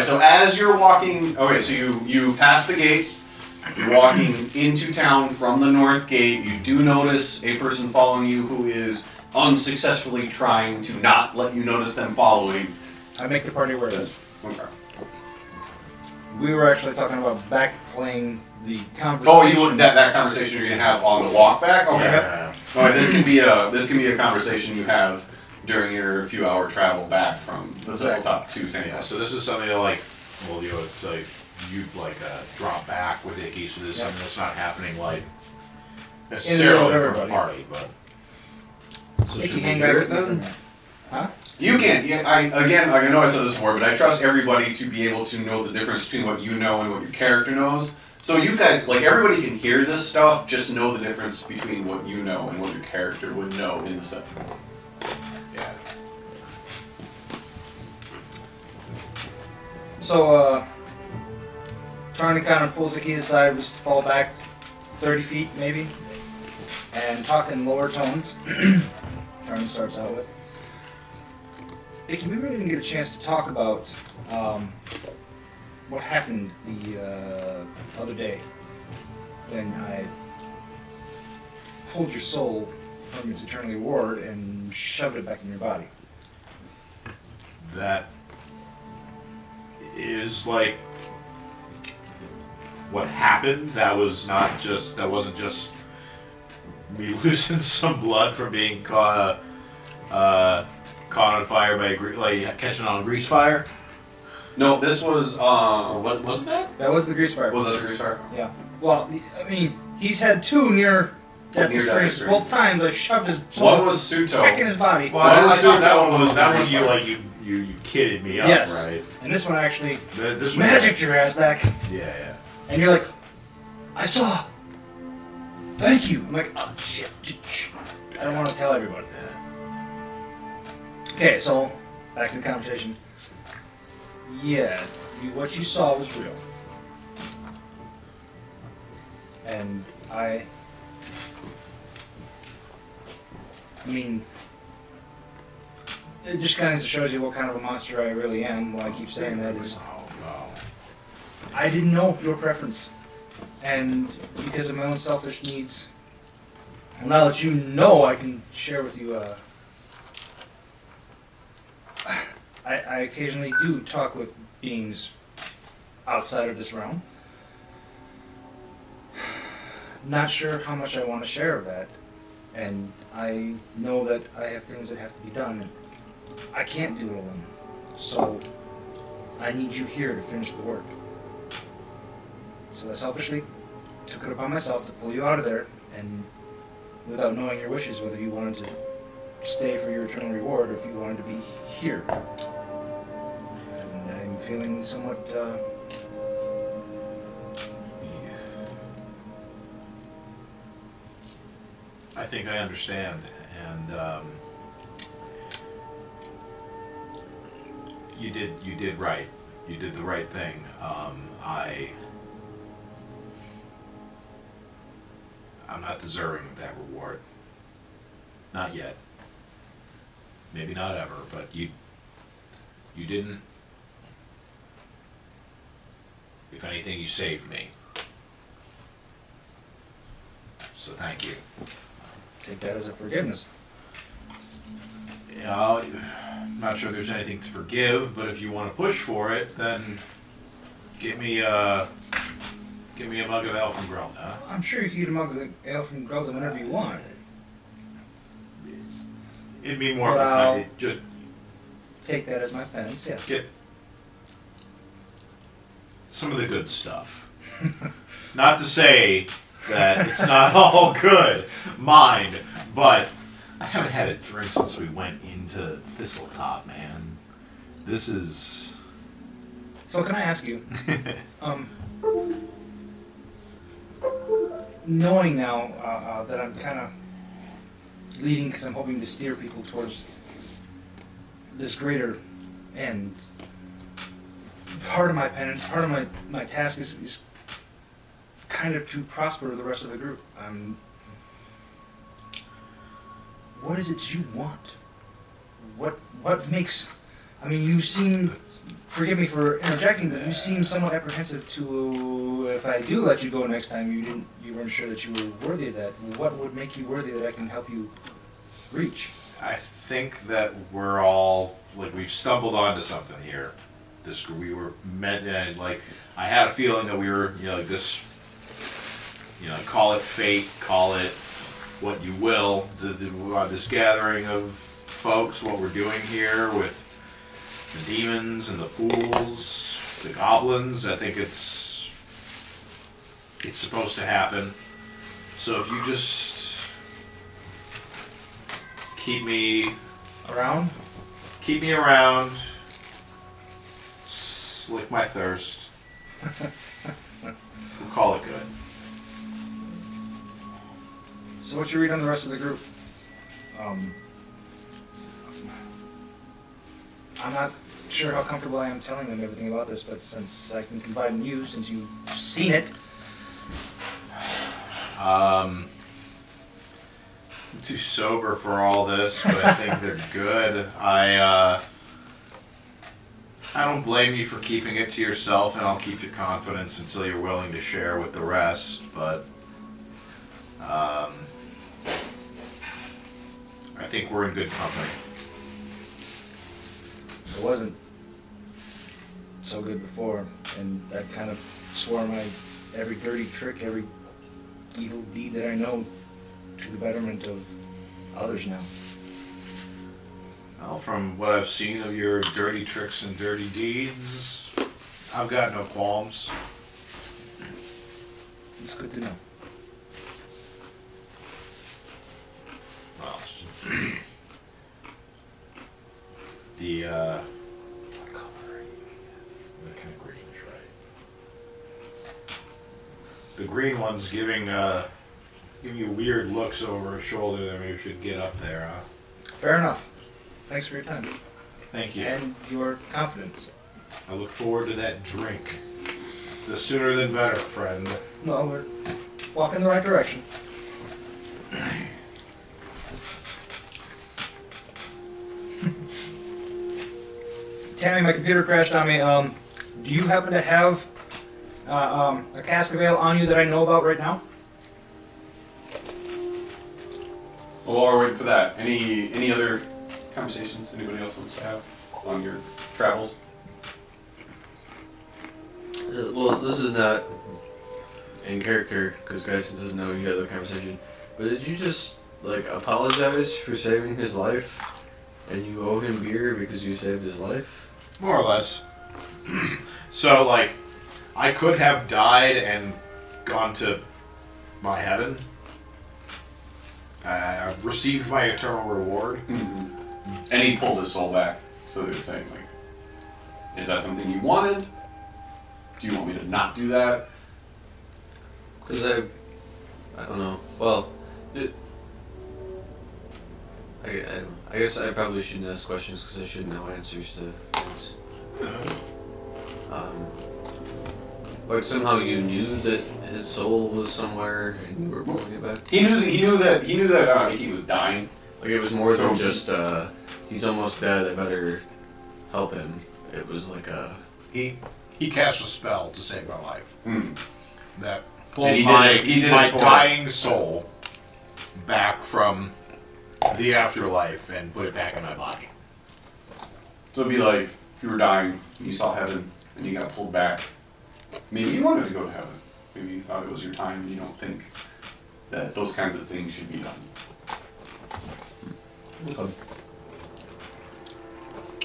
so as you're walking, okay, so you you pass the gates. You're walking into town from the north gate. You do notice a person following you who is unsuccessfully trying to not let you notice them following. I make the party aware of this. Okay. We were actually talking about back playing the conversation. Oh, you want that that conversation you're gonna have on the walk back? Okay. Yeah. All right, this can be a this can be a conversation you have during your few hour travel back from the That's Thistletop to San Yeah, Jose. so this is something that like, well, you know, it's like you like uh, drop back with Icky, so this is Yeah. something that's not happening like middle of necessarily from the everybody. party, but. So Mickey, should we hang do back it with me for a then? minute. You can. Yeah, I again, I know I said this before, but I trust everybody to be able to know the difference between what you know and what your character knows. So you guys, like everybody, can hear this stuff. Just know the difference between what you know and what your character would know in the setting. Yeah. So, uh, Tarnikon and Pulsaki decided was to fall back 30 feet, maybe, and talk in lower tones. Tarn starts out with. Icky, we really didn't get a chance to talk about um, what happened the uh, other day when I pulled your soul from its eternally ward and shoved it back in your body. That is like what happened. That was not just. That wasn't just me losing some blood from being caught uh, caught on fire by a gre- like catching on a grease fire. No, this was uh, Or what wasn't that? That was the grease fire. was it a grease fire? Yeah. Well, I mean, he's had two near death Near-death experiences. experience. Both times I shoved his soul One was Suto. back in his body. Well, Well, I, let's thought see, that that one one was that was one you fine. like you you you kidded me up, Yes. right? And this one actually Th- This one, magicked your ass back. yeah, And you're like, I saw. Thank you. I'm like, oh shit. shit, shit." I don't want to tell everybody. Okay, so back to the conversation. Yeah, you, what you saw was real. And I. I mean, it just kind of shows you what kind of a monster I really am. While I keep saying that is yeah. Oh no. I didn't know your preference. And because of my own selfish needs, well, now that you know, I can share with you. Uh, I, I occasionally do talk with beings outside of this realm. Not sure how much I want to share of that. And I know that I have things that have to be done. I can't do it alone. So I need you here to finish the work. So I selfishly took it upon myself to pull you out of there, and without knowing your wishes, whether you wanted to stay for your eternal reward or if you wanted to be here. And I'm feeling somewhat uh, I think I understand, and um, you did you did right. You did the right thing. Um, I I'm not deserving of that reward. Not yet. Maybe not ever, but you you didn't. If anything, you saved me. So thank you. take that as a forgiveness. Yeah, I'm not sure there's anything to forgive, but if you want to push for it, then give me a give me a mug of Elfengrel, huh? I'm sure you can eat a mug of ale from Grelden whenever you want. It'd be more Well- for kind of just Take that as my penance, yes. get some of the good stuff. not to say that it's not all good, mind, but I haven't had a drink since we went into Thistletop, man. This is So can I ask you, um, knowing now uh, uh, that I'm kind of leading because I'm hoping to steer people towards this greater end, part of my penance, part of my, my task is, is kind of to prosper the rest of the group. Um, what is it you want? What what makes? I mean, you seem forgive me for interjecting, but you seem somewhat apprehensive to if I do let you go next time. You didn't, you weren't sure that you were worthy of that. What would make you worthy that I can help you reach? I think that we're all like we've stumbled onto something here. This gr- we were meant and like I had a feeling that we were you know like this you know call it fate, call it what you will. The, the, uh, this gathering of folks, what we're doing here with the demons and the pools, the goblins. I think it's it's supposed to happen. So if you just keep me Around? keep me around slick my thirst we'll call it good So what's your read on the rest of the group? Um, I'm not sure how comfortable I am telling them everything about this, but since I can confide in you, since you've seen it, um I'm too sober for all this but i think they're good i uh i don't blame you for keeping it to yourself and i'll keep your confidence until you're willing to share with the rest but um i think we're in good company it wasn't so good before, and I kind of swore my every dirty trick, every evil deed that I know to the betterment of others now. Well, from what I've seen of your dirty tricks and dirty deeds, I've got no qualms. It's good to know. Well, it's just- the uh, what color are you? They're kind of greenish, right? The green one's giving uh, giving you weird looks over her shoulder. Then maybe we should get up there, huh? Fair enough. Thanks for your time Thank you. and your confidence. I look forward to that drink. The sooner than better, friend. Well, we're walking the right direction. Tammy, my computer crashed on me. Um, do you happen to have uh, um, a cask of ale on you that I know about right now? Well, while we're waiting for that, any any other conversations anybody else wants to have on your travels? Uh, Well, this is not in character because guys doesn't know you had the conversation. But did you just like apologize for saving his life, and you owe him beer because you saved his life? More or less. so, like, I could have died and gone to my heaven. I I received my eternal reward. Mm-hmm. And he pulled his soul back. So they were saying, like, is that something you wanted? Do you want me to not do that? Because I, I don't know. Well, it, I, I, I guess I probably shouldn't ask questions because I should know answers to things. Um, like somehow you knew that his soul was somewhere and you were pulling it back. He knew he knew that he knew that uh, Icky was dying. Like it was more So- than just uh, he's almost dead. I better help him. It was like a He he cast a spell to save my life. That pulled Hmm. And he did my, it- he did my it for- dying soul back from the afterlife and put it back in my body. So it'd be like if you were dying, you saw heaven, and you got pulled back. Maybe you wanted to go to heaven. Maybe you thought it was your time, and you don't think that those kinds of things should be done.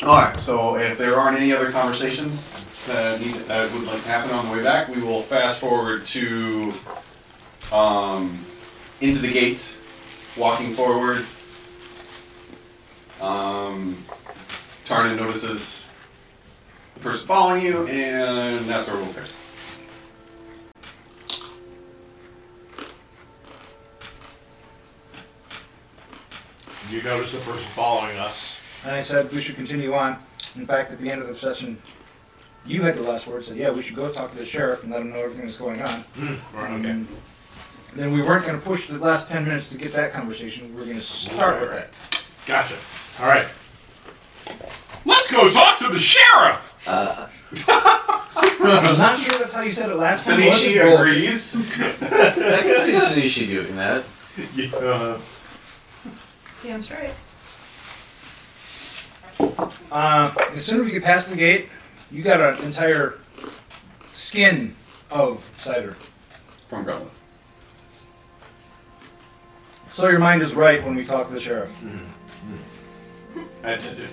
All right. So if there aren't any other conversations that, need, that would like to happen on the way back, we will fast forward to um, into the gate, walking forward. Um, Tarna notices the person following you, and that's where we'll pick. You notice the person following us. And I said we should continue on. In fact, at the end of the session, you had the last word. Said, "Yeah, we should go talk to the sheriff and let him know everything that's going on." And Then we weren't going to push the last ten minutes to get that conversation. We were going to start with it. Gotcha. All right. Let's go talk to the sheriff. Uh, I'm not sure that's how you said it last time. was Sanichi it, Joel? agrees. I can see Sanishi doing that. Yeah. Damn straight. Uh, as soon as we get past the gate, you got an entire skin of cider. From Gremlin. So your mind is right when we talk to the sheriff. I did it.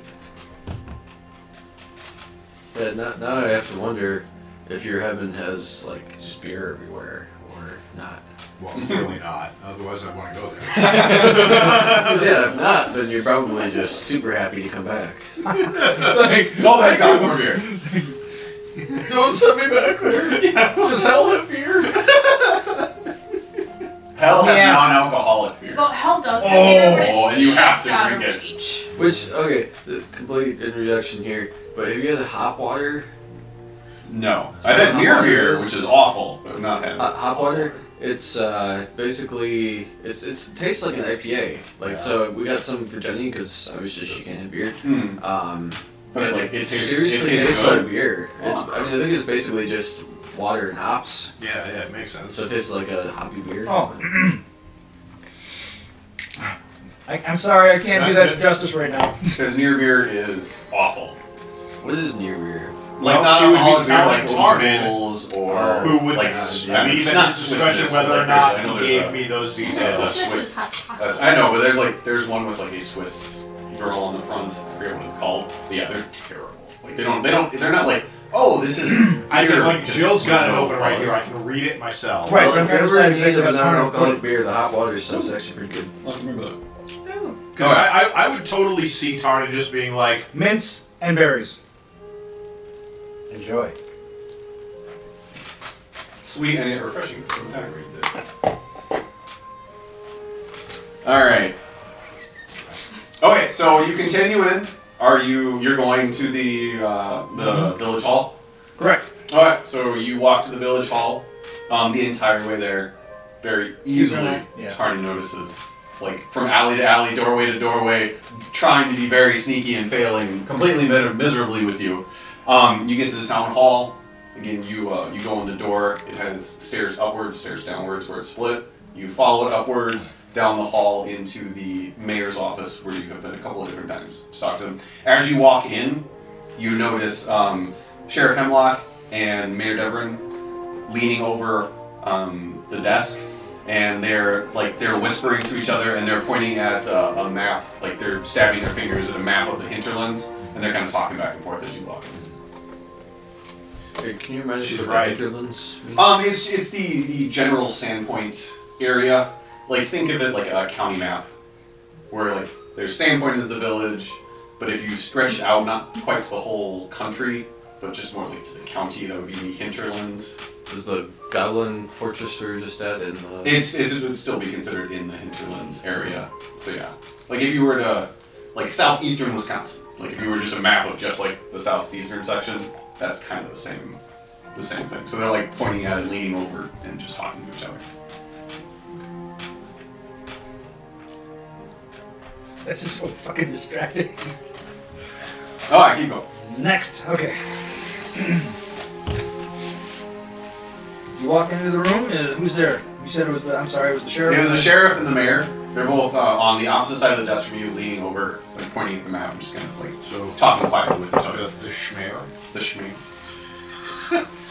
But now, now I have to wonder if your heaven has like just beer everywhere or not. Well, clearly not. Otherwise, I want to go there. 'Cause, yeah, if not, then you're probably just super happy to come back. like, No, thank God, more beer. Don't send me back there. Just hell that beer. Hell has Yeah. non-alcoholic beer. Well, hell does Oh, have beer, but it's and you have to just out drink of it. reach. Which okay, the complete interjection here. But have you had hop water? No, I've had near beer, which is awful, but I've not had. Uh, Hot, hop water. It's uh, basically it's it's it tastes like an IPA. Like so, we got some for Jenny because obviously she can't have beer. Mm. Um, But it, like it tastes, it seriously tastes like good. beer. It's, I mean, I think it's basically just water and hops, yeah, yeah, it makes sense. so it tastes like a hoppy beer. Oh. I, I'm sorry, I can't do that Right. justice right now. Because near beer is awful. What is near beer? Like Well, not she would be alcoholic beer, kinda like like Old Target, Tables or Who would like not? s- I I mean, mean, it's even not this Swiss discussion Miss, whether but or there's- not I know he there's gave a- me those It's Yeah, details. just Swiss- as hot chocolate. That's, I know, but there's like there's one with like a Swiss girl on the front. I forget what it's called. But yeah, they're terrible. Like they don't they don't they're not like oh this is. I beer, can like just Jill's got it with no open right here. buzz. I can read it myself. Right, well, but if I'm you're ever trying to in say need of that a I'm not non-alcoholic beer, the hot water stuff's actually pretty good. I'll remember that. Ooh. Because I, I, I would totally see Tarna just being like, Mints and berries. Enjoy. Sweet and yet refreshing at the same time. All right. Okay, so you continue in. Are you you're going to the uh, the village hall? Correct. All right, so you walk to the village hall. Um, the entire way there, very easily, Easily, yeah. Tarny notices, like from alley to alley, doorway to doorway, trying to be very sneaky and failing completely mi- miserably with you. Um, you get to the town hall. Again, you uh, you go in the door. It has stairs upwards, stairs downwards, where it's split. You follow it upwards down the hall into the mayor's office, where you have been a couple of different times to talk to them. As you walk in, you notice um, Sheriff Hemlock and Mayor Devrin leaning over um, the desk, and they're like they're whispering to each other, and they're pointing at uh, a map, like they're stabbing their fingers at a map of the hinterlands, and they're kind of talking back and forth as you walk in. Hey, can you imagine She's what right. the hinterlands mean? Um, it's it's the the general Sandpoint area. Like think of it like a county map, where like there's Sandpoint is the village, but if you stretch out not quite to the whole country, but just more like to the county, that would be the hinterlands. Is the goblin fortress we were just at in uh, the? It's, it's it would still be considered in the hinterlands area. So yeah, like if you were to like southeastern Wisconsin, like if you were just a map of just like the southeastern section, that's kind of the same, the same thing. So they're like pointing at it, leaning over, and just talking to each other. This is so fucking distracting. Oh, I keep going. Next. Okay. you walk into the room. Uh, who's there? You said it was the. I'm sorry, it was the sheriff. It was the sheriff and the mayor. They're both uh, on the opposite side of the desk from you, leaning over, like pointing at the map, and just kind of like so, talking quietly with each the, other. the schmear. The shmee.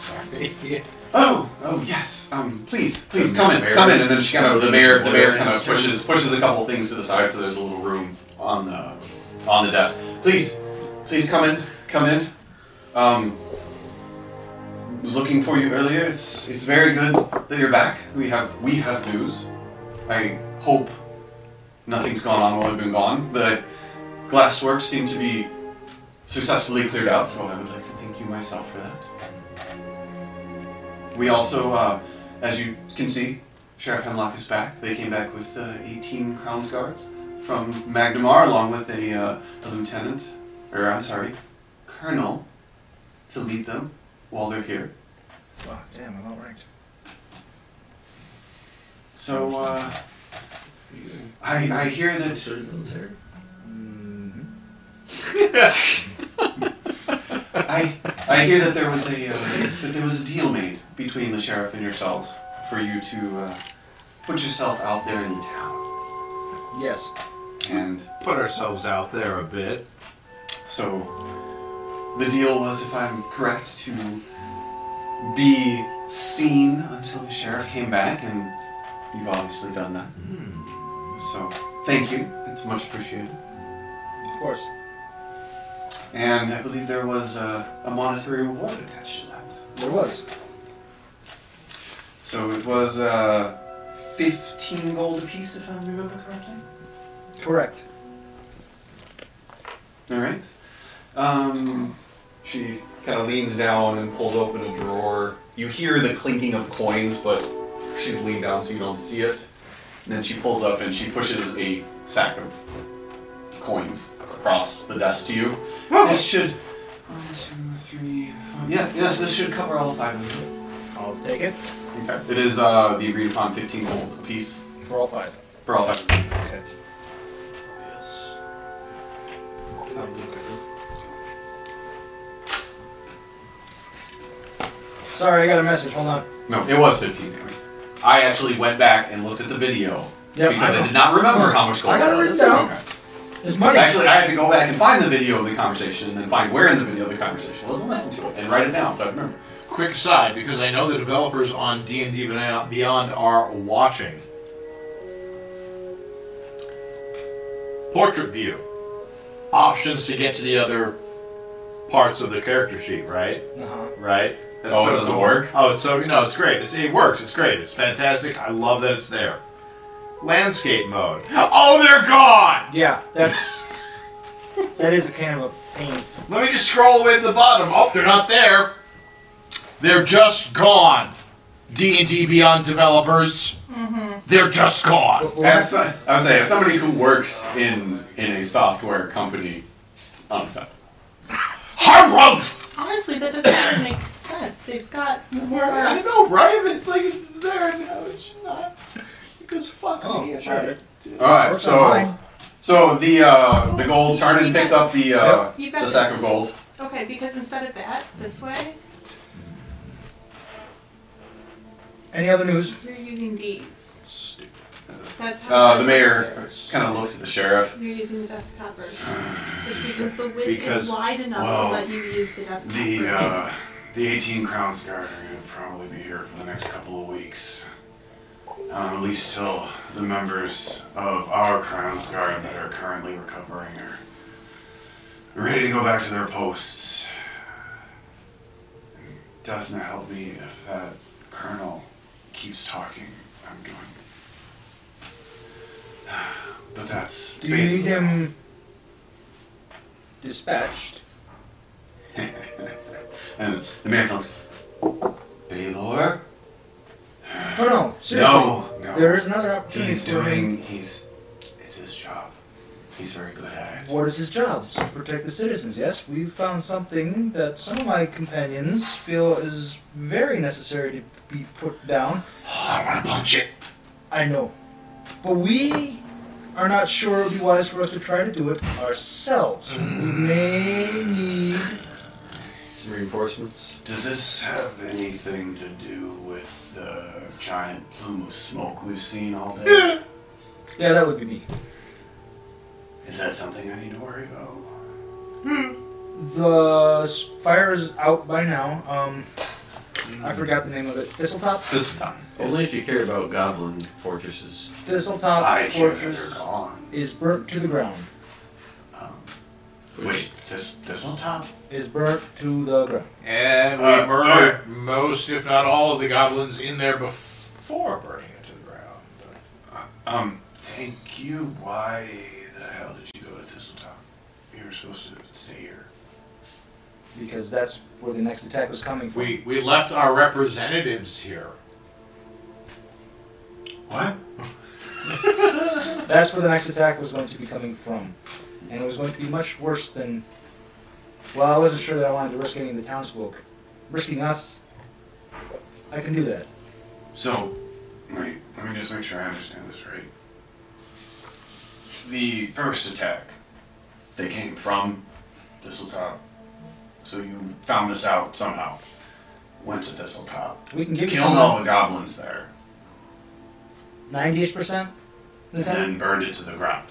Sorry. yeah. Oh, oh yes. Um, please, please The come in, mayor- come in, and then she kind of the mayor, the mayor kind of Mr. pushes pushes a couple things to the side, so there's a little room on the on the desk. Please, please come in, come in. Um, was looking for you earlier. It's it's very good that you're back. We have we have news. I hope nothing's gone on while I've been gone. The glassworks seem to be successfully cleared out, so I would like to thank you myself for that. We also, uh, as you can see, Sheriff Hemlock is back. They came back with uh, 18 Crown's Guards from Magnemar, along with a, uh, a lieutenant, or I'm sorry, colonel, to lead them while they're here. Oh, damn, I'm outranked. So, uh, I, I hear that. Mm-hmm. I, I hear that there was a uh, that there was a deal made between the sheriff and yourselves for you to uh, put yourself out there in the town, Yes. and Put ourselves out there a bit. so the deal was, if I'm correct, to be seen until the sheriff came back, and you've obviously done that. So thank you. It's much appreciated. Of course. And I believe there was uh, a monetary reward attached to that. There was. So it was uh, 15 gold apiece, if I remember correctly. Correct. All right. Um, she kind of leans down and pulls open a drawer. You hear the clinking of coins, but she's leaned down so you don't see it. And then she pulls up and she pushes a sack of coins across the desk to you. This should. One, two, three, four. Yeah, yes, this should cover all five of them. I'll take it Okay. It is uh, the agreed upon 15 gold apiece for all five. for all five of them. Okay. Yes. Sorry, I got a message. Hold on. No, it was 15. Anyway. I actually went back and looked at the video Yep, because I I, did not remember how much gold I got it it was. written down. Okay. There's money. Actually, I had to go back and find the video of the conversation and then find where in the video the conversation was and listen to it and write it down so I remember. Quick aside, because I know the developers on D and D Beyond are watching. Portrait view. Options to get to the other parts of the character sheet, right? uh-huh. Right. Oh, it doesn't cool. work? Oh, it's so no, it's great. It's, it works. It's great. It's fantastic. I love that it's there. Landscape mode. Oh, they're gone. Yeah, that's that is a kind of a pain. Let me just scroll away to the bottom. Oh, they're not there. They're just gone. D and D Beyond developers. Theyey're just gone. As, I would say, as somebody who works in in a software company, it's unacceptable. Harumph! Honestly, that doesn't even make sense. They've got I more. know, right? It's like it's there now. It's not. Because fuck Oh, me. sure. right? Alright, Works on so mine. so the uh, the gold Tarnan picks up the uh, You've got the sack of gold. Okay, because instead of that, this way, Any other news? you're using these. Stupid. That's how. Uh, the this mayor is. kind of looks at the sheriff. You're using the desktop version. It's because the width Because- is wide enough well, to let you use the desktop The version. uh, the 18 crowns guard are gonna probably be here for the next couple of weeks, um, at least till the members of our crowns guard that are currently recovering are ready to go back to their posts. It doesn't help me if that colonel keeps talking. I'm going. But that's Do you basically need him dispatched? And the mayor comes. Baylor. Oh no, seriously. no. There is another opportunity. He's for him. doing. He's. It's his job. He's very good at it. What is his job? It's to protect the citizens. Yes, we've found something that some of my companions feel is very necessary to be put down. I want to punch it. I know. But we are not sure it would be wise for us to try to do it ourselves. We may need. Some reinforcements. Does this have anything to do with the giant plume of smoke we've seen all day? Yeah, that would be me. Is that something I need to worry about? Hmm. The s- fire is out by now. Um, I Hmm. forgot the name of it. Thistletop? This time. Only if you care about goblin fortresses. Thistletop I hear that they're Fortress gone. is burnt to the ground. Um, which- wait, this Thistletop? Is burnt to the ground. And we Uh, murdered most, if not all, of the goblins in there before burning it to the ground. Um, thank you. Why the hell did you go to Thistletop? You were supposed to stay here. Because that's where the next attack was coming from. We we left our representatives here. What? That's where the next attack was going to be coming from. And it was going to be much worse than. Well, I wasn't sure that I wanted to risk any of the townsfolk. Risking us, I can do that. So, wait, let me just make sure I understand this right. The first attack, they came from Thistletop. So you found this out somehow. Went to Thistletop. We can give you Killed all the goblins there. ninety-ish percent. And then burned it to the ground.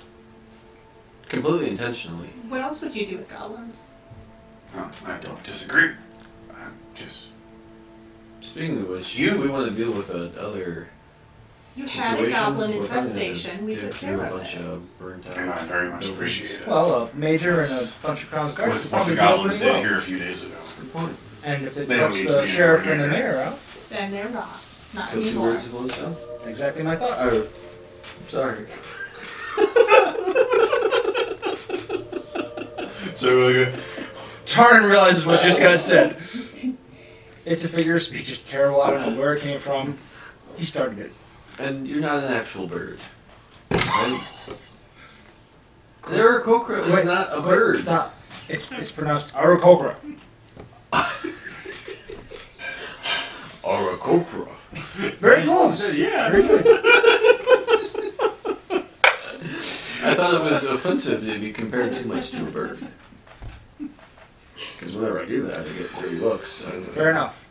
Completely intentionally. What else would you do with goblins? Huh, I don't disagree. i just. Speaking of which, You- if we want to deal with another You had a situation. goblin we're probably gonna infestation. We dig took through care a of bunch it. of burnt out. And I very much buildings. appreciate it. Well, a major and a bunch of crown guards With what the probably do it goblins pretty did well. here a few days ago. Good point. And if it They don't helps need to the be in sheriff there. and the mayor out, Then they're not. Not Kill two anymore. birds with one stone. exactly my thought. Oh, sorry. So we're like, Tarn realizes what just got said. It's a figure of speech. It's terrible. I don't know where it came from. He started it. And you're not an actual bird. Right? Aarakocra is Wait, not a wait, bird. Stop. It's, it's pronounced Aracocra. Aarakocra. Very close. yeah. Very good. I thought it was offensive to be compared too much to a bird. Because whenever I do that, I get dirty looks. so- Fair enough.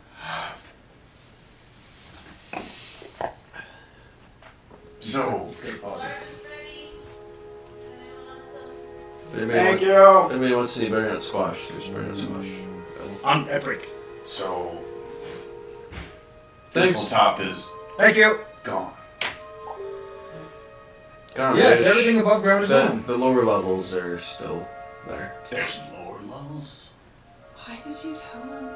So. But Anybody, want, you! anybody wants any better not squash? There's better not squash. I'm epic. So. Thanks. Thistletop is Thank you. gone. Gone, Yes, right? everything above ground is The, gone. the lower levels are still there. There's lower levels. Why did you tell him?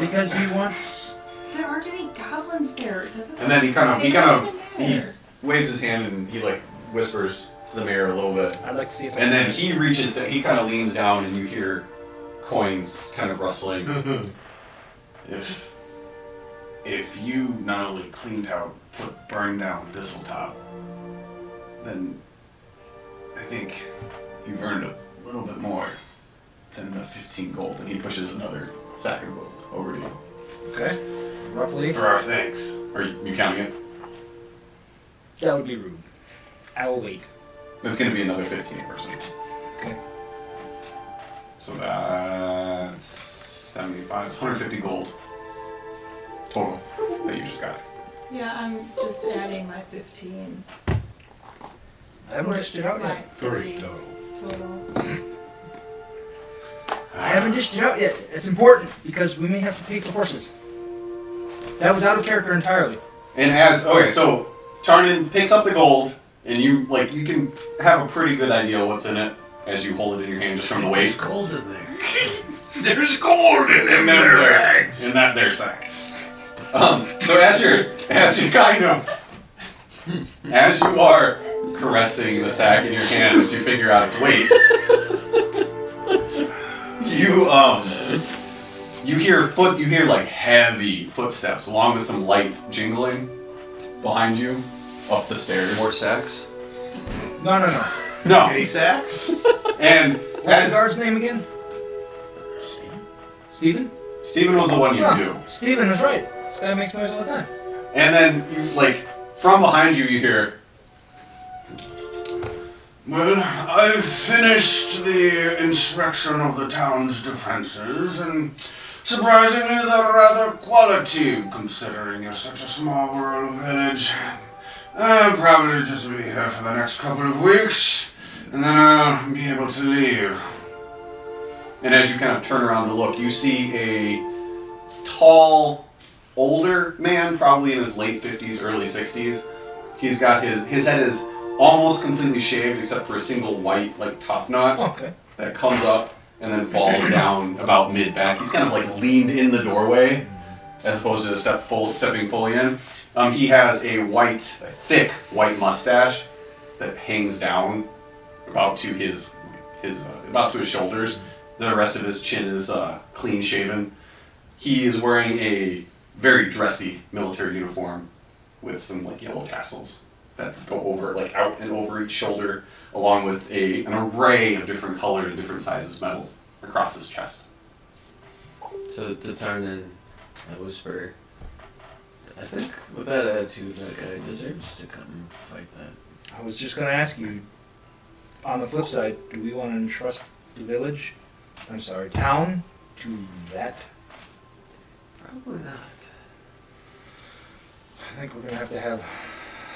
Because he wants. There aren't any goblins there. It doesn't. And then he kind of he It kind doesn't of he matter. waves his hand and he like whispers to the mayor a little bit. I'd like to see if. I And then can- he reaches down, he kind of leans down and you hear coins kind of rustling. If if you not only cleaned out but burned down Thistletop, then I think you've earned a little bit more than the 15 gold. And he pushes another sack of gold over to you. Okay. Roughly. For our thanks. Are you, you counting it? That would be rude. I will wait. That's going to be another 15 or something. Okay. So that's 75, it's 150 gold total that you just got. Yeah, I'm just adding my 15. I haven't dished it out My yet. Three 30 total. total. I haven't dished it out yet. It's important because we may have to pay for horses. That was out of character entirely. And as okay, so Tarnin picks up the gold, and you like you can have a pretty good idea what's in it as you hold it in your hand just from the weight. cold in there. There's gold in them there bags. In that there sack. Um, so as you're as you kind of hmm, as you are caressing the sack in your hand as you figure out its weight, you um you hear foot you hear like heavy footsteps along with some light jingling behind you up the stairs. More sacks. No, no, no. No. Any sacks? And What's the as guard's name again? Steven? Stephen was the one you Huh, knew. Steven is right. This guy makes noise all the time. And then you like from behind you you hear Well, I've finished the inspection of the town's defenses and surprisingly they're rather quality considering you're such a small rural village. I'll probably just be here for the next couple of weeks and then I'll be able to leave. And as you kind of turn around to look, you see a tall older man, probably in his late 50s, early 60s. He's got his his head is almost completely shaved except for a single white like top knot Okay. that comes up and then falls down about mid back. He's kind of like leaned in the doorway as opposed to step full stepping fully in. Um, he has a white, a thick white mustache that hangs down about to his his uh, about to his shoulders. The rest of his chin is uh, clean shaven. He is wearing a very dressy military uniform with some like yellow tassels that go over like out and over each shoulder, along with a an array of different colored and different sizes medals across his chest. To, to turn in a whisper. I think with that attitude, that guy deserves to come fight that. I was just going to ask you on the flip side, do we want to entrust the village I'm sorry, town to that. Probably not. I think we're gonna have to have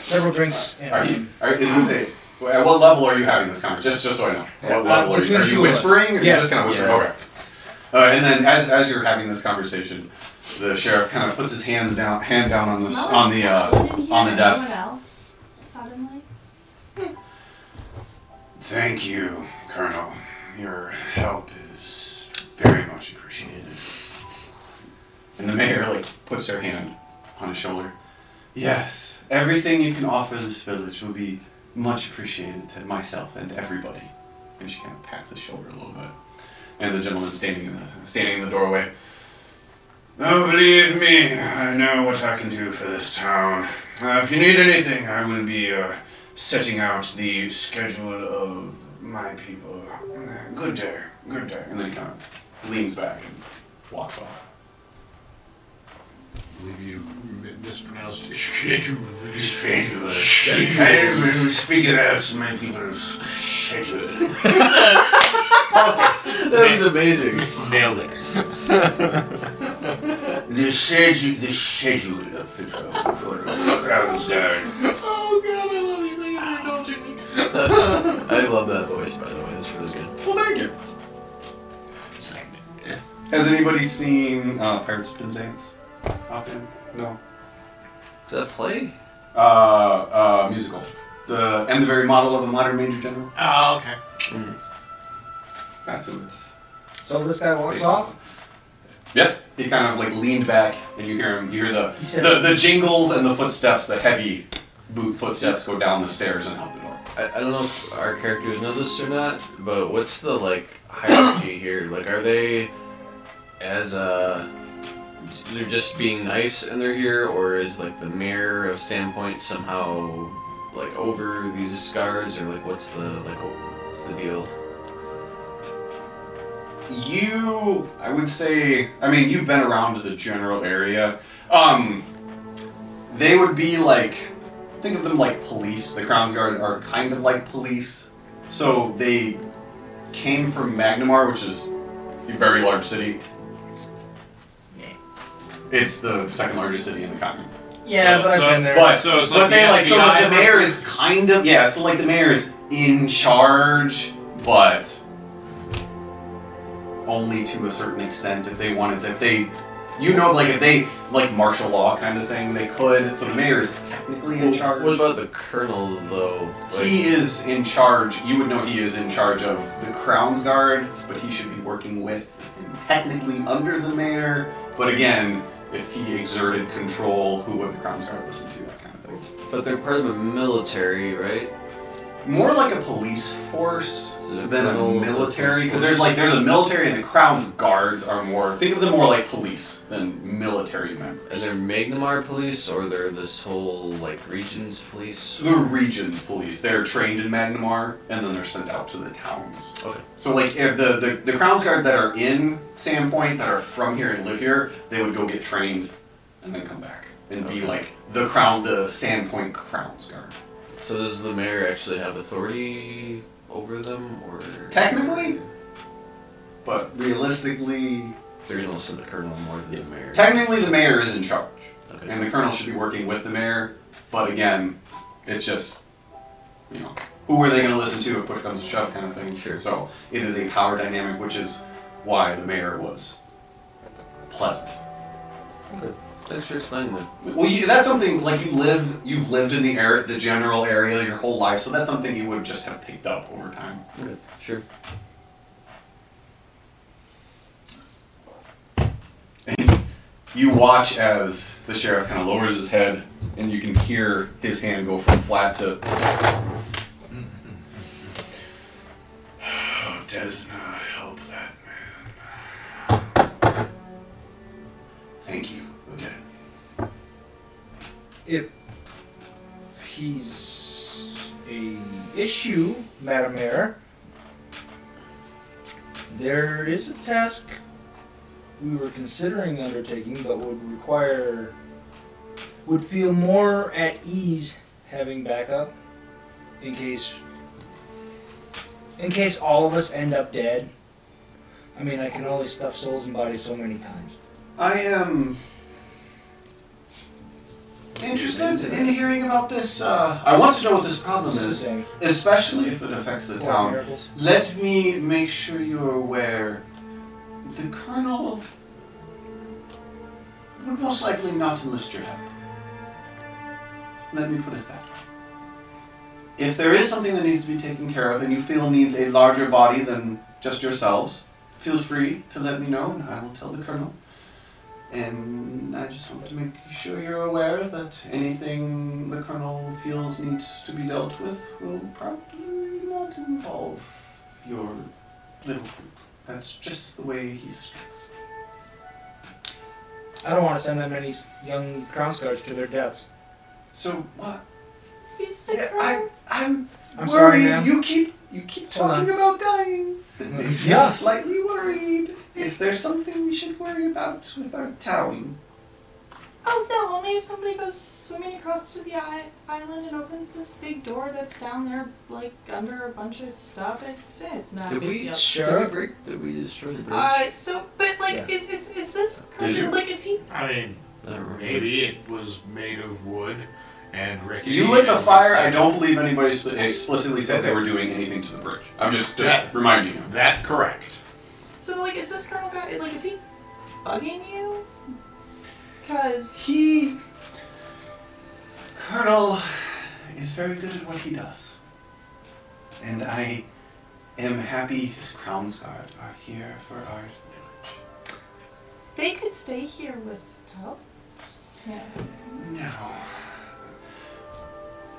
several drinks. And, Are you? Are, is this a? well, At what level are you having this conversation? Just, just so I know. Yeah, What level uh, are you? between Are the two you of us. whispering? Or Yes. You're just kind of whispering. Yeah. Okay. Uh, and then, as, as you're having this conversation, the sheriff kind of puts his hands down, hand down on the s- Smell on it. the uh, Didn't hear on the desk. Anyone else suddenly? Thank you, Colonel. Your help is very much appreciated. And the mayor like puts her hand on his shoulder. Yes, everything you can offer this village will be much appreciated to myself and everybody. And she kind of pats his shoulder a little bit. And the gentleman standing in the standing in the doorway. Oh, believe me, I know what I can do for this town. Uh, if you need anything, I will be uh, setting out the schedule of my people. Uh, Good day, good day. And then he kind of leans back and walks off. believe you mispronounced schedule. Schedule. I will figure out my people's schedule. That was amazing. Nailed it. The schedule, the schedule of patrol for the crowds down. Oh god, I love you. Thank you for indulging me. I love that voice, by the way. It's really good. Well, thank you. Has anybody seen uh, Pirates of Penzance? Often? No. Is that play? Uh, uh, musical. The and the very model of a modern major general. Oh, okay. That's who it's. so this guy walks off. Yes. He kind of like leaned back, and you hear him. You hear the He says- the, the jingles and the footsteps, the heavy boot footsteps go down the stairs and out the door. I, I don't know if our characters know this or not, but what's the like hierarchy here? Like, are they as uh they're just being nice and they're here, or is like the mayor of Sandpoint somehow like over these guards, or like what's the like what's the deal? You, I would say, I mean, you've been around the general area. Um, they would be like, think of them like police. The Crown's Guard are kind of like police. So they came from Magnamar, which is a very large city. It's the second largest city in the continent. Yeah, So- but I've so- been there. But So it's but like they the like so like, the FBI mayor is kind of yeah. So like the mayor is in charge, but only to a certain extent. If they wanted, if they, you know, like if they like martial law kind of thing, they could. So the mayor is technically in charge. What about the colonel though? Like, he is in charge. You would know he is in charge of the Crown's Guard, but he should be working with and technically under the mayor. But again, if he exerted control, who would the Crown's Guard listen to? That kind of thing. but they're part of the military, right? more like a police force Is it a than a criminal military police because there's force? like there's a military and the crown's guards are more think of them more like police than military And members they're Magnamar police, or they're this whole like regions police. the region's police they're trained in magnamar and then they're sent out to the towns Okay. so like if the, the the crown's guard that are in sandpoint that are from here and live here they would go get trained and then come back and be Okay. like the crown the sandpoint crown's guard So does the mayor actually have authority over them, or Technically? but realistically they're gonna listen to the colonel more than the mayor? technically the mayor is in charge okay. and the colonel should be working with the mayor. But again, it's just, you know, who are they going to listen to if push comes to shove, kind of thing. Sure. So it is a power dynamic, which is why the mayor was pleasant. Thanks for explaining that. Well, you, that's something like you live, you've lived in the area, the general area, your whole life. So that's something you would just have picked up over time. Okay. Sure. You watch as the sheriff kind of lowers his head, and you can hear his hand go from flat to. Oh, Desna, help that man. Thank you again. if he's a issue, Madam Mayor, there is a task we were considering undertaking, but would require would feel more at ease having backup in case in case all of us end up dead. I mean, I can only stuff souls and bodies so many times. I am interested in hearing about this. Uh, I want to know what this problem It's the is, same. especially if it affects the Four town. miracles. Let me make sure you're aware. The colonel would most likely not enlist your help. Let me put it that way. If there is something that needs to be taken care of and you feel needs a larger body than just yourselves, feel free to let me know and I will tell the colonel. And I just want to make sure you're aware that anything the Colonel feels needs to be dealt with will probably not involve your little group. That's just the way he strikes me. I don't want to send that many s- young Crown Guards to their deaths. So what? He's the Yeah, I, girl. I'm, I'm sorry, worried. ma'am. you keep you keep Hold Mm-hmm. talking about dying. That makes Yeah. me slightly worried. Is there something we should worry about with our town? Oh no, only if somebody goes swimming across to the i- island and opens this big door that's down there, like under a bunch of stuff. It's, it's not a Did big we, deal. did we break? Did we destroy the bridge? Uh, so, but like, Yeah. is, is is this Did you- like is he? I mean, I don't remember. maybe it was made of wood and rickety. You lit a and fire. said- I don't believe anybody sp- explicitly said they were doing anything to the bridge. I'm just just Yeah. reminding you. That correct. So like, is this Colonel guy? Like, is he bugging you? Cause He, Colonel, is very good at what he does, and I am happy his crown's guard are here for our village. they could stay here with help. Yeah. No,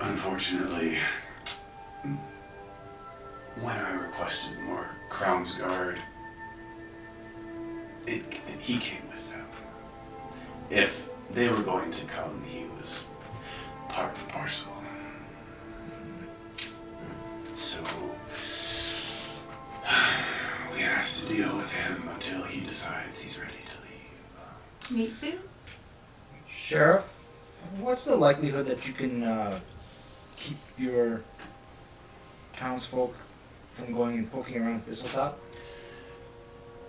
unfortunately, when I requested more crown's guard, it, he came with them. If they were going to come, he was part and parcel. So we have to deal with him until he decides he's ready to leave. Mitsu. Sheriff, what's the likelihood that you can uh, keep your townsfolk from going and poking around Thistletop?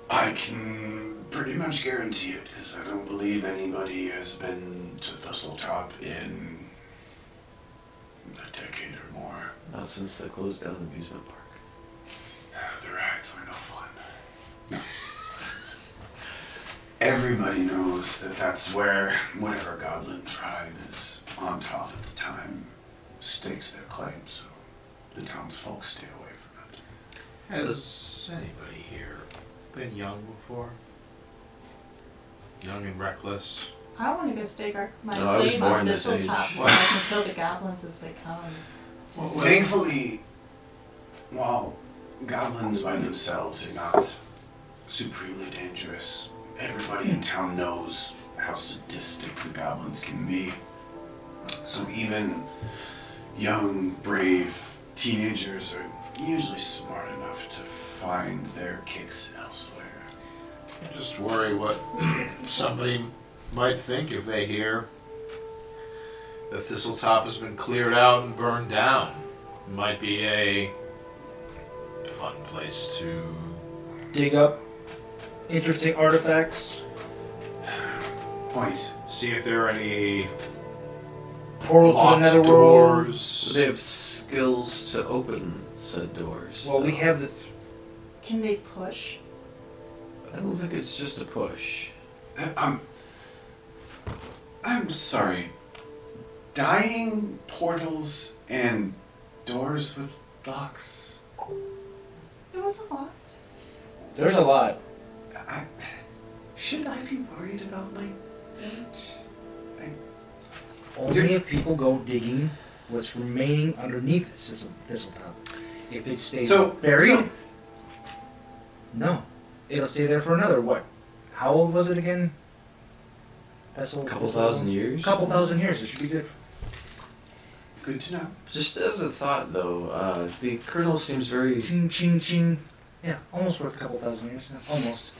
I can pretty much guarantee it because I don't believe anybody has been to Thistletop in a decade or more. Not since they closed down the amusement park. The rides are no fun. Everybody knows that that's where whatever goblin tribe is on top at the time stakes their claim, so the townsfolk stay away from it. Has anybody here been young before? Young and reckless. I want to go stake our, my No, I was claim born on this this age. top so I can kill the goblins as they come. Thankfully, while goblins by themselves are not supremely dangerous, everybody in town knows how sadistic the goblins can be. So even young, brave teenagers are usually smart enough to find their kicks elsewhere. I just worry what somebody might think if they hear the thistle top has been cleared out and burned down. Might be a fun place to. Dig up interesting artifacts, Point. See if there are any portals to locked another world. doors. They have skills to open said doors. Well, we though. have the. Can they push? I don't think it's just a push. Uh, Um, I'm sorry. Dying portals and doors with locks It was a lot. There's a lot. I, should I be worried about my village? Only if people go digging what's remaining underneath Thistletop. Thistletop. If it stays So- buried, so- no, it'll stay there for another what? How old was it again? That's A old. couple thousand years. couple thousand years. It should be good. Good to know. Just as a thought, though, uh, the colonel seems very Ching ching ching. Yeah, almost worth a couple thousand years. Almost.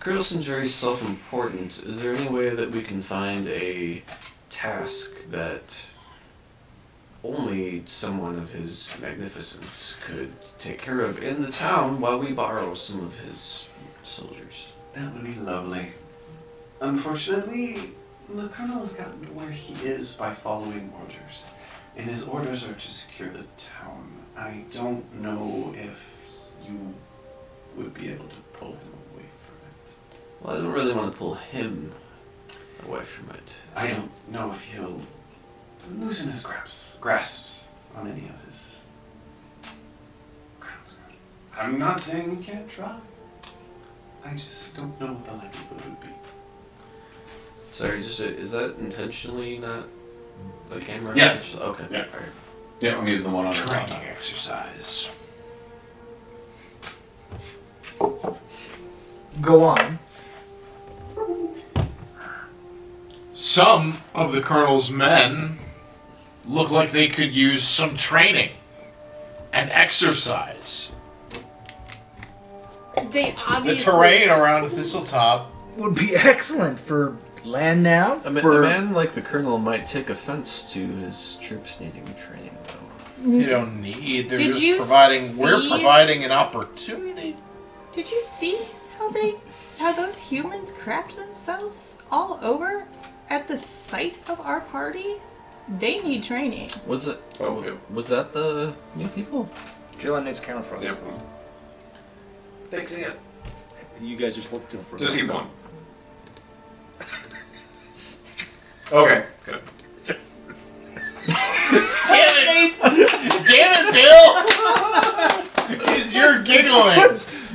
colonel seems very self-important. Is there any way that we can find a task that only someone of his magnificence could take care of in the town while we borrow some of his soldiers. That would be lovely. Unfortunately, the colonel has gotten to where he is by following orders, and his orders are to secure the town. I don't know if you would be able to pull him away from it. Well, I don't really want to pull him away from it. I don't know if he'll loosen his grasps, grasps on any of his grounds. I'm not saying you can't try. I just don't know what the likelihood would be. Sorry, just uh is that intentionally not the camera? Yes. Okay. Yeah. All right. Yeah, I'm using the one on Training exercise. Go on. Some of the colonel's men look like they could use some training and exercise. They obviously. The terrain around Thistletop. Would be excellent for land now. A, ma- for a man like the colonel might take offense to his troops needing training, though. You don't need. They're Did just you providing. We're see- providing an opportunity. Did you see how they, how those humans crapped themselves all over at the sight of our party? They need training. Was it? Oh, yeah. Was that the new people? Jalen needs camera for Yep. Fixing it. You guys are supposed to do it for Just keep going. Okay, good. Damn it! Damn it, Bill! Because you're giggling.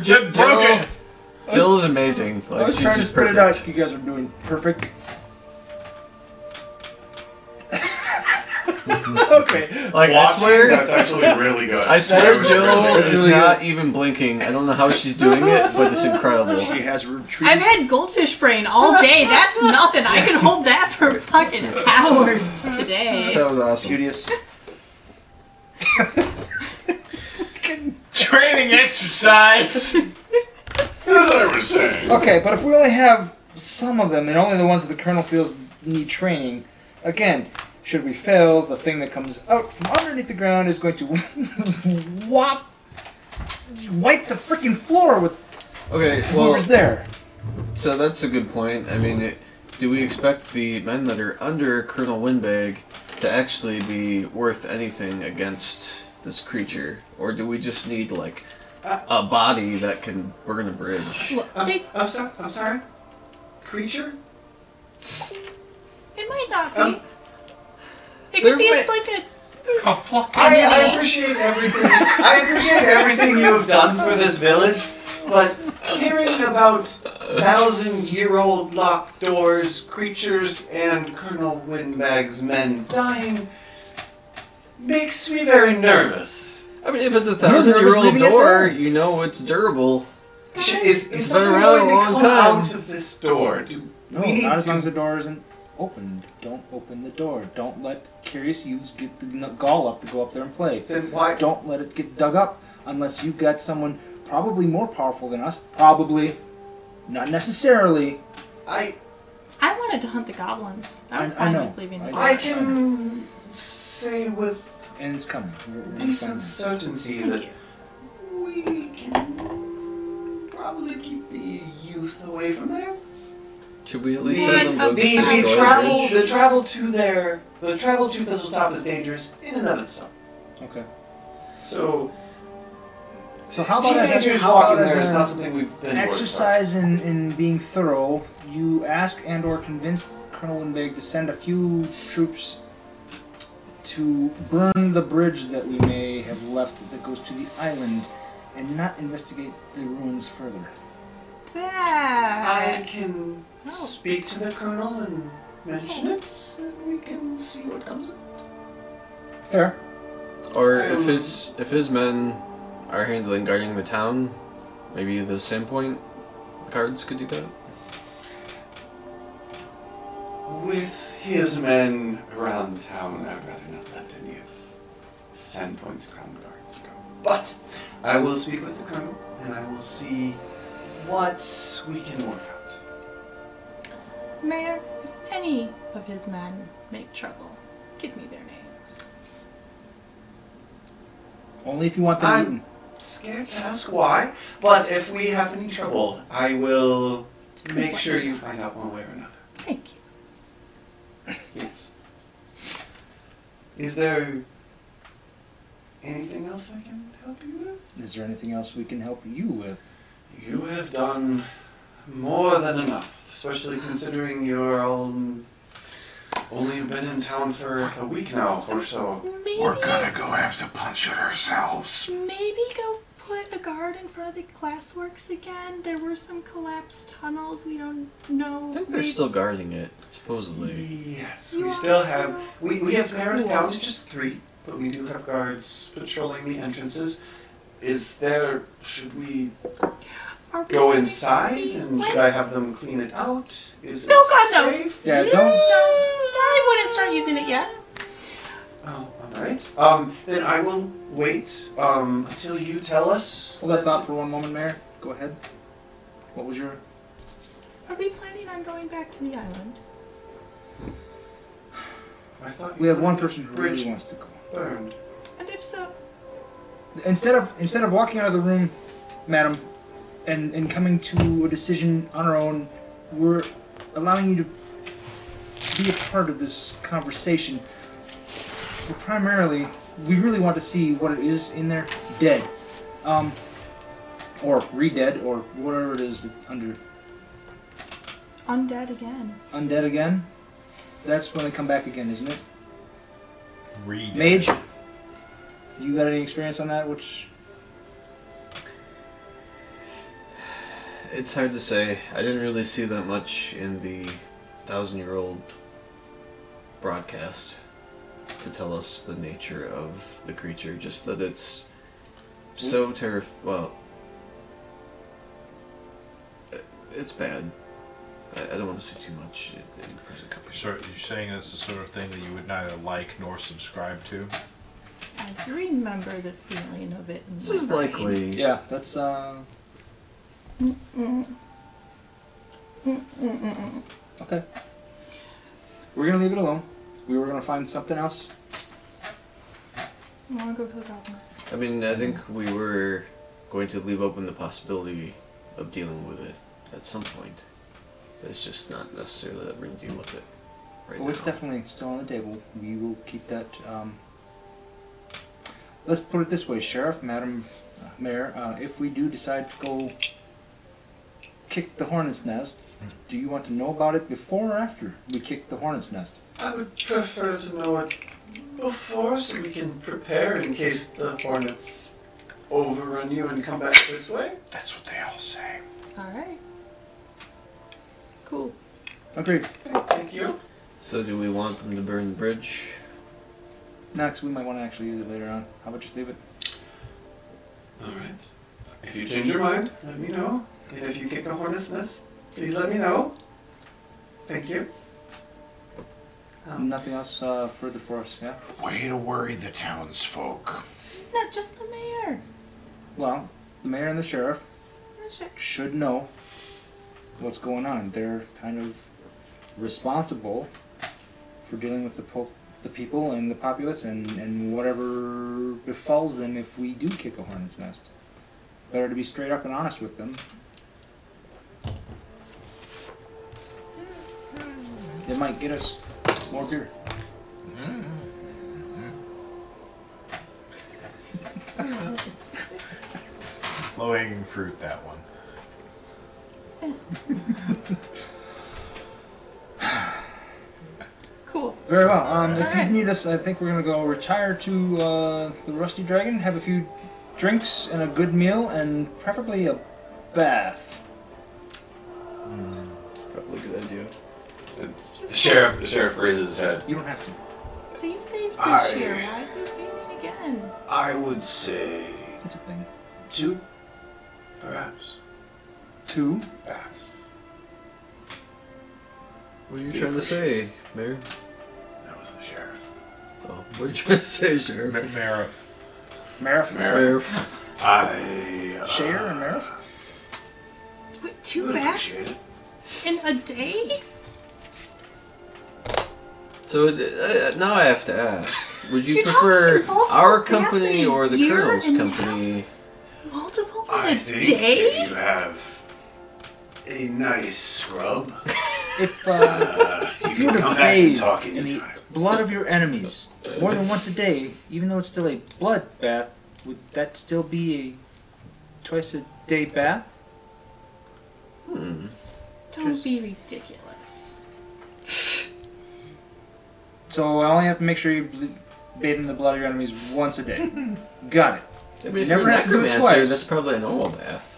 Jim broke it. Jill is amazing. Like, I was she's trying to just spit it perfect. out. You guys are doing perfect. okay. Like I Watch, swear, That's actually really good. I swear, was Jill really good. is Really not even blinking. I don't know how she's doing it, but it's incredible. She has retreated. I've had goldfish brain all day. That's nothing. I can hold that for fucking hours today. That was awesome. Beauteous. Training exercise. As I was saying. Okay, but if we only have some of them, and only the ones that the colonel feels need training, again, should we fail, the thing that comes out from underneath the ground is going to whop, wipe the freaking floor with Okay, well, whoever's there. so that's a good point. I mean, it, do we expect the men that are under Colonel Winbag to actually be worth anything against this creature, or do we just need like a body that can burn a bridge? Look, they, I'm, so, I'm sorry. Creature? it might not Um, be. It there could be may- like a I, I appreciate everything. I appreciate everything you have done for this village, but hearing about thousand-year-old locked doors, creatures, and Colonel Windbag's men dying makes me very nervous. I mean, if it's a nervous thousand-year-old leaving it door, there? you know it's durable. Sh- Is, It's is been something around going a to long come time. out of this door? Do we need not as to- long as the door isn't opened. Don't open the door. Don't let curious youths get the n- gall up to go up there and play. Then why? Don't let it get dug up unless you've got someone probably more powerful than us. Probably. Not necessarily. I I wanted to hunt the goblins. I was I- I fine know. with leaving the I- I can say with And it's coming. We're- we're decent coming. certainty Thank that you. we can probably keep the youth away from there. Should we at The, least have them But go a the, the the destroy a travel bridge? the travel to their the travel to Thistletop is dangerous in and of itself. Okay. So So how about as teenagers how walking about as there is a not something we've been worried about. exercise in, in being thorough? You ask and or convince Colonel Winbeg to send a few troops to burn the bridge that we may have left that goes to the island and not investigate the ruins further. I That. can No. speak to the colonel and mention it, and we can see what comes. of it. Fair. Or Um, if his if his men are handling guarding the town, maybe the Sandpoint cards could do that. With his men around town, I'd rather not let any of Sandpoint's crown guards go. But I will speak with the colonel, and I will see what we can work out. Mayor, if any of his men make trouble, give me their names. Only if you want them I'm- eaten. Scared to ask why, but if we have any trouble, I will make sure you find out one way or another. Thank you. Yes. Is there anything else I can help you with? Is there anything else we can help you with? You have done more than enough, especially considering you're all only been in town for a week now or so. Maybe, We're gonna go have to punch it ourselves. maybe go put a guard in front of the glassworks again. There were some collapsed tunnels. We don't know. I think they're Maybe- still guarding it, supposedly. Yes, You we are still have still- we, we have narrowed it down to just three, but we do have guards patrolling the entrances. Is there should we Are we go gonna inside be- and what? should I have them clean it out? Is No, it God, no. safe? Yeah, don't. I wouldn't start using it yet. Oh, all right. Um, then I will wait um, until you tell us. Hold that that- thought for one moment, Mayor. Go ahead. What was your? Are we planning on going back to the island? I thought We have you one were person who really Bridge. wants to go. burned. And if so, Instead of instead of walking out of the room, Madam, and and coming to a decision on our own, we're allowing you to be a part of this conversation. But primarily, we really want to see what it is in there dead, um, or re-dead, or whatever it is that under undead again. undead again. That's when they come back again, isn't it? Read. Mage, you got any experience on that? Which It's hard to say. I didn't really see that much in the thousand year old broadcast to tell us the nature of the creature, just that it's so terrif Well, i- it's bad. I I don't want to say too much in- in the present company. You're, sort, you're saying that's the sort of thing that you would neither like nor subscribe to. I remember the feeling of it. In This my is brain. likely. yeah, that's uh Mm. Mm, mm, mm, mm. okay. We're gonna leave it alone. We were gonna find something else. I want to go kill goblins. I mean, I think we were going to leave open the possibility of dealing with it at some point. It's just not necessarily that we're going to deal with it right Well, it's now. definitely still on the table. We will keep that. Um, let's put it this way, Sheriff, Madam uh, Mayor. Uh, if we do decide to go kick the hornet's nest, Hmm. do you want to know about it before or after we kick the hornet's nest? I would prefer to know it before so we can prepare in case the hornets overrun you and come back this way. That's what they all say. All right. Cool. Agreed. Thank you. So, do we want them to burn the bridge? Next, we might want to actually use it later on. How about just leave it? All right. If you change your mind, let me know. And if you kick a hornet's nest, please let me know. Thank you. Oh. Um, Nothing else uh, further for us, yeah? Way to worry the townsfolk. Not just the mayor. Well, the mayor and the sheriff The sh- should know what's going on. They're kind of responsible for dealing with the po- the people and the populace and, and whatever befalls them if we do kick a hornet's nest. Better to be straight up and honest with them. It might get us more beer. Low hanging fruit, that one. Cool. Very well. Um, if Alright. you need us, I think we're gonna go retire to uh, the Rusty Dragon, have a few drinks and a good meal, and preferably a bath. It's probably a good idea. the sheriff, the sheriff raises his head. You don't have to. So you've bathed this I- year. Why are you bathing again? I would say It's a thing. two, perhaps, Two. baths. What are you Big trying to question. say, Mayor? That was the sheriff. Oh, what are you trying to say, Sheriff? Mara. Sheriff. Marif. Mayor, I. uh, Share or Marif? Wait, two would baths appreciate in a day? so it, uh, now uh, I have to ask. Would you You're prefer talking multiple our graphs in company a or the year Colonel's and- company? Multiple in I a think day? if you have a nice scrub, If uh, uh, you you were can to come back and bathe talk in the anytime. blood of your enemies more than once a day, even though it's still a blood bath, would that still be a twice a day bath? Hmm. Don't be ridiculous. So I only have to make sure you bl- bathe in the blood of your enemies once a day. Got it. I mean, if Never you're a have to do it necromancer, twice. that's probably a normal bath.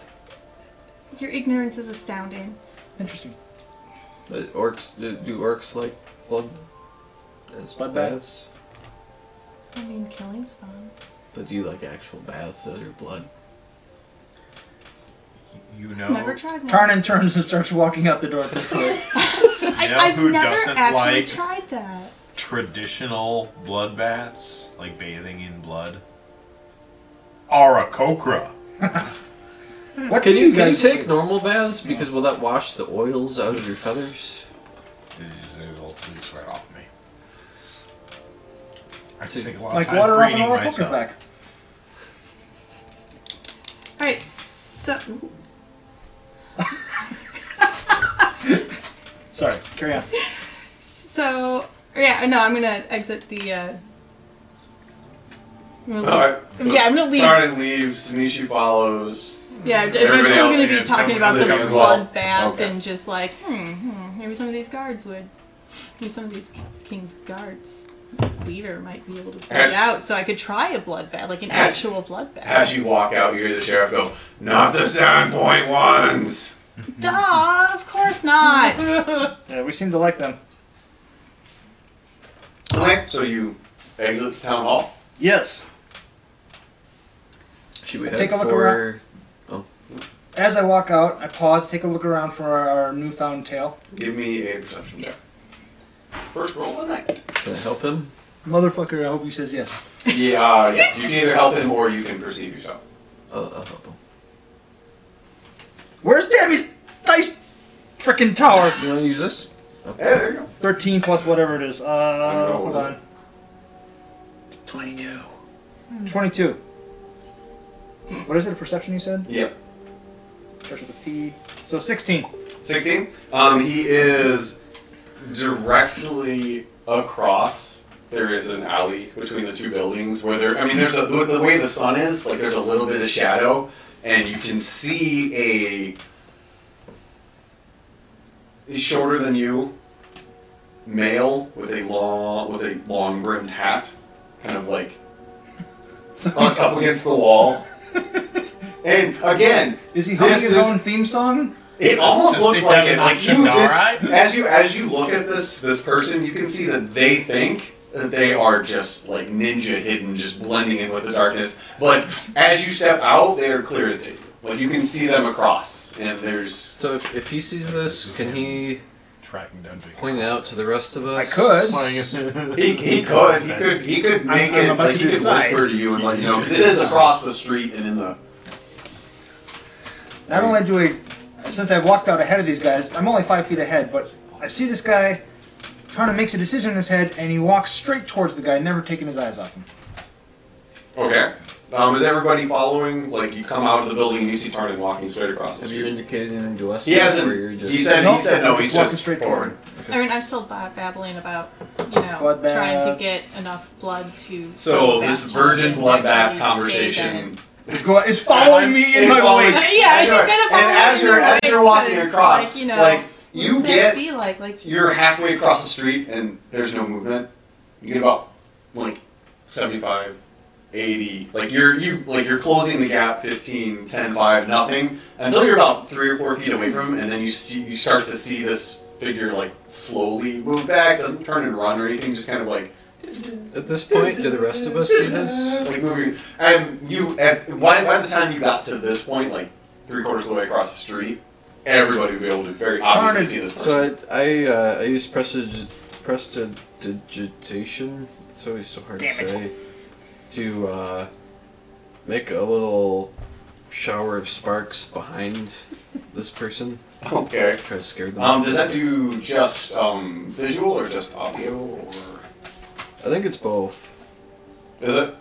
Your ignorance is astounding. Interesting. But orcs do, do orcs like blood as Blood baths? I mean, killing's fun. But do you like actual baths that are blood? You know, Never tried one. Tarnan turns and starts walking out the door at this point. I, you know I've who never doesn't actually like tried that. traditional blood baths, like bathing in blood? Arakokra. What Can do you can you guys take do? normal baths? Because will that wash the oils out of your feathers? It just- It all sleeps right off me. I So, take a lot like of time water off an breeding oracle's myself. back? Alright, so. ooh, Sorry, carry on. So. Yeah, no, I'm gonna exit the. Uh, I'm gonna leave. Alright. so yeah, I'm gonna leave. Taran leaves, Nishi follows. Yeah, if I'm Everybody still else going can to be talking about the come as well. bloodbath bath Okay. and just like, hmm, hmm, maybe some of these guards would, maybe some of these king's guards leader might be able to put Yes. it out, so I could try a bloodbath, like an Yes. actual bloodbath. As you walk out, you hear the sheriff go, "Not the sound point ones." Duh, of course not. Yeah, we seem to like them. Okay, so you exit the town hall. Yes. Should we I take head a look for? around. As I walk out, I pause, take a look around for our, our newfound tail. Give me a perception check. First roll of the night. Can I help him? Motherfucker, I hope he says yes. Yeah, uh, yes. You can either help him or you can perceive yourself. I'll, I'll help him. Where's Tammy's dice frickin' tower? You want to use this? Yeah, there you go. 13 plus whatever it is. don't Uh, know, hold was on. Twenty-two. Hmm. 22. What is it, a perception you said? Yes. Starts with a P. So 16. Sixteen. Um, he is directly across. There is an alley between the two buildings where there. I mean, there's a with the way the sun is like. There's a little bit of shadow, and you can see a. He's shorter than you. Male with a long with a long brimmed hat, kind of like So, up up against the wall. And again, is he humming this- his this- own theme song? it almost Does looks he like have it. an Like option you, to this, ride? as you as you look at this this person, you can see that they think that they are just like ninja hidden, just blending in with the darkness. But as you step out, they are clear as day. Like you can see them across, and there's So if, if he sees this, can he Tracking down Jacob. point it out to the rest of I us? could. he, he could he could he could make I'm it about like to he could decide. whisper to you and let you know because it is across the street and in the Not only do I, since I walked out ahead of these guys, I'm only five feet ahead, but I see this guy. Tarna makes a decision in his head, and he walks straight towards the guy, never taking his eyes off him. okay. Um, is everybody following? Like you come out of the building and you see Tarnan walking straight across the Have you street. indicated anything to us? He yet, hasn't. or you're just- He said. He Nope. said no. He's He's walking just straight forward. forward. I mean, I'm still ba- babbling about, you know, Blood trying to baths. get enough blood to. So bloodbath this to virgin actually bloodbath bathe conversation. in. He's going, is following me in is my following- wake. Yeah, I was just gonna follow And as you you're in as your you're wake, walking 'cause, across, like, you know, you Wouldn't that get Be like, like just- you're halfway across the street and there's no movement. You get about like 75, 80. Like you're you like you're closing the gap 15, 10, 5, nothing until you're about three or four feet away from him, and then you see you start to see this figure like slowly move back. Doesn't turn and run or anything. Just kind of like At this point, do the rest of us see this? Like moving, and you at by, by the time you got to this point, like three quarters of the way across the street, everybody would be able to very obviously see this person. So I I, uh, I use prestig- prestidigitation. It's always so hard Damn to it. say. To uh, make a little shower of sparks behind this person, okay. try to scare them. Um, does that do just um, visual or just audio? Or I think it's both. Is it?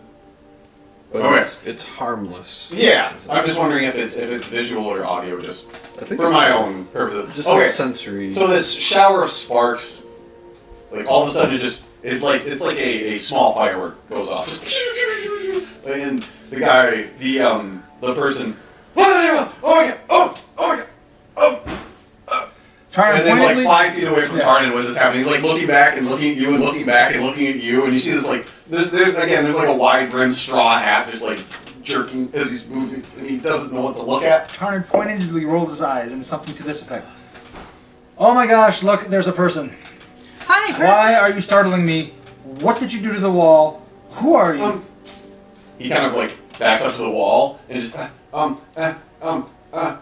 But Okay. it's, it's harmless. Yeah. It's- I'm just wondering if it's if it's visual or audio, just I think for it's my all- own purposes. Just okay. a sensory. So this shower of sparks, like all of a sudden, it just it like it's like a, a small firework goes off, just and the guy, the um, the person, oh my god, oh oh my god, oh. Tarn And then pointedly- like five feet away from Yeah. Tarnan was this happening. He's like looking back and looking at you and looking back and looking at you, and you see this like there's there's again there's like a wide brimmed straw hat just like jerking as he's moving, and he doesn't know what to look at. Tarn pointedly rolled his eyes and something to this effect. Oh my gosh, look, there's a person. Hi, person. Why are you startling me? What did you do to the wall? Who are you? Um, he kind of like backs up to the wall and just uh, um uh, um uh,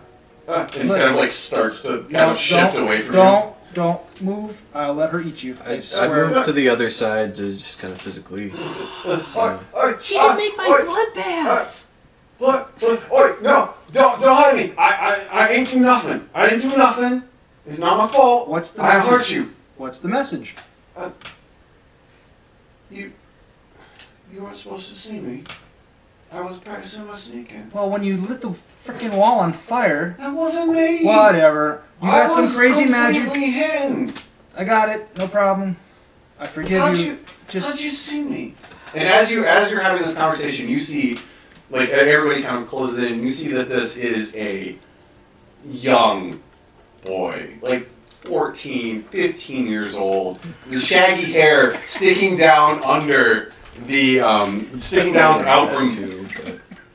uh, and Look. kind of like starts to kind No, of shift don't- away from Don't, don't move. I'll let her eat you. I, I, I swear. moved to the other side to just kind of physically. you. Oi, oi, He ah, can make my oi, blood bath. Blood, blood, oi, no, don't, don't hurt me. I, I, I ain't do nothing. I didn't do nothing. It's not my fault. What's the I message? hurt you. What's the message? You, you weren't supposed to see me. I was practicing my sneaking. Well, when you lit the freaking wall on fire. That wasn't me. Whatever. You I got some was crazy magic. completely hidden. I got it. No problem. I forgive How'd you. you- Just How'd you see me? And as you as you're having this conversation, you see, like everybody kind of closes in. You see that this is a young boy, like 14, 15 years old, with shaggy hair sticking down under the um, sticking down out from Two,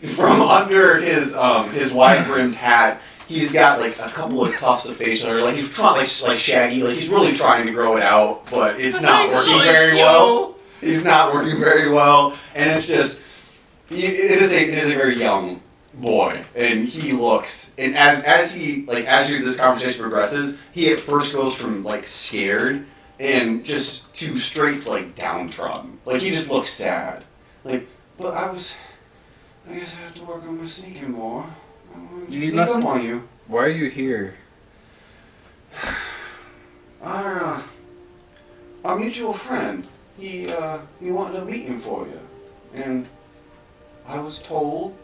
but from under his um, his wide brimmed hat. He's got like a couple of tufts of facial hair, like he's trying like sh- like shaggy, like he's really trying to grow it out, but it's not working very well. He's not working very well, and it's just he- it is a it is a very young boy, and he looks and as as he like as you, this conversation progresses, he at first goes from like scared and just to straight like downtrodden, like he just looks sad, like but I was I guess I have to work on my sneaking more. I wanted to You need sneak up lessons? on you. why are you here? Our, uh, our mutual friend, he, uh, he wanted a meeting for you. And I was told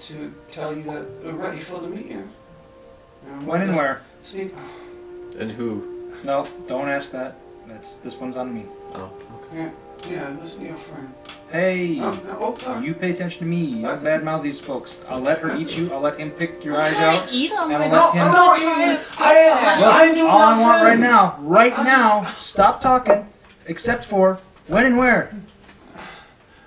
to tell you that we're ready for the meeting. I'm when and gonna where? Sneak. And who? No, don't ask that. That's this one's on me. Oh, Yeah, listen to your friend. Hey, Oh, no, oh, sorry. you pay attention to me. You don't badmouth these folks. I'll let her eat you. I'll let him pick your eyes Try out. to eat him. And I let don't him- wanna No, try no, to- I didn't, Look, I didn't do all I nothing. want right now, right I now, stop talking, except for when and where.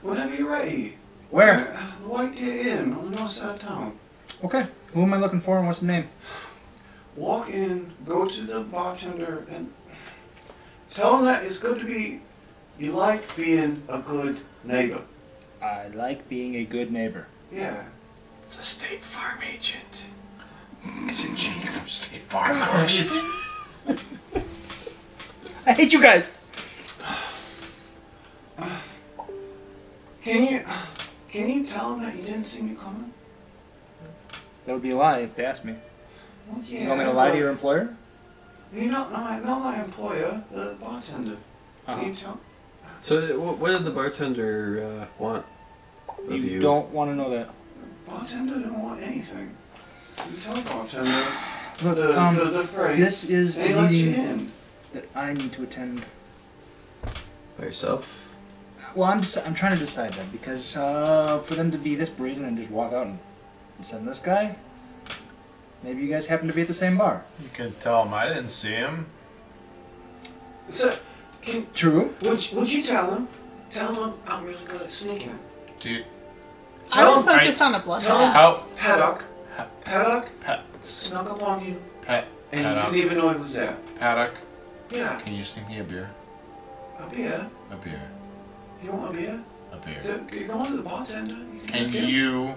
Whenever you're ready. Where? Uh, The White Deer Inn on the north side of town. Okay. Who am I looking for and what's the name? Walk in, go to the bartender, and tell him that it's good to be, you like being a good neighbor. I like being a good neighbor. Yeah. The State Farm agent. Isn't Jake from State Farm? I mean, I hate you guys. Can you can you tell him that you didn't see me coming? That would be a lie if they asked me. Well, yeah. You want me to lie to but- your employer? You know, not my not my employer, the bartender. Uh-huh. Can you tell? so what, what did the bartender uh, want of You you? don't want to know that. Bartender didn't want anything. You tell the bartender Look, the um, the, the phrase. this is and he a lets you meeting in. that I need to attend. by yourself. Well, I'm deci- I'm trying to decide that because uh, for them to be this brazen and just walk out and send this guy, maybe you guys happen to be at the same bar. You can tell him I didn't see him. So, can True. would you- would you tell him? Tell him I'm, I'm really good at sneaking. dude, I was Tell him- focused on a blood tell him- how? bath. Paddock, Paddock Pat, snuck up on you, Pat, and you Paddock, didn't even know he was there. Paddock, Yeah, can you sneak me a beer? a beer. A beer. You want a beer? A beer. Go- Go on to the bartender. You can Can just get- you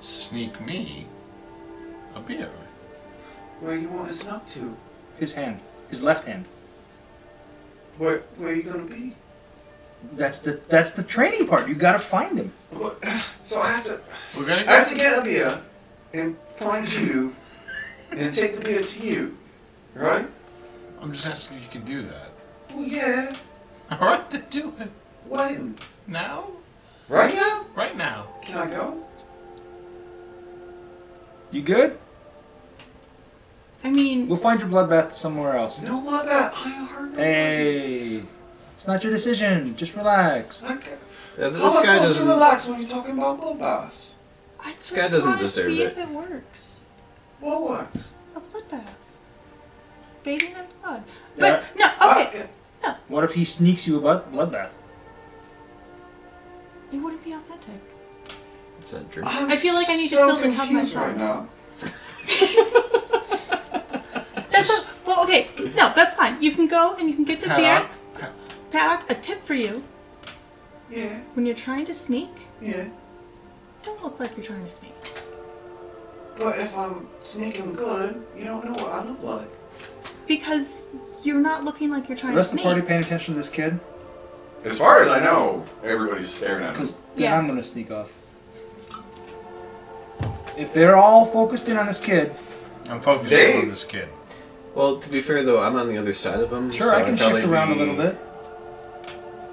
sneak me a beer? Where you want to snuck to? His hand. His left hand. Where where you gonna be? That's the that's the training part. You gotta find him. What- So I have to We're gonna I have to get a beer and find you and take the beer to you, right? I'm just asking if you can do that. Well, yeah. All right, then do it. When? Now? Right now? Right now. Can I go? You good? I mean, We'll find your bloodbath somewhere else. No, not that. I heard nobody. Hey, it's not your decision. Just relax. I ca- Yeah, How am I this guy supposed to doesn't. relax when you're talking about bloodbaths? I just guy doesn't want to deserve see it. if it works. What works? A bloodbath. Bathing in blood. Yeah. But, no, okay. I- What if he sneaks you about bloodbath? it wouldn't be authentic. It's not true. I'm I feel like I need to so fill the tub confused myself. right now. That's a, well, okay. No, that's fine. You can go and you can get the Paddock. beer. Paddock, a tip for you: Yeah, when you're trying to sneak, yeah. don't look like you're trying to sneak. But if I'm sneaking good, you don't know what I look like. Because you're not looking like you're So trying the to rest of the sneak. party paying attention to this kid? As far as I know, everybody's staring at Because Yeah. then I'm gonna sneak off. If they're all focused in on this kid, I'm focusing They- on this kid. Well, to be fair though, I'm on the other side of him. sure so I can I'd probably shift around be- a little bit.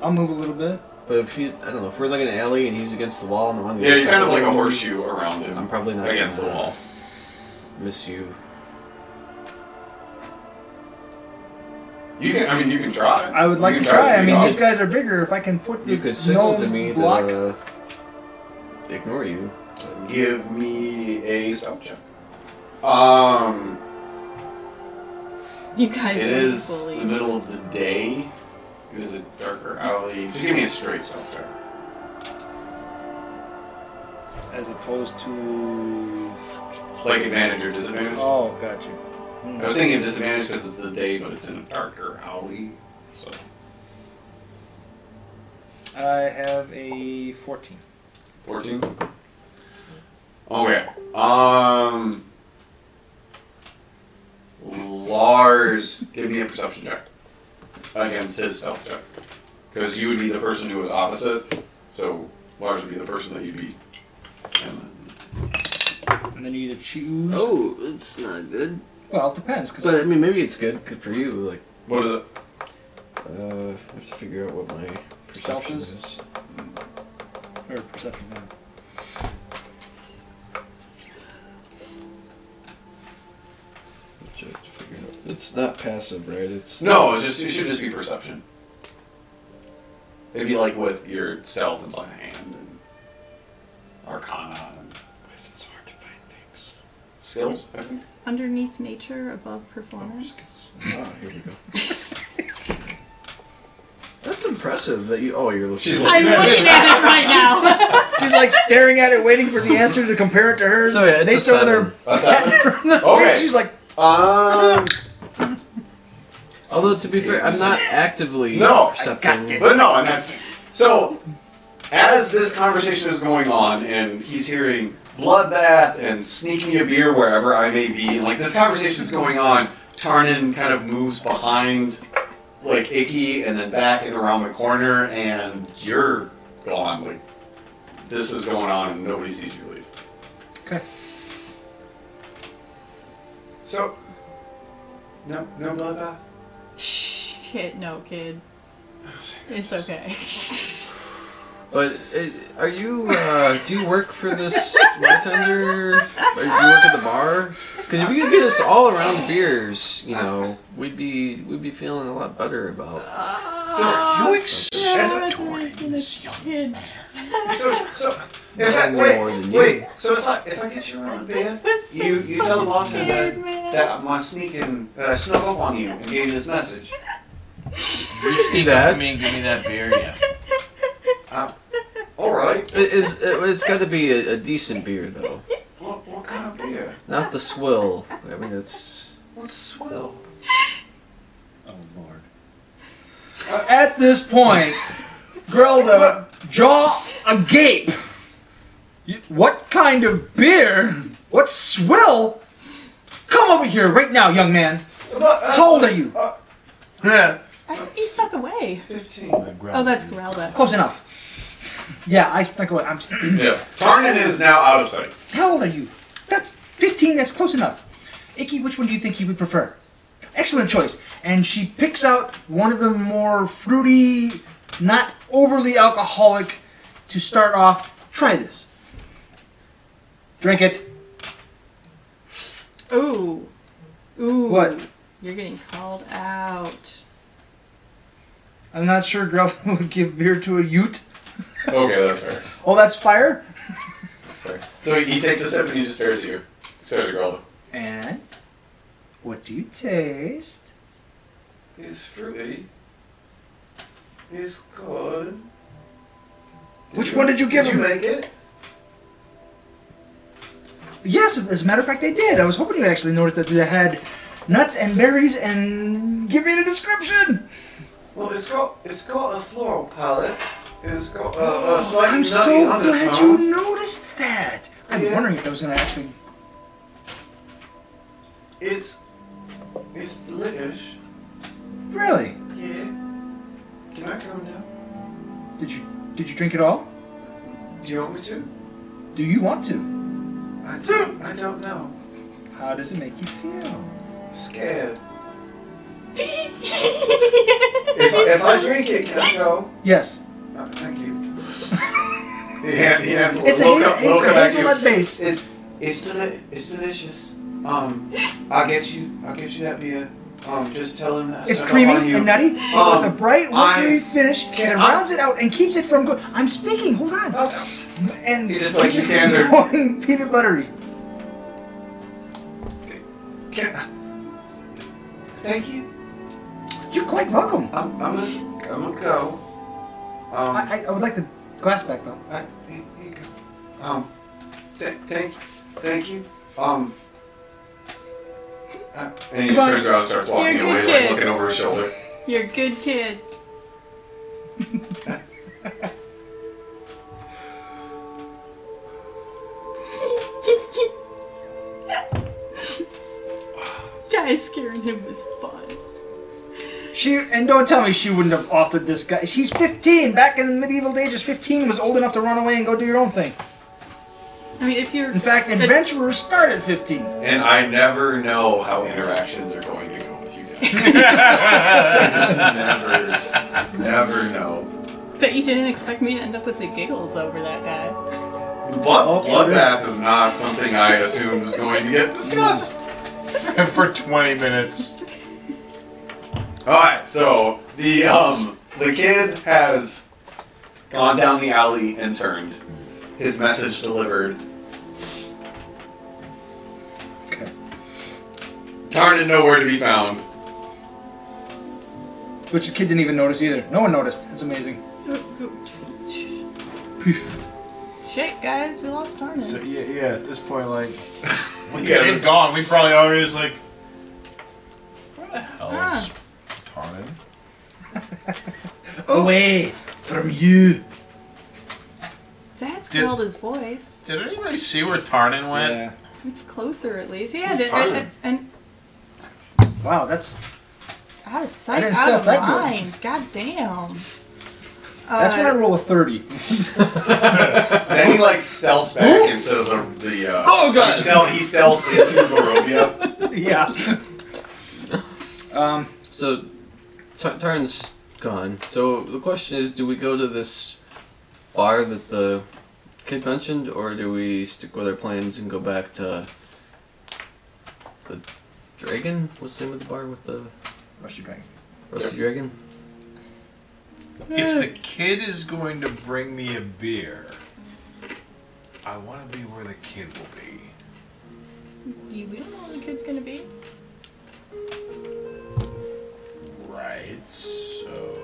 I'll move a little bit. But if he's, I don't know, if we're like in an alley and he's against the wall and I'm on the Yeah, other you're side kind of like a him, horseshoe around him. I'm probably not against the gonna wall. Miss you. You can. I mean, you can try. I would You like can to try. I sneak mean, off. these guys are bigger. If I can put the You could signal gnome to me to block, uh, ignore you. Give me a stealth check. Um, You guys it are is bullies. the middle of the day. It is a darker alley. Just give me a straight stealth check. as opposed to Like advantage or disadvantage. oh, got you. Hmm. I was thinking of disadvantage because it's the day, but it's in a darker alley. So I have a 14. fourteen. Okay. Um. Lars, give me a perception check against his stealth check, because you would be the person who was opposite. So Lars would be the person that you'd be. And then And then you either choose. Oh, it's not good. Well, it depends. Cause But I mean, maybe it's good, good for you. Like, What is it? uh, I have to figure out what my Stealth perception is? is. or perception. yeah. Which I have to figure out. It's not passive, right? It's No, it's just it should just be perception. It'd be like with your stealth and sleight of hand and arcana and It's hard to find things. skills. I think. It's underneath nature, above performance. Ah, here we go. That's impressive that you. Oh, you're looking. She's like- I'm looking at it right now. She's like staring at it, waiting for the answer to compare it to hers. So, yeah, it's they a throw their seven. A hat seven? from the Okay. face. She's like, Um, Although to be fair, I'm not actively No, I accepting. but no, and that's so. As this conversation is going on, and he's hearing bloodbath and sneak me a beer wherever I may be, and like this conversation is going on, Tarnan kind of moves behind, like Icky, and then back and around the corner, and you're gone. Like this is going on, and nobody sees you leave. okay. So, no, no bloodbath. Shit, no, kid. It's okay. But uh, are you? Uh, do you work for this bartender? Or do you work at the bar? Because if we could get us all around beers, you know, we'd be we'd be feeling a lot better about. So you Shit, this kid. So, so if I, Nothing more wait, than you. wait. So if I if I get you around beer, That's so you you tell the bartender scared, man. that, that my sneaking that I snuck up on you and gave you this message. You see I that? mean, give me that beer, yeah. All right. It is, it, has got to be a, a decent beer though, What what kind of beer? not the swill. I mean, it's What's swill? Oh, Lord. At this point, Grelda, jaw agape. You- What kind of beer? What swill? Come over here right now, young man. But, uh, How old are you? I think you stuck away. Fifteen. Oh, that's Grelda. Close enough. Yeah, I snuck away. I'm. Yeah. Tarnan is now out of sight. How old are you? That's 15, that's close enough. Icky, which one do you think he would prefer? Excellent choice. And she picks out one of the more fruity, not overly alcoholic to start off, try this. Drink it. Ooh. Ooh. What? You're getting called out. I'm not sure Grelvin would give beer to a Ute. Okay, that's fair. Oh, that's fire. Sorry. So he takes a sip and he just stares at you. Stares at Geraldo. And what do you taste? It's fruity. It's good. Which one did you give him? make it? Yes, as a matter of fact, they did. I was hoping you'd actually notice that they had nuts and berries and give me the description. Well, it's got it's got a floral palette. It's got a, a slightly Oh, I'm nutty so glad you undertone. noticed that. I'm Yeah. wondering if that was gonna actually. It's it's delicious. Really? Yeah. Can I go now? Did you did you drink it all? Do you want me to? Do you want to? I don't. I don't know. How does it make you feel? Scared. If, I- if I drink it, can I go? Yes. Oh, thank you. yeah, yeah. It's a, we'll ha- come- we'll it's a come back to you. hazelnut base. It's it's deli- it's delicious. Um, I'll get you I'll get you that beer. Um, just tell him that I It's sent it creamy on you. and nutty Um, with a bright I- watery finish can that I- rounds it out and keeps it from going. I'm speaking. Hold on. Oh, don't. And He just, like, he keeps stands there. going peanut buttery. Can, thank you. You're quite welcome. I'm I'm gonna I'm gonna go. Um, I, I, I would like the glass back though. I, here you go. Um, th- thank thank you. Um. uh, and he Goodbye. just turns around and starts walking You're a good away, like kid. looking over his shoulder. You're a good kid. Guys, scaring him was fun. She and don't tell me she wouldn't have authored this guy. She's 15. Back in the medieval dages, 15 was old enough to run away and go do your own thing. I mean, if you're In fact, But- adventurers start at 15. And I never know how interactions are going to go with you guys. I just never, never know. But you didn't expect me to end up with the giggles over that guy. The blood, Oh, sure. bloodbath is not something I assumed was going to get discussed. For 20 minutes. All right, so the um the kid has gone down the alley and turned. His message delivered. Okay. Tarn nowhere to be found. Which the kid didn't even notice either. No one noticed. It's amazing. Poof. Shit, guys, we lost Tarnan. So, yeah, yeah, at this point, like. We He's get been him. gone. We probably already was like. Where the hell Ah. is Tarnan? Oh. Away from you. That's Did- called his voice. Did anybody see where Tarnan went? Yeah. It's closer, at least. Yeah, did, Tarnan? and, and Wow, that's out of sight, didn't out stealth of that good. mind. God damn. that's when I Uh, roll a 30. Then he like stealths back into the the. Uh, Oh, God. He, stealth, he stealths into Barovia. yeah. Um, So, Tar- Tarn's gone. So the question is, do we go to this bar that the kid mentioned, or do we stick with our plans and go back to the dragon? What's the name of the bar with the Rusty Dragon. rusty dragon? If the kid is going to bring me a beer, I want to be where the kid will be. you- we don't know what the kid's gonna be. Right, so.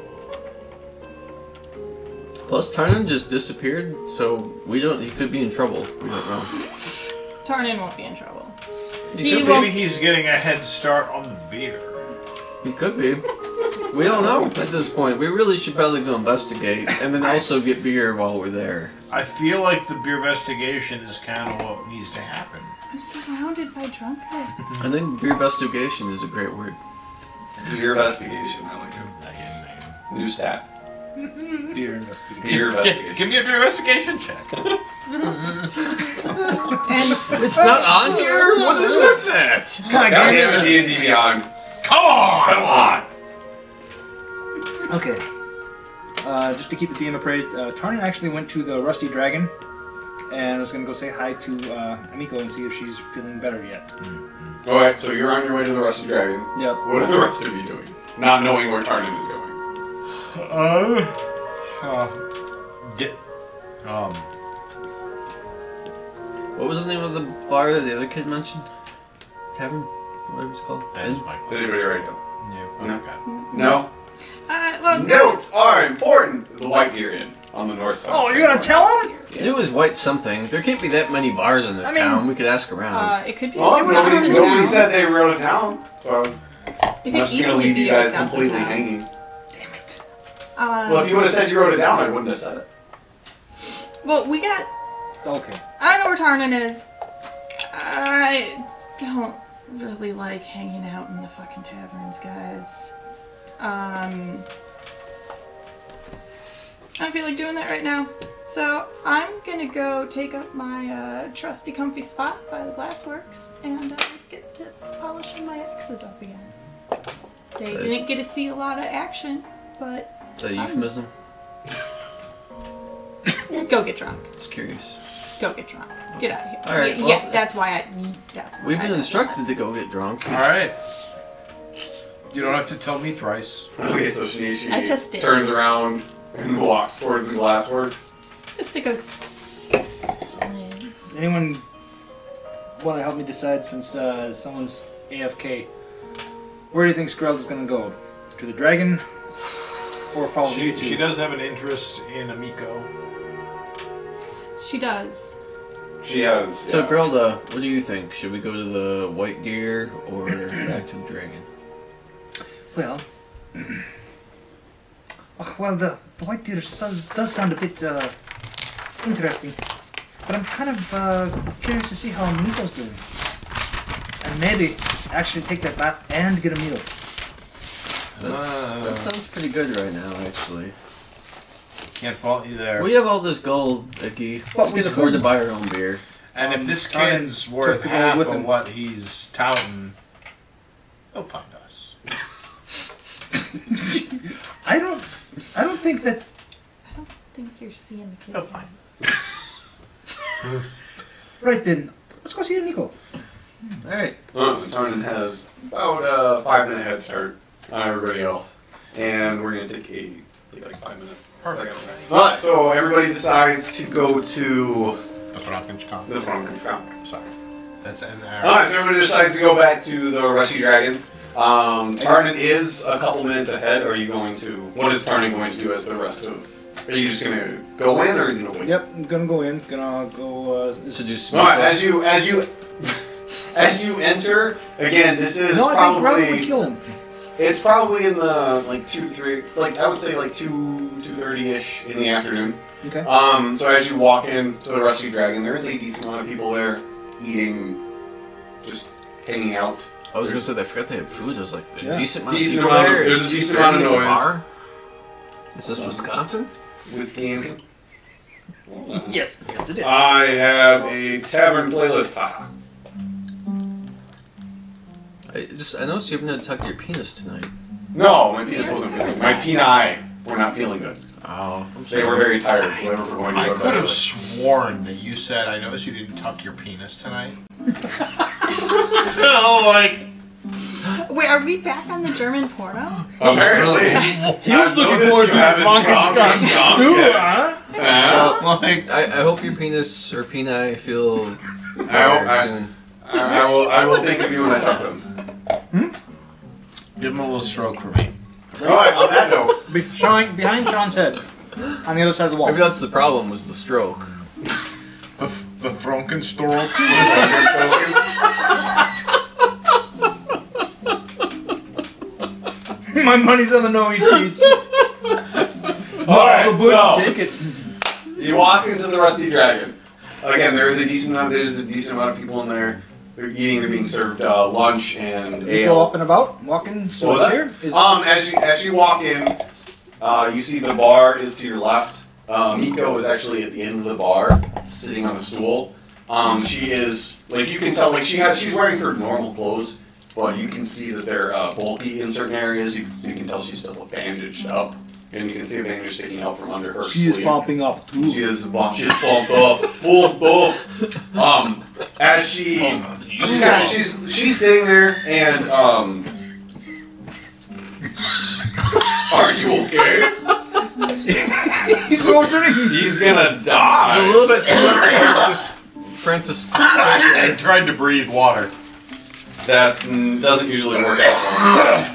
Plus, Tarnan just disappeared, so we don't. He could be in trouble. We don't know. Tarnan won't be in trouble. He, He could won't- Maybe he's getting a head start on the beer. be. He could be. We don't know at this point. We really should probably go investigate, and then also get beer while we're there. I feel like the beer investigation is kind of what needs to happen. I'm surrounded by drunkards. Uh, I think beer investigation is a great word. Beer investigation. I like it. New stat. Dear investigation. Beer Gi- investigation. Give me a beer investigation check. and It's not on here. What is it? What's that? God God damn damn it, D and D Beyond. Come on! Come on. Okay. uh, just to keep the DM appraised, uh, Tarn actually went to the Rusty Dragon and was going to go say hi to uh, Amiko and see if she's feeling better yet. Alright, so you're on your way to the Rusty Dragon. Yep. What are the rest of you doing? Not knowing where Tarnin is going. Uh, uh, di- um, What was the name of the bar that the other kid mentioned? Tavern? Whatever it's called. That is my question. Did anybody write them? No, I forgot. No. Uh, well, Notes are important. The White Deer Inn on the north side. Oh, you're going to tell him? It was white something. There can't be that many bars in this I mean- town. We could ask around. Uh, it could be. Well, it was nobody, written nobody down. said they wrote it down, so I was It I'm could just gonna easily leave be you a guys Wisconsin completely town. hanging. Damn it. Um, Well, if you would have said you wrote it down, I wouldn't have said it. well, we got. Okay. I know where Tarnan is. I don't really like hanging out in the fucking taverns, guys. Um, I feel like doing that right now. So I'm gonna go take up my uh, trusty, comfy spot by the glassworks and uh, get to polishing my axes up again. They So- didn't get to see a lot of action, but Is that a euphemism? go get drunk. Just curious. Go get drunk. Get out of here. All right, yeah, well- yeah, that's why I. That's why We've I- been instructed to go get drunk. all right. You don't have to tell me thrice. Okay, so Shinichi I just did. turns around and walks towards the glassworks. Just to go settle in. Anyone want to help me decide since uh, someone's AFK? Where do you think Skreld is going to go? To the dragon? Or follow She, you two? she does have an interest in Amiko. She does. She has. So, yeah. Grelda, what do you think? Should we go to the White Deer or back to the Dragon? Well, oh, well, the, the white deer does, does sound a bit uh, interesting, but I'm kind of uh, curious to see how Miko's doing, and maybe actually take that bath and get a meal. That's, Uh. that sounds pretty good right now, actually. Can't fault you there. We have all this gold, Vicky. But we we can afford to couldn't. buy our own beer. and if Um, this Tarn kid's took worth the gold half with of him. what he's touting, he'll find us. I don't, I don't think that. I don't think you're seeing the kid. He'll find Right then, let's go see Miko. All right. Uh, Tarnan has about a five minute head start on everybody else. And we're going to take a take like five minutes. Perfect. Alright, so everybody decides to go to The Frankenstein. the Frankenskong. Sorry. That's an Alright, so everybody decides to go back to the Rusty Dragon. Um, Tarnan is a couple minutes ahead. Are you going to. What is Tarnan going to do as the rest of. Are you just going to go in or are you going to wait? Yep, I'm gonna go in. Gonna go uh, Seduce Alright, as you. As you as you enter, again, this is No, I think probably. Grelda would kill him. It's probably in the like two three like I would say like two two thirty ish in the afternoon. Okay. Um, so as you walk in to the Rusty Dragon, there is a decent amount of people there eating, just hanging out. I was gonna say that I forgot they had food. I was like, there's Yeah. a decent amount Decent of people amount of- there. there's a Is decent there amount of any in the noise. bar? Is this Wisconsin? with games. Yes, yes, it is. I have a tavern playlist. Haha. I just I noticed you haven't had to tuck your penis tonight. No, my penis wasn't feeling. My peni were not feeling good. Oh, I'm They were very tired, so they were going to I go to could bed. have sworn that you said, I noticed you didn't tuck your penis tonight. Oh, no, like, Wait, are we back on the German porno? Apparently, he was I've looking noticed forward you to the haven't found your Frankenstein. skunk yet. Hoorah! Uh, Well, like, I, I hope your penis or peni feel better I- soon. I will. I will think of you when I talk to them. give him a little stroke for me. All right. On that note, Be- Sean- behind Sean's head, on the other side of the wall. Maybe that's the problem was the stroke. The, the Frankenstein. My money's on the no eat eats. all right. So Take it. you walk into the Rusty Dragon. Again, there is a decent amount. There's a decent amount of people in there. They're eating. They're being served uh, lunch and We go up ale. and about, walking. So What it's was here. that? Is, Um, as you as you walk in, uh, you see the bar is to your left. Uh, Miko is actually at the end of the bar, sitting on a stool. Um, she is like you can tell like she has she's wearing her normal clothes, but you can see that they're uh, bulky in certain areas. You, you can tell she's still bandaged up. and you can see a bandage sticking out from under her She is sleeve. popping up too. She is bump. She's pumped up, pumped up. Um, as she, she kinda, she's she's sitting there and um. Are you okay? He's going to He's gonna I'm a die. little bit. Francis, Francis I tried to breathe water. That's n- doesn't usually work out.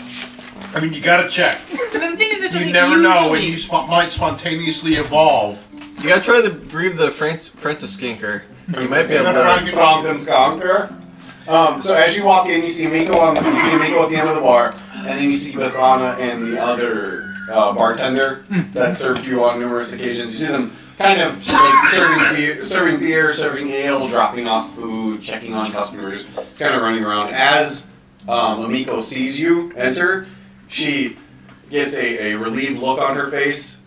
I mean, you gotta check. But the thing is, it doesn't You never know when usually- you spo- might spontaneously evolve. You gotta try to breathe the Francis, Francis skinker. You might be able to. Franken Skanker. Um, so as you walk in, you see Miko on you see Miko at the end of the bar, and then you see Bethana and the other uh, bartender that served you on numerous occasions. You see them kind of like serving beer, serving beer, serving ale, dropping off food, checking on customers, kind of running around. As um, Amiko sees you enter, she gets a, a relieved look on her face,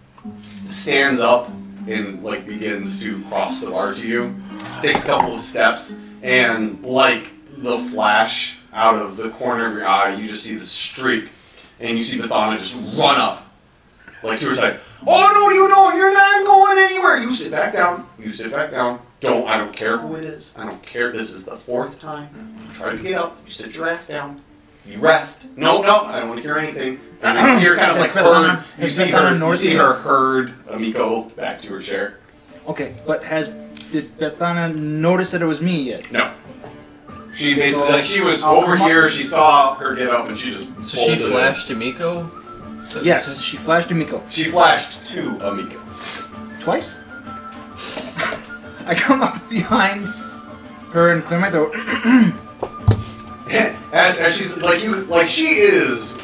stands up, and like begins to cross the bar to you takes a couple of steps, and like the flash out of the corner of your eye, you just see the streak, and you see Bethana just run up, like to her side. Oh no, you don't! You're not going anywhere. You sit back down. You sit back down. Don't. I don't care who it is. I don't care. This is the fourth time. You try to get up. You sit your ass down. You rest. No, no, I don't want to hear anything. And you see her kind of like herd. You Has see Bethana her. You North see yet? her herd Amiko back to her chair. Okay, but has did Bethana notice that it was me yet? No. She basically So- like she was I'll over come up- here. She saw her get up and she just So she folded it. flashed to Miko? Is that Yes, she flashed to Miko She flashed to Amika. twice. I come up behind her and clear my throat. as, as she's like you like she is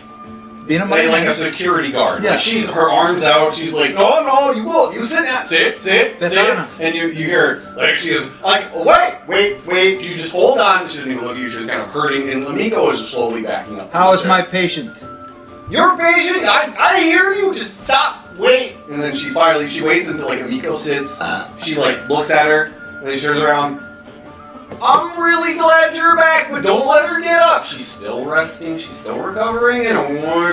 Being a like, mother, like a security guard. Yeah. Like she's her arms out. She's like no no you will you sit down sit sit That's sit not- and you you hear her, like she is like wait wait wait you just hold on. She didn't even look at you. She was kind of hurting and Amiko is slowly backing up. to how her is chair. my patient? You're patient. I, I hear you. Just stop. Wait. And then she finally she waits until like Amiko sits. She like looks at her and then she turns around. I'm really glad you're back, but don't let her get up. She's still resting. She's still recovering. And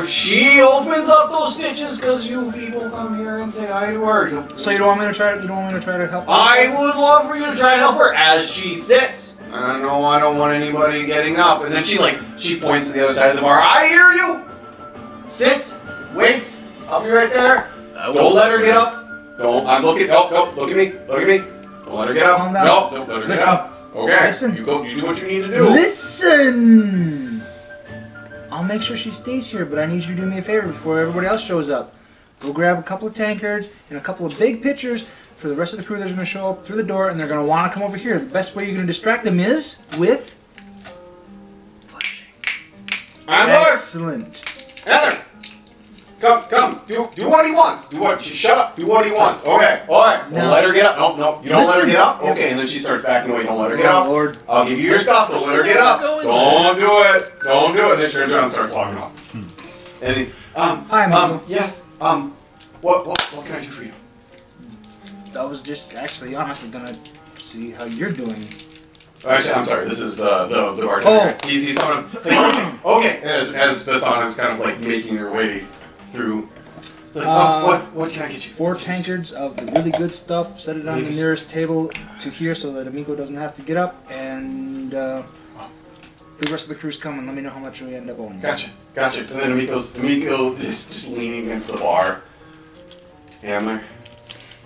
if she opens up those stitches, cause you people come here and say hi to her, you'll So you don't want me to try? You don't want me to try to help? I would love for you to try and help her as she sits. I know I don't want anybody getting up. And then she like she points to the other side of the bar. I hear you. Sit. Wait. I'll be right there. I Don't won't. let her get up. Don't. I'm looking. No. No. Look at me. Look at me. Don't let her get up. Calm down. No. Don't let her Listen. get up. Okay. Listen. You go. You do what you need to do. Listen! I'll make sure she stays here, but I need you to do me a favor before everybody else shows up. Go grab a couple of tankards and a couple of big pitchers for the rest of the crew that's gonna show up through the door and they're gonna wanna come over here. The best way you're gonna distract them is with. I'm there. Excellent. Heather. Come, come, do do what he wants. Do what sh- shut up. Do what he wants. Okay, alright. Don't No. let her get up. No, no. You don't let her Listen. get up? Okay, and then she starts backing away. Don't let her get Oh, up. Lord. I'll give you your stuff. Don't let her get up. Don't do it. Don't do it. Then she turns around and starts walking off. And he, um, Hmm. Hi, Mama. um, yes, um, what, what, what can I do for you? That was just actually honestly gonna see how you're doing. Oh, Actually, I'm sorry. This is the the, the bartender. Oh. He's he's kind of like, okay. As as Bethan is kind of like making her way through. Like, Uh, oh, what what can I get you? Four tankards of the really good stuff, set it on the Yes. nearest table to here so that Amico doesn't have to get up, and uh, the rest of the crew's coming. Let me know how much we end up owing. Gotcha, gotcha. And then Amiko's Amiko is just leaning against the bar. Hammer.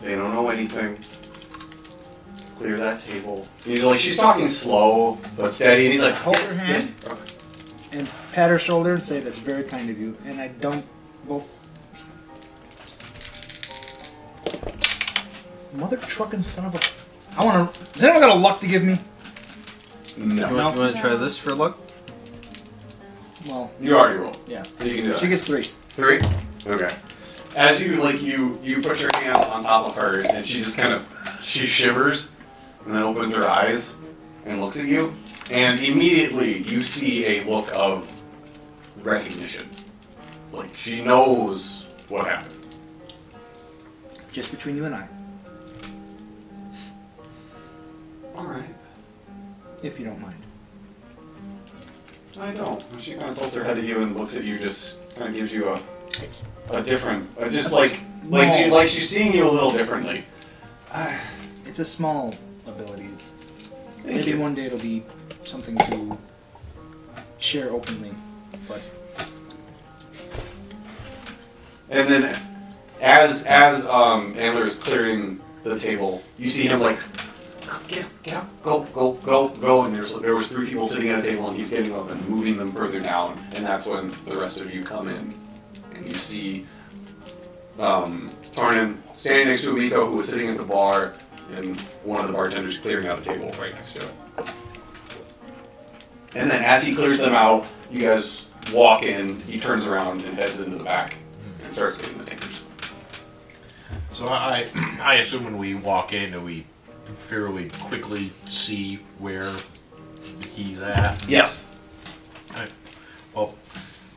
They don't know anything. Clear that table. And he's like, she's talking slow but steady, and he's like, Hold yes, her hand. yes. okay." and pat her shoulder and say that's very kind of you and i don't both mother trucking son of a i want to does anyone got a luck to give me You No, want, you want to try this for luck? well you already rolled. yeah You can do that. she gets three Three. Okay. As you like, you you put your hand on top of hers, and she just kind of she shivers, and then opens her eyes and looks at you, and immediately you see a look of recognition, like she knows what happened. just between you and i All right. if you don't mind I don't. And she kind of tilts her head at you and looks at you, just kind of gives you a, a different, uh, just like, like she, like she's seeing you a little differently. It's a small ability. Thank Maybe you. one day it'll be something to share openly. But And then, as as um, Andler is clearing the table, you see him like, get up, get up, go, go, go, go. And there's there was three people sitting at a table, and he's getting up and moving them further down. And that's when the rest of you come in, and you see um, Tarnan standing next to Amiko, who was sitting at the bar, and one of the bartenders clearing out a table right next to him. And then, as he clears them out, you guys walk in. He turns around and heads into the back and starts getting the papers. So I, I assume when we walk in, do we fairly quickly see where he's at? Yes. Well,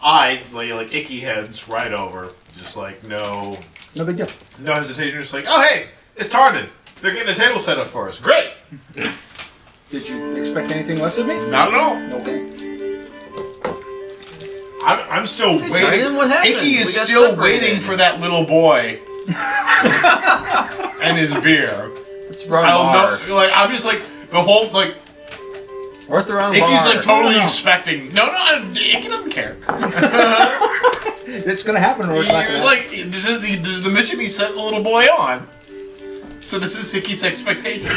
I lay like icky heads right over, just like no, no big deal. no hesitation, just like, oh hey, it's Tarnan. They're getting a table set up for us. Great. Did you expect anything less of me? Not at all. Okay. I'm, I'm still waiting. Tarnan, what happened? Icky We is got still separated. waiting for that little boy and his beer. It's wrong I bar. don't know. Like I'm just like the whole like We're at the wrong Icky's bar. like totally expecting. No, no, Icky doesn't care. It's gonna happen or it's not He gonna was like, this is the this is the mission he sent the little boy on. So this is Hickey's expectation.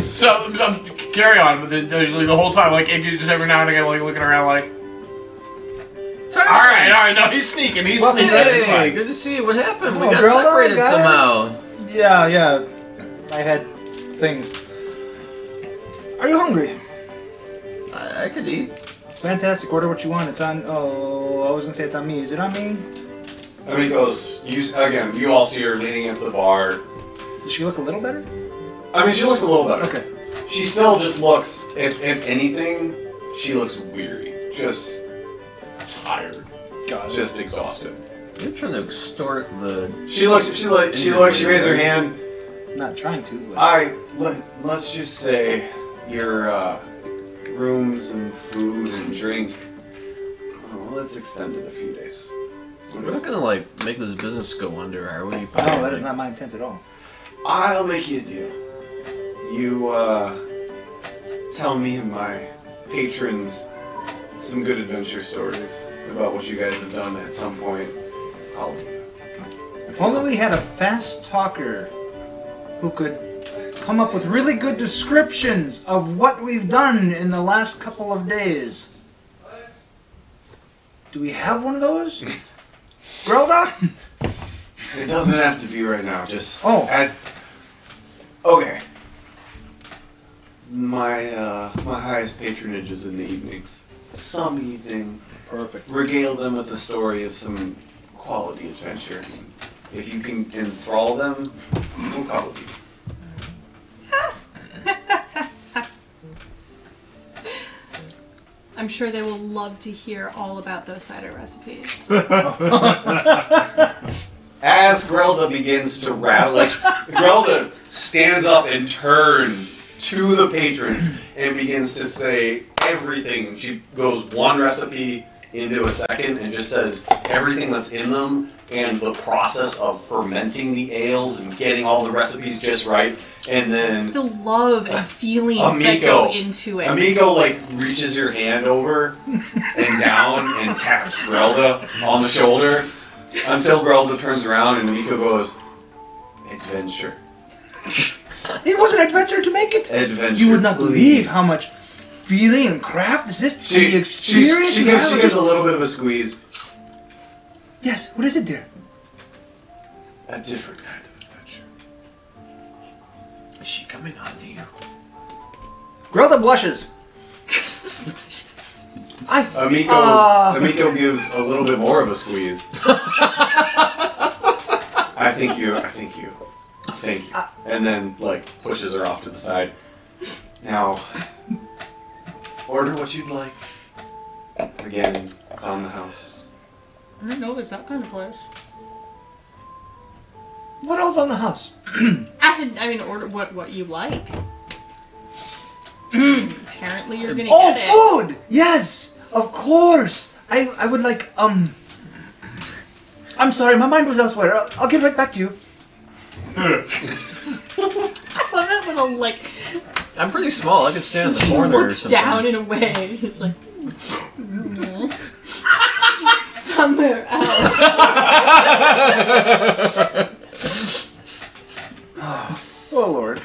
so um, carry on, but then there's like the whole time, like Hickey's just every now and again like looking around, like, all Tarnan! right, all right, no, he's sneaking, he's Welcome sneaking. it's Hey, fine." good to see you. What happened? Oh, we got girl, all right, separated guys. somehow. happen. Yeah, yeah. I had things. Are you hungry? I, I could eat. Fantastic. Order what you want. It's on. Oh, I was gonna say it's on me. Is it on me? Amiko's, you, again, you all see her leaning against the bar. Does she look a little better? I mean, she looks a little better. Okay. She still just looks, if, if anything, she looks weary. Just tired. Got Just exhausted. You're trying to extort the. She looks, she like, she looks, she raises her hand. Not trying to. But I, let, let's just say your uh, rooms and food and drink, oh, let's extend it a few days. We're not gonna like make this business go under, are we? No, no, that is not my intent at all. I'll make you a deal. You uh, tell me and my patrons some good adventure stories about what you guys have done at some point. I'll If only we had a fast talker who could come up with really good descriptions of what we've done in the last couple of days. Do we have one of those? Grelda? It doesn't have to be right now. Just Oh. add- okay. My uh, my highest patronage is in the evenings. Some evening, Perfect. regale them with the story of some quality adventure. If you can enthrall them, we'll probably. I'm sure they will love to hear all about those cider recipes. As Grelda begins to rattle, like Grelda stands up and turns to the patrons and begins to say everything. She goes one recipe into a second and just says everything that's in them and the process of fermenting the ales and getting all the recipes just right. And then the love and feelings that Amigo. go into it. Amigo like reaches your hand over and down and taps Grelda on the shoulder until Grelda turns around and Amigo goes, "Adventure, It was an adventure to make it! adventure." You would not please." believe how much feeling and craft this is to she the she, experience. she you gives have she with gives a it. little bit of a squeeze. Yes, what is it, dear? A different kind of adventure. Is she coming on to you? Grelda blushes. Amigo Ah. Amigo gives a little bit more of a squeeze. I think you. I think you. Thank you. And then like pushes her off to the side. Now, order what you'd like. Again, it's on the house. I didn't know it was that kind of place. What else on the house? I, had, I mean, order what, what you like. apparently you're gonna get it. Oh, food! Yes, of course. I, I would like um. I'm sorry, my mind was elsewhere. I'll, I'll get right back to you. I love that little like I'm pretty small. I could stand in the corner or look something. down and away. It's like somewhere else. Oh lord.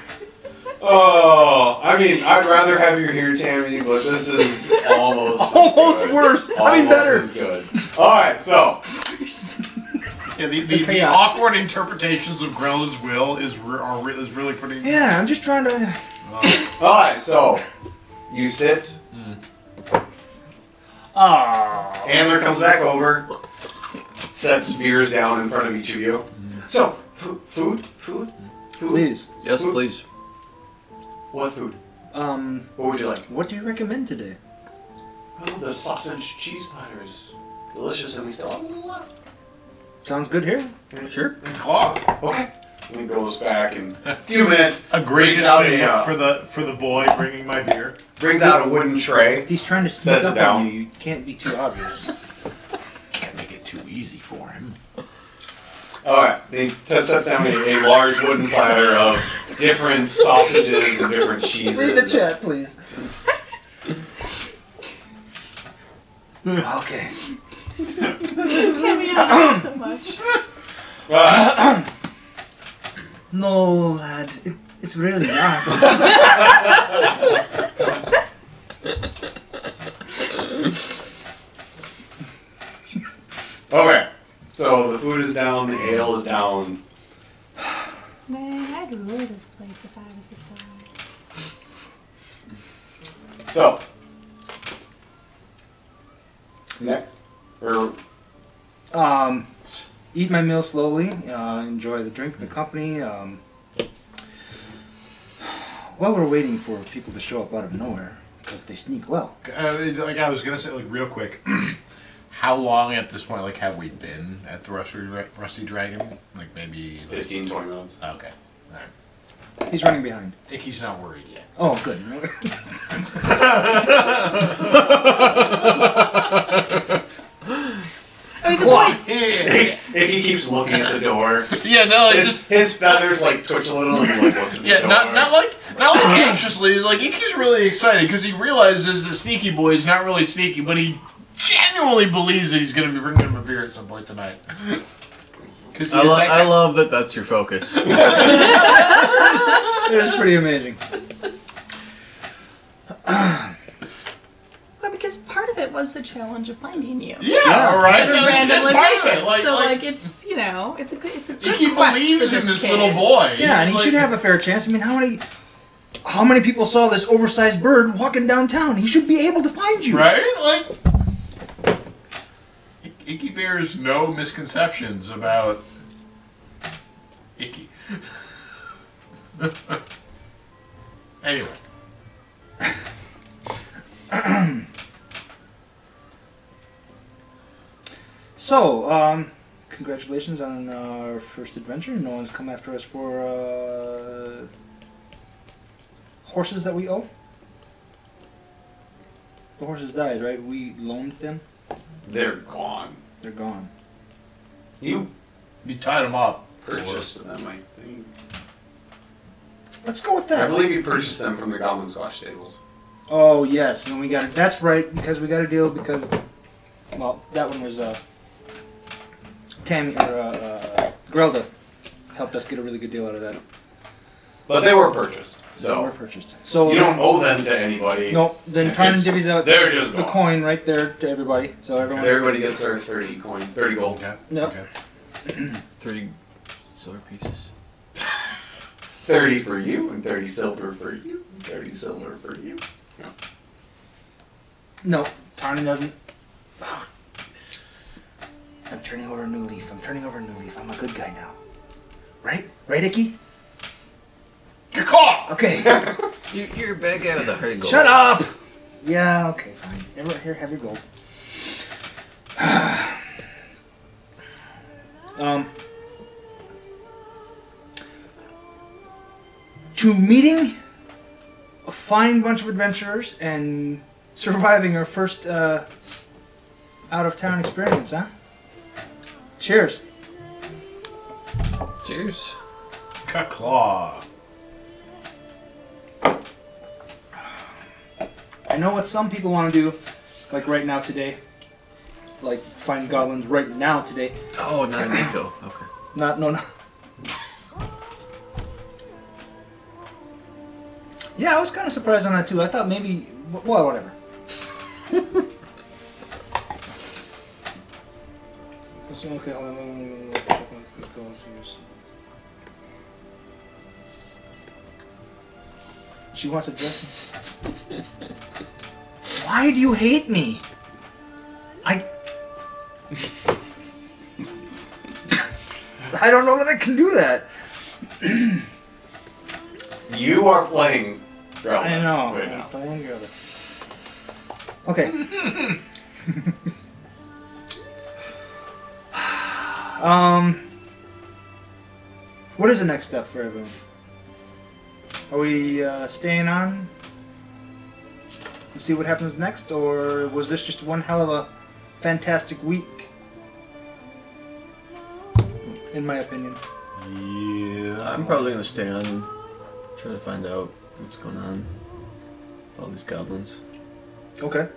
Oh, I mean, I'd rather have you here, Tammy, but this is almost Almost as good. worse. I mean, Almost better. As good. All right, so Yeah, the, the, the chaos. awkward interpretations of Grella's will is re- are re- is really pretty. Yeah, I'm just trying to. all right, so you sit. Ah. Handler comes back over, sets spears down in front of each of you. So, fu- food, food, food. Please. Yes, please. What food? Um. What would you like? What do you recommend today? Oh, the sausage cheese platter is delicious, and we still have a little left. Sounds good here. Sure. And Claw, Okay. And he goes back in a few minutes. a great Brings out thing a, uh, for the for the boy bringing my beer. brings out a wooden tray. He's trying to sneak sneak Sets it up up on down. on you. you. You can't be too obvious. Can't make it too easy for him. All right, he t- sets down a, a large wooden platter of different sausages and different cheeses. please. okay. Tammy, I love you so much. Uh, No, lad. It, it's really not. okay, so the food is down, the ale is down. Man, I'd rule this place if I was a dog. So, next, or um, eat my meal slowly. Uh, enjoy the drink, the company. Um, while we're waiting for people to show up out of nowhere, because they sneak well. Uh, like I was gonna say, like real quick, how long at this point, like, have we been at the Rusty, Dra- Rusty Dragon? Like maybe. 15, 20 minutes. Okay. All right. He's running behind. Icky's not worried yet. Oh, good. I mean, the boy, If he keeps looking at the door, Yeah, no, like his, just his feathers like twitch a little. And he's like, what's in the yeah, door? not not like not like anxiously. Like Icky's really excited because he realizes the sneaky boy is not really sneaky, but he genuinely believes that he's gonna be bringing him a beer at some point tonight. Because I, lo- I love that. That's your focus. it was pretty amazing. well, because part of it was the challenge of finding you. Yeah, all right. The That's, random that's part of it. location. Like, so like, like, it's you know it's a good it's a good Icky quest believes for in this kid. little boy. Yeah, and he Like- should have a fair chance. I mean, how many, how many people saw this oversized bird walking downtown? He should be able to find you. Right? Like, I- Icky bears no misconceptions about Icky. anyway. So, um, congratulations on our first adventure. No one's come after us for uh, horses that we owe. The horses died, right? We loaned them. They're gone. They're gone. You You tied him up. purchased them, I think. Let's go with I that. believe you purchased them from the Goblin Squash stables. Oh yes, and we got it. That's right, because we got a deal. Because, well, that one was uh, Tammy or uh, uh, Grelda helped us get a really good deal out of that. But they were purchased, were so purchased. So um, you don't owe them to anybody. Nope. Then They're trying just- to divvies out They're just the gone. coin right there to everybody. So everyone. Everybody gets their 30 coin, 30 gold. Yep. Okay. Thirty silver pieces. 30 for you, and 30 silver for you, and 30 silver for you. No, Tarn doesn't. Ah. I'm turning over a new leaf. I'm turning over a new leaf. I'm a good guy now. Right? Right, Icky? Your claw! Okay. You, you're back out of the hurdle. Shut up! Yeah, okay, fine. Everyone here, have your gold. um, to meeting a fine bunch of adventurers and surviving our first uh, out of town experience, huh? Cheers. Cheers. Claw. I know what some people want to do, like right now today, like find goblins right now today. Oh, not Nico. Okay. Not no no. Yeah, I was kind of surprised on that too. I thought maybe well, whatever. okay, hold on, hold on, hold on, hold on, hold on, hold on. She wants a dressing. Why do you hate me? I. I don't know that I can do that. You are playing. Drellman I know. Right now. The one or the other. Okay. um. What is the next step for everyone? Are we uh, staying on? To see what happens next, or was this just one hell of a fantastic week? In my opinion. Yeah. I'm probably gonna stay on and try to find out what's going on with all these goblins. Okay.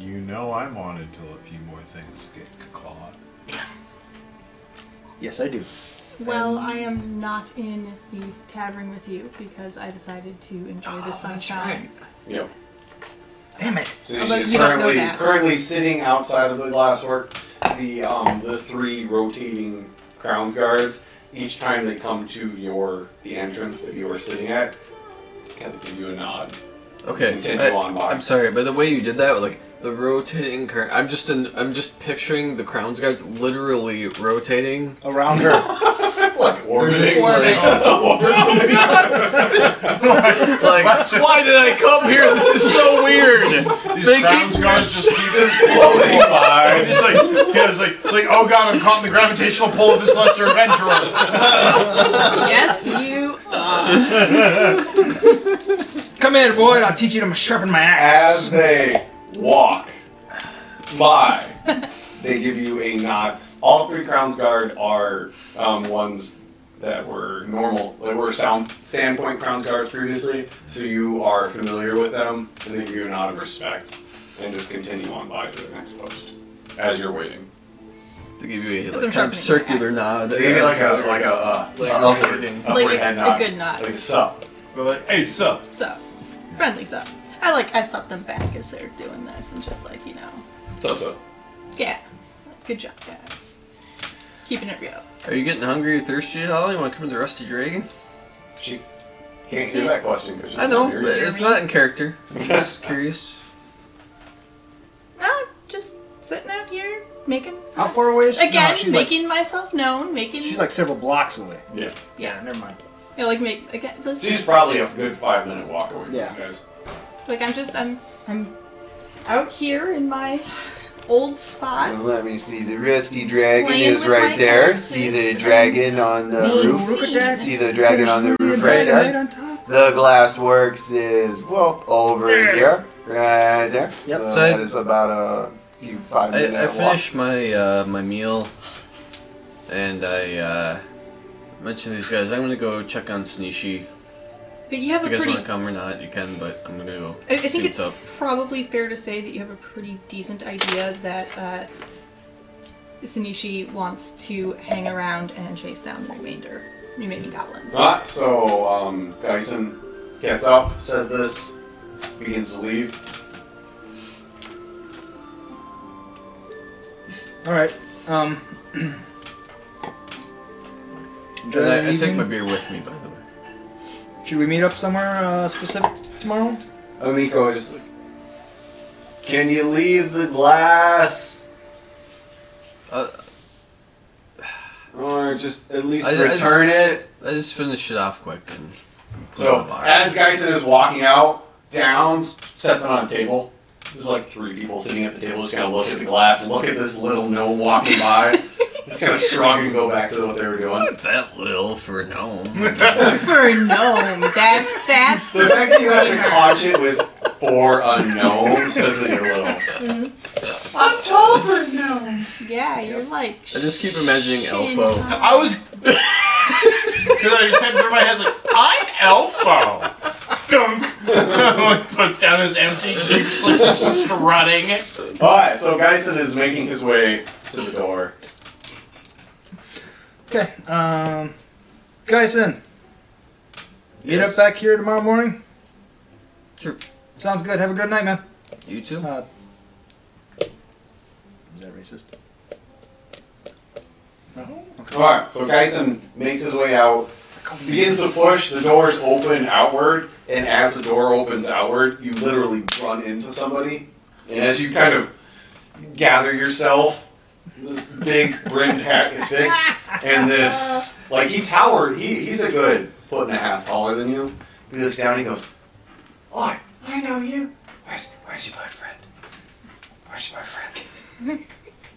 You know I'm on until a few more things get caught. Yes, I do. Well, I am not in the tavern with you because I decided to enjoy Oh, the sunshine. Yep. Damn it! So Although she's you don't know currently that. currently sitting outside of the glasswork. The um the three rotating crowns guards each time they come to your the entrance that you are sitting at, kind of give you a nod. Okay. Continue I, on, Mark. I'm sorry, but the way you did that, like the rotating current, I'm just in, I'm just picturing the crowns guards literally rotating. Around her. like just orbiting. like- Orbiting. Like, why did I come here? This is so weird. These They crowns keep guards just keep just floating by. It's like, yeah, it's like, it's like, oh god, I'm caught in the gravitational pull of this lesser adventurer. yes, you. Come here, boy. I'll teach you to sharpen my axe. As they walk by, they give you a nod. All three crowns guard are um, ones that were normal, that were sound sandpoint crowns guards previously, so you are familiar with them, and they give you a nod of respect, and just continue on by to the next post as you're waiting. They give you a Because like, I'm kind of sharpening my circular nod. axes. They give you like a like a, uh, Like a upward, rotating. upward Like a- head a nod, good nod. like sup. We're like, hey, sup? So, friendly sup. I like I sup them back as they're doing this and just like you know, Sup, sup. yeah, good job guys, keeping it real. Are you getting hungry or thirsty at all? You want to come to the Rusty Dragon? She can't hear that question because I know, Hear but you. it's not in character. I'm just curious. I'm just sitting out here making. How far away is she? No, Again, she's like- making myself known, making. She's like several blocks away. Yeah. yeah, never mind. yeah, like make again. let's She's just- probably a good five minute walk away from Yeah. you guys. Like I'm just I'm I'm out here in my old spot. Let me see. The rusty dragon Playing is with my right there. axes See the and dragon on the being roof. seen. See the dragon on the roof right Right there. on top. The glass works is whoop over here, right there. Yep. So So I- that is about a few five minute I, I walk. finished my uh, my meal, and I uh, mentioned these guys. I'm gonna go check on Sneeshi. But you have If a you guys Oh, pretty want to come or not, you can. But I'm gonna go. I, I think see it's what's up. probably fair to say that you have a pretty decent idea that uh, Sanishi wants to hang around and chase down the remainder, remaining goblins. Alright, so um, Geisen gets up, says this, begins to leave. All right. Um. And during I, the I take my evening, beer with me, by the way. Should we meet up somewhere uh, specific tomorrow? Amiko just like, Can you leave the glass? Uh, Or just at least I- I just- return it? I just finished it off quick and put it on So the bar. as Geisen is walking out, Downs sets it on a table. There's like three people sitting at the table just kind of look at the glass and look at this little gnome walking by. Just kind of shrug and go back to what they were doing. That little for gnome. For a gnome. That's that's The fact that you have to couch it with four unknowns says that you're little. Mm-hmm. I'm tall for gnome. Yeah, you're like. I just keep imagining shitting Elfo. hot. I was. Because I just had it through my head, it's like, I'm Elfo! Dunk! Puts down his empty cheap slips, strutting. Alright, so Geisen is making his way to the door. Okay, um, guys, in. Meet Yes. up back here tomorrow morning. Sure. Sounds good. Have a good night, man. You too? Uh, is that racist? No. Alright, so Geisen makes his way out, begins to push, the doors open outward, and as the door opens outward, you literally run into somebody. And as you kind of gather yourself, the big brimmed hat is fixed, and this, like, he towered, he, he's a good foot and a half taller than you. He looks down and he goes, Oh, I know you. Where's, where's your boyfriend? Where's your boyfriend?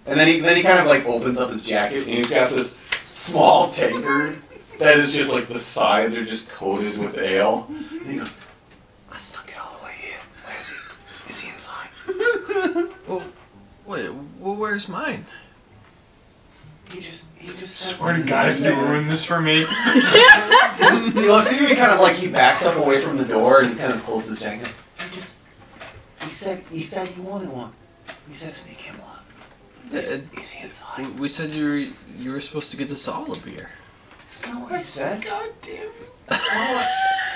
And then he then he kind of like opens up his jacket and he's got this small tankard that is just like the sides are just coated with ale. And he goes, I snuck it all the way in. Where is he? Is he inside? Wait, well, where's mine? He just he just Swear to God, Just you said- ruined this for me. He looks at you and kind of like he backs up away from the door and he kind of pulls his jacket. He just he said he said he wanted one. He said sneak him one. Is, Uh, is he inside? We- We said you were, you were supposed to get us all a beer. That's not what he said. God damn. And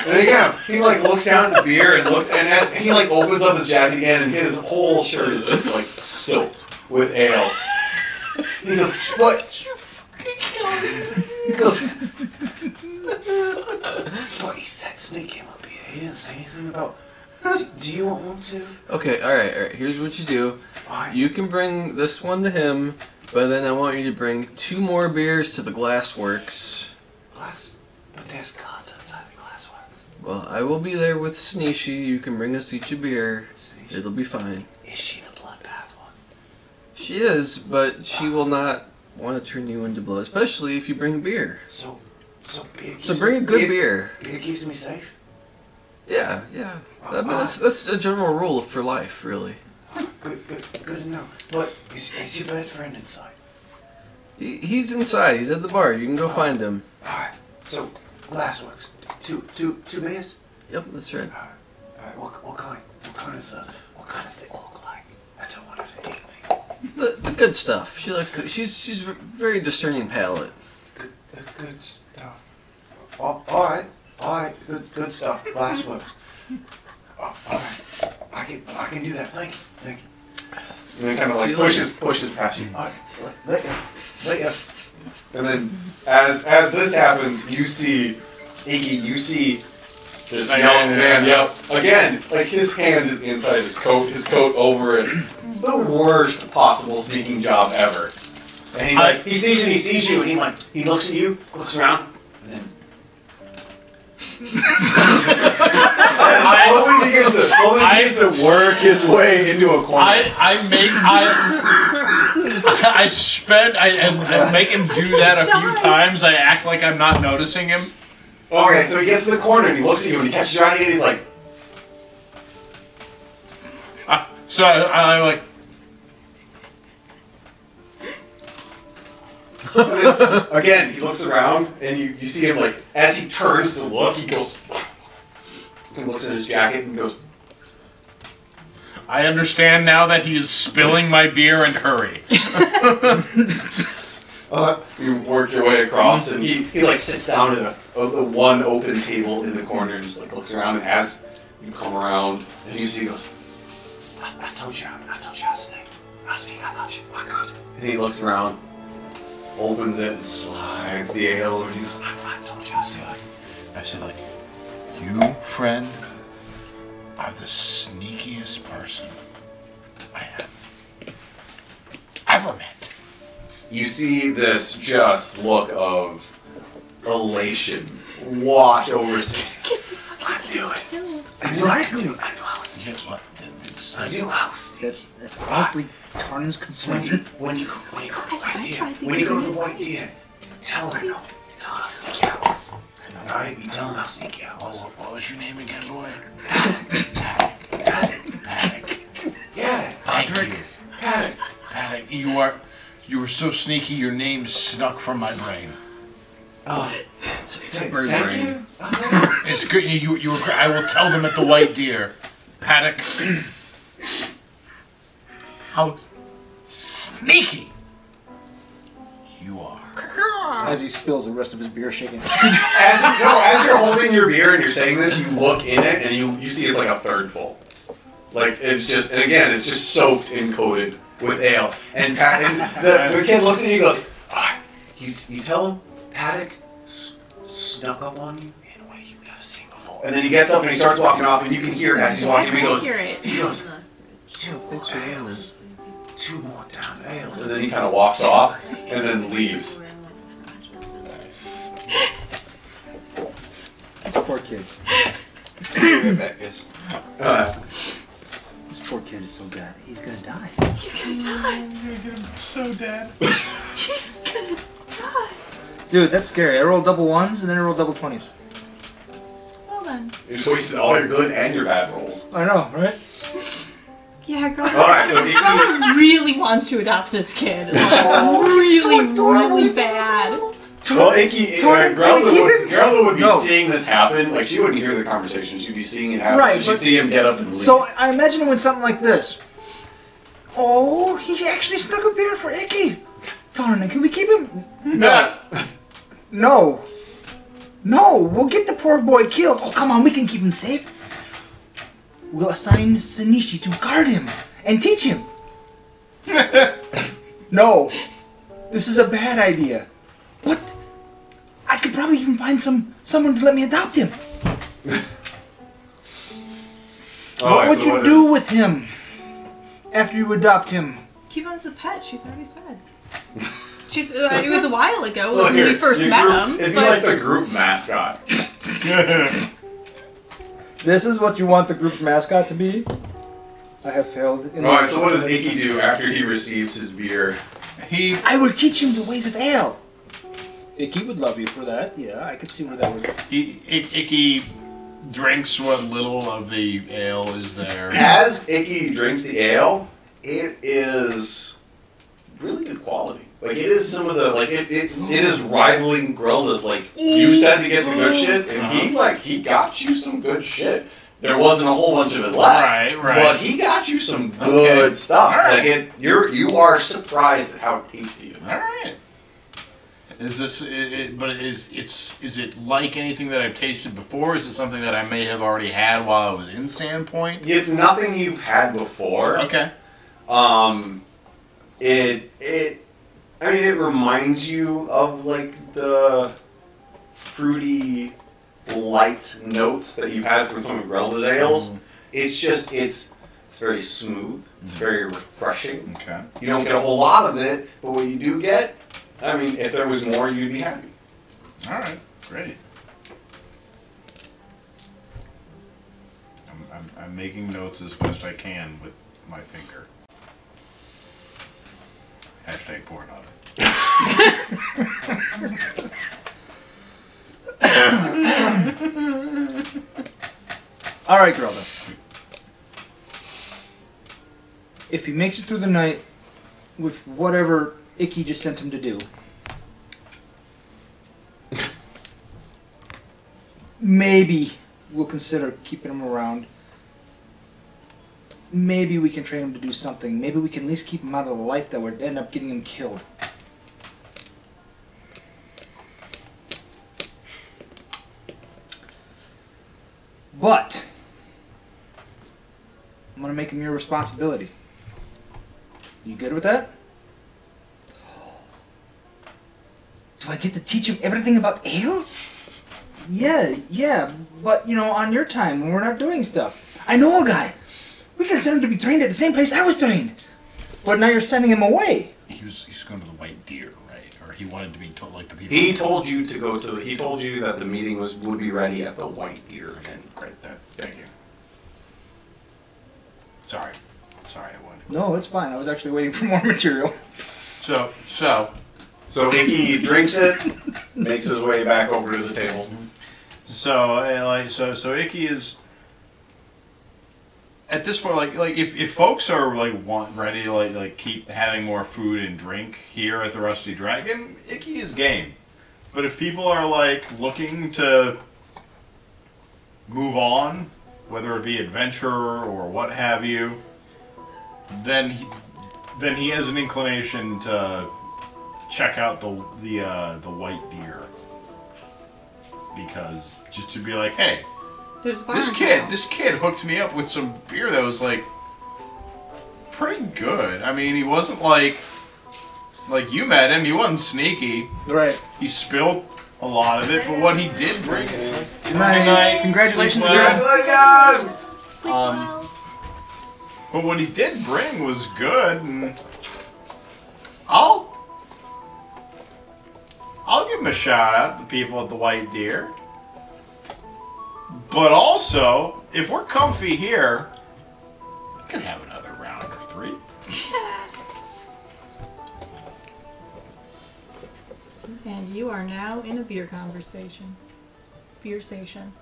then, yeah, he like looks down at the beer and looks, and as he like opens up his jacket again, and his whole shirt is just like soaked with ale. And he goes, "What?" He goes, "What he said, sneak him up here. He didn't say anything about. Do, do you want one too? Okay, alright, alright. Here's what you do. Why? You can bring this one to him, but then I want you to bring two more beers to the glassworks. glass? But there's gods outside the glassworks. Well, I will be there with Sneeshi. You can bring us each a beer. It'll be fine. Is she the bloodbath one? She is, but she will not want to turn you into blood, especially if you bring beer. So, so big. So bring a good beer. Beer keeps me safe. Oh, Yeah, yeah. I mean, that's, that's a general rule for life, really. Good, good, good to know. But is, is your bad friend inside? He, he's inside. He's at the bar. You can Oh. go find him. All right. So glassworks, two, two, two beers. Yep, that's right. All right. What, what kind? What kind is the? What kind is the orc like? I don't want her to eat me. The, the good stuff. She likes. The, she's she's v- very discerning palate. Good, the good stuff. All, all right. All right. Good, good stuff. Glassworks. Oh, all right. I can, I can do that. Thank you. Thank you. And then kind of See like you later. pushes, pushes past you. All right, let, let ya, let ya. And then, as as this happens, you see Iggy. You see this I know, young yeah. man. Yep. Again, like his hand is inside his coat. His coat over it. The worst possible sneaking job ever. And he's like, he sees you, he sees you, and he like, he looks at you, looks around, and then. and slowly begins to slowly I- begins to work his way into a corner. I, I make I I spend I, I, I make him do that a few times. I act like I'm not noticing him. Okay, so he gets to the corner and he looks at you and he catches your eye and he's like, So I, I like again, he looks around and you, you see him like, as he turns to look, he goes, and looks at his jacket and goes, I understand now that he is spilling my beer and hurry. uh, you work your way across and he, he like sits down at a, a, the one open table in the corner and just like looks around and as you come around and you see he goes, I, I told you, I, I told you I sneak. I sneak, I got you, I got you. And he looks around, opens it and slides the ale over and he goes, I, I told you I sneak. I said, like, you, friend, are the sneakiest person I have ever met. you see this just look of elation wash over his face. I knew it. I knew I could do it. I knew I was What? The, the, Like you house. That's, that's honestly Tarn's concern. when you when you go to the I white deer, tried to when you get go to rid the of white these. deer, tell her no. Tell her sneaky owls. Alright, you tell her about sneaky owls. What, was your name again, boy? Paddock. Paddock. Paddock. Yeah. Patrick. Paddock. Paddock. You are you were so sneaky your name snuck from my brain. It's a bird Thank brain. you. It's good. You, you, you were, I will tell them at the White Deer. Paddock. How sneaky you are. As he spills the rest of his beer, shaking. As no, as you're holding your beer and you're saying this, you look in it and you you see it's like a third full. Like it's just, and again, it's just soaked and coated with ale. And Pat, and the, the kid looks at you and goes, "Ah, "You you tell him Paddock s- snuck up on you in a way you've never seen before." And then he gets up and he starts walking off, and you can hear as he's walking, he goes, he goes, two more ales, two more down ales, and then he kind of walks off and then leaves. This poor kid. Bring it back, guys. Uh, This poor kid is so bad. He's gonna die. He's gonna die. So dead. He's gonna die. Dude, that's scary. I rolled double ones and then I rolled double twenties. Well then. you just wasted all your good and your bad rolls. I know, right? Yeah, girl. Alright, so he- Rowan really wants to adopt this kid. Like, really, really bad. Well, Icky, uh, Torn- Geralda, would, Geralda would be No. seeing this happen. Like, she wouldn't hear the conversation. She'd be seeing it happen. Right, She'd but- see him get up and leave. So I imagine it went something like this. Oh, he actually snuck a beer for Icky. Thorn, can we keep him? No. No. No, we'll get the poor boy killed. Oh, come on, we can keep him safe. We'll assign Sanishi to guard him and teach him. no, this is a bad idea. What? I could probably even find some someone to let me adopt him. what Oh, Alright, would so you what do is- with him after you adopt him? Keep him as a pet. She's already said. She's. Uh, it was a while ago Look when here, we first your met group- him. It'd be but like the group mascot. This is what you want the group's mascot to be? I have failed. In Alright, so what does Icky do after he receives his beer? He I will teach him the ways of ale. Icky would love you for that. Yeah, I could see where that would. I- I- Icky drinks what little of the ale is there. As Icky drinks the ale, it is really good quality. Like, it is some of the, like, it, it, it is rivaling Grelda's. Like, you said to get the good shit, and Uh-huh. he, like, he got you some good shit. There wasn't a whole bunch of it left. Right, right. But he got you some Okay. good stuff. All right. Like it, you're you are surprised at how tasty it is. All right. Is this? i i but is it's is it like anything that I've tasted before? Is it something that I may have already had while I was in Sandpoint? It's nothing you've had before. Okay. Um, it it, I mean, it reminds you of like the fruity, light notes that you've had from some of Grelda's ales. It's just it's it's very smooth. It's very refreshing. Okay. You don't get a whole lot of it, but what you do get, I mean, if there was more, you'd be happy. All right. Great. I'm, I'm, I'm making notes as best I can with my finger. Hashtag Pornhub. All right, girl. Then. If he makes it through the night with whatever Icky just sent him to do, maybe we'll consider keeping him around. Maybe we can train him to do something. Maybe we can at least keep him out of the life that would end up getting him killed. But I'm gonna make him your responsibility. You good with that? Do I get to teach him everything about ales? Yeah, yeah, but you know, on your time when we're not doing stuff. I know a guy. We can send him to be trained at the same place I was trained. But now you're sending him away. He was he's going to the White Deer, right? Or he wanted to be told like the people. He told you to go to. He told you that the meeting was would be ready at the White Deer. Okay, great. That thank you. Sorry, Sorry, I wanted. No, it's fine. I was actually waiting for more material. So, so, So Icky drinks it, makes his way back over to the table. so, uh, like, so, so Icky is. At this point, like, like if, if folks are like want ready to like like keep having more food and drink here at the Rusty Dragon, Icky is game. But if people are like looking to move on, whether it be adventure or what have you, then he, then he has an inclination to check out the the uh, the white deer because just to be like, hey, There's a bar this in kid, town. this kid hooked me up with some beer that was like pretty good. I mean, he wasn't like like you met him. He wasn't sneaky. Right. He spilled a lot of it, but what he did bring in. Good night. night. Congratulations, Sleep well. girl. Congratulations! Sleep um, well. But what he did bring was good, and I'll I'll give him a shout out to the people at the White Deer. But also, if we're comfy here, we can have another round or three. And you are now in a beer conversation. Beer station.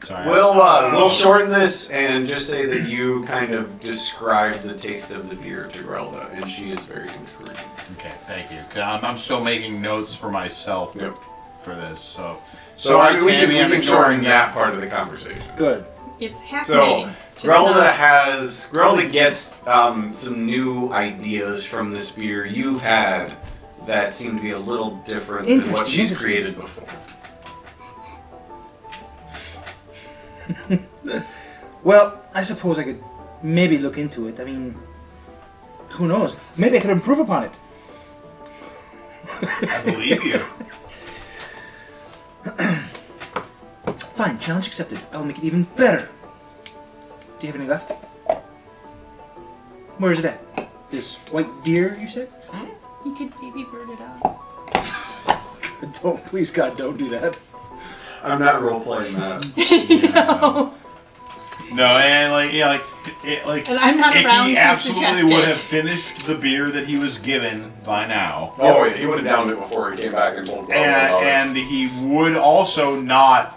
Sorry. We'll uh, we'll shorten this and just say that you kind of described the taste of the beer to Grelda, and she is very intrigued. okay, thank you. 'Cause I'm, I'm still making notes for myself Yep. for this, so So, I mean, we can, Tammy, we I'm can ignoring shorten that part of the conversation. Good. It's So happening. Grelda has Grelda gets um, some new ideas from this beer you've had that seem to be a little different than what Interesting, she's interesting. created before. Well, I suppose I could maybe look into it. I mean, who knows? Maybe I could improve upon it. I believe you. Fine, challenge accepted. I will make it even better. Do you have any left? Where is it at? This white deer, you said? You could baby bird it up. Don't, please, God, don't do that. I'm not role playing that. No, and like yeah, like it, like And I'm not Icky around to absolutely suggest would it. have finished the beer that he was given by now, Oh, yeah, he would have downed it before he came back and told Grelda and, about it. and he would also not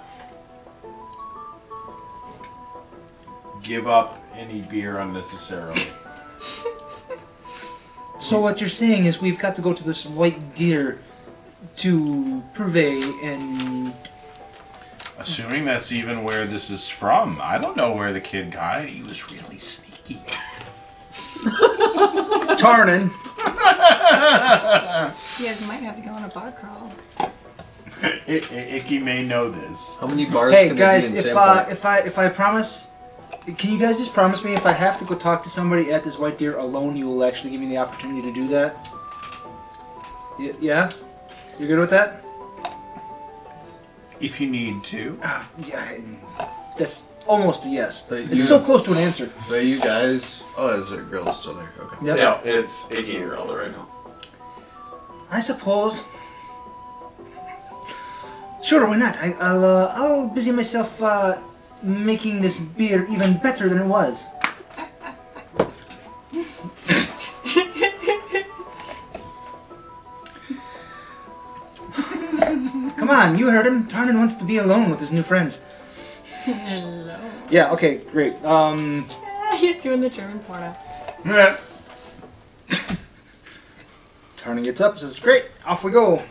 give up any beer unnecessarily. So, what you're saying is we've got to go to this white deer to purvey and. Assuming that's even where this is from, I don't know where the kid got it. He was really sneaky. Tarnin! You guys might have to go on a bar crawl. I- I- Icky may know this. How many bars Hey can guys, there be in if Sandpoint? uh, if I if I promise, can you guys just promise me if I have to go talk to somebody at this white deer alone, you will actually give me the opportunity to do that? Y- yeah, you're good with that? If you need to, Yeah, I- that's almost a yes. But it's you- so close to an answer. So you guys. Oh, is there girl still there? Okay. Yep. No, it's Icky and Grelda right now. I suppose. Sure, why not? I, I'll uh, I'll busy myself uh, making this beer even better than it was. Come on, you heard him. Tarnan wants to be alone with his new friends. Hello. Yeah. Okay. Great. Um. Ah, he's doing the German porno. Tarnan gets up. Says, "Great, off we go."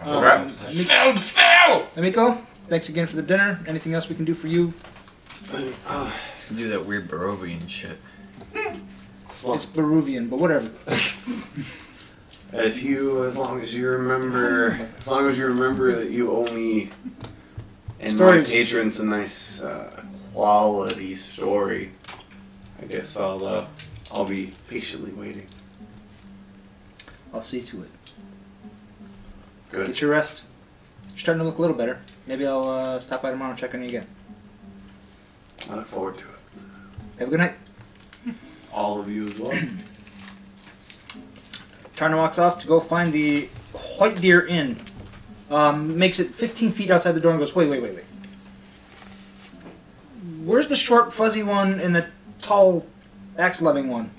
Um, Snow, snow! Amico, thanks again for the dinner. Anything else we can do for you? Let's do that weird Barovian shit. It's Peruvian, but whatever. If you, as long as you remember, as long as you remember that you owe me and Stories. my patrons a nice uh, quality story, I guess I'll uh, I'll be patiently waiting. I'll see to it. Good. Get your rest. You're starting to look a little better. Maybe I'll uh, stop by tomorrow and check on you again. I look forward to it. Have a good night. All of you as well. Tarna walks off to go find the White Deer Inn. Um, makes it 15 feet outside the door and goes, wait, wait, wait, wait. Where's the short, fuzzy one in the tall, axe loving one.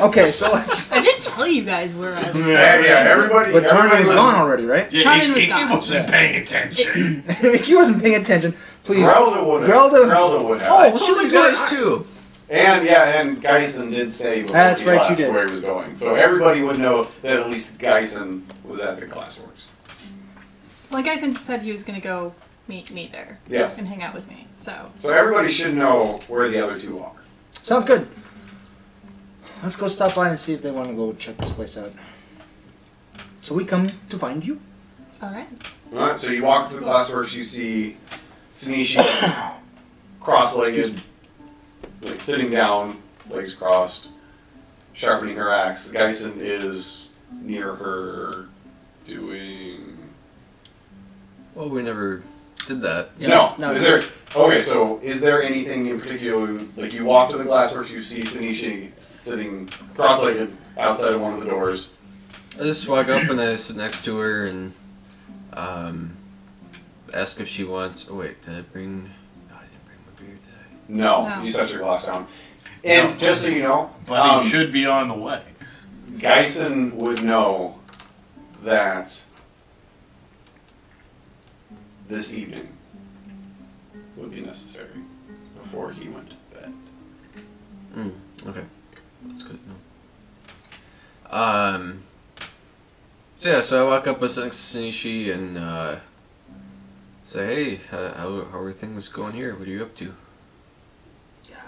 Okay, so let's. I did tell you guys where I Mm-hmm. was. Yeah, yeah, everybody. But Tarnan everybody is was- gone already, right? Yeah, Conan was he, gone. wasn't paying attention. he wasn't paying attention. Please. Grelda would have. Grelda- would have. Oh, Shoot shoot, you guys too. And yeah, and Geisen did say before That's he right, you left did. where he was going, so everybody would know that at least Geisen was at the classworks. Well, guys said he was gonna go meet me there. Yes. And hang out with me. So So everybody should know where the other two are. Sounds good. Let's go stop by and see if they want to go check this place out. So we come to find you. all right. All right, so you walk to the glassworks, you see Sneeshi cross-legged, like sitting down, legs crossed, sharpening her axe. Geisen is near her doing... Well, we never did that. Yeah, no, it's not- is there... Okay, so is there anything in particular, like you walk to the glassworks, you see Sanishi sitting cross-legged outside of one of the doors. I just walk up and I sit next to her and um, ask if she wants. Oh wait, did I bring? No, I didn't bring my beer. Did No, No. you set your glass down. And No. just so you know, But um, he should be on the way. Geisen would know that this evening would be necessary before he went to bed. I? Okay, that's good. No. Um. So yeah, so I walk up with Sanishi and uh, say, "Hey, how, how how are things going here? What are you up to?"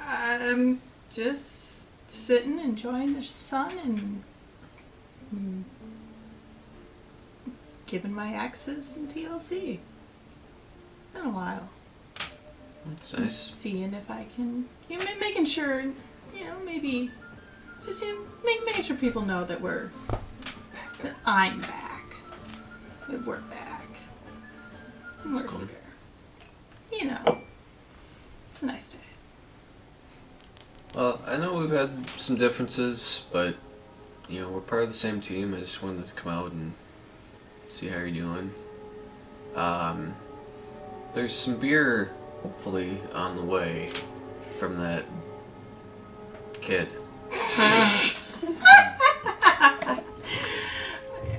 I'm Um, just sitting, enjoying the sun, and mm, giving my axes some TLC. Been a while. That's nice. Seeing if I can, you know, ma- making sure, you know, maybe just you know, make, making sure people know that we're, that I'm back, that we're back. and That's we're cool. here. You know, it's a nice day. Well, I know we've had some differences, but you know we're part of the same team. I just wanted to come out and see how you're doing. Um, there's some beer, hopefully, on the way from that kid.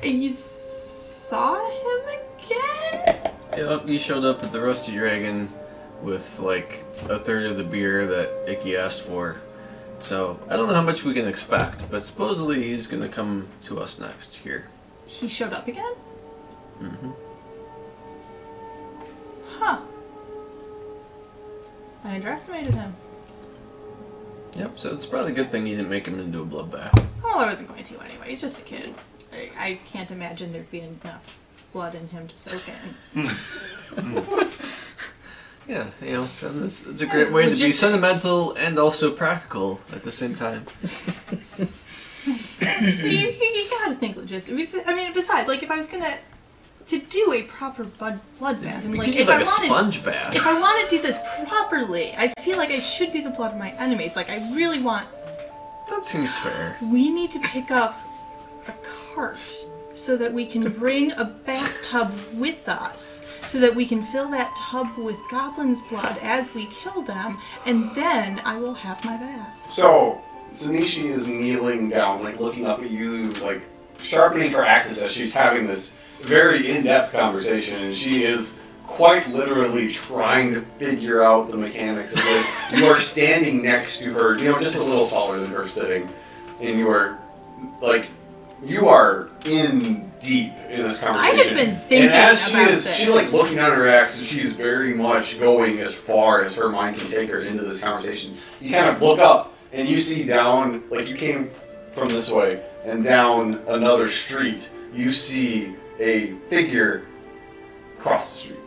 You saw him again? Yep, he showed up at the Rusty Dragon with like a third of the beer that Icky asked for. So I don't know how much we can expect, but supposedly he's gonna come to us next here. He showed up again? Mm-hmm. Huh. I underestimated him. Yep, so it's probably a good thing you didn't make him into a bloodbath. Well, I wasn't going to anyway. He's just a kid. I, I can't imagine there'd be enough blood in him to soak in. Yeah, you know, and it's, it's a Yeah, great it's way to be logistics. sentimental and also practical at the same time. you, you, you gotta think logistics. I mean, besides, like, if I was gonna to do a proper blood bloodbath, and We like, could do if like I a wanted, sponge bath. if I want to do this properly, I feel like I should be the blood of my enemies. Like, I really want That seems fair. We need to pick up a cart so that we can bring a bathtub with us, so that we can fill that tub with goblins' blood as we kill them, and then I will have my bath. So, Sanishi is kneeling down, like looking up at you, like sharpening her axes as she's having this very in depth conversation, and she is quite literally trying to figure out the mechanics of this. you are standing next to her, you know, just a little taller than her sitting, and you are like, you are in deep in this have conversation. been thinking and as she about is, she's like this. looking at her axe, and she's very much going as far as her mind can take her into this conversation. You kind of look up, and you see down, like you came from this way, and down another street, you see a figure cross the street.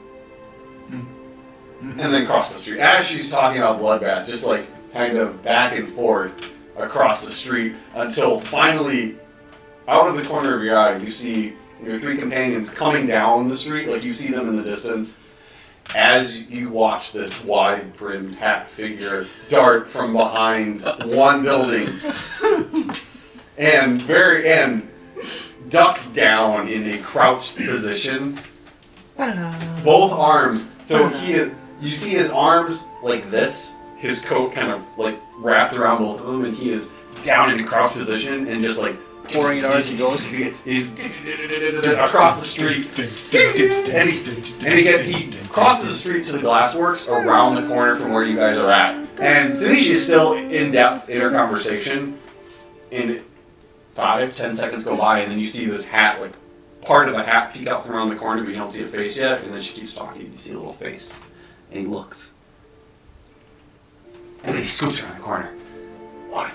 And then cross the street. As she's talking about Bloodbath, just like kind of back and forth across the street until finally, out of the corner of your eye, you see your three companions coming down the street. Like you see them in the distance. As you watch this wide brimmed hat figure dart from behind one building and very and duck down in a crouched position. Both arms. So he, you see his arms like this. His coat kind of like wrapped around both of them, and he is down in a crouched position and just like Pouring it out as he goes. He's across the street, and he, and he, get, he crosses the street to the glassworks around the corner from where you guys are at. And Shinichi is still in depth in her conversation. And five, ten seconds go by, and then you see this hat, like part of a hat, peek out from around the corner, but you don't see a face yet. And then she keeps talking, and you see a little face, and he looks, and then he scoops around the corner. Oi,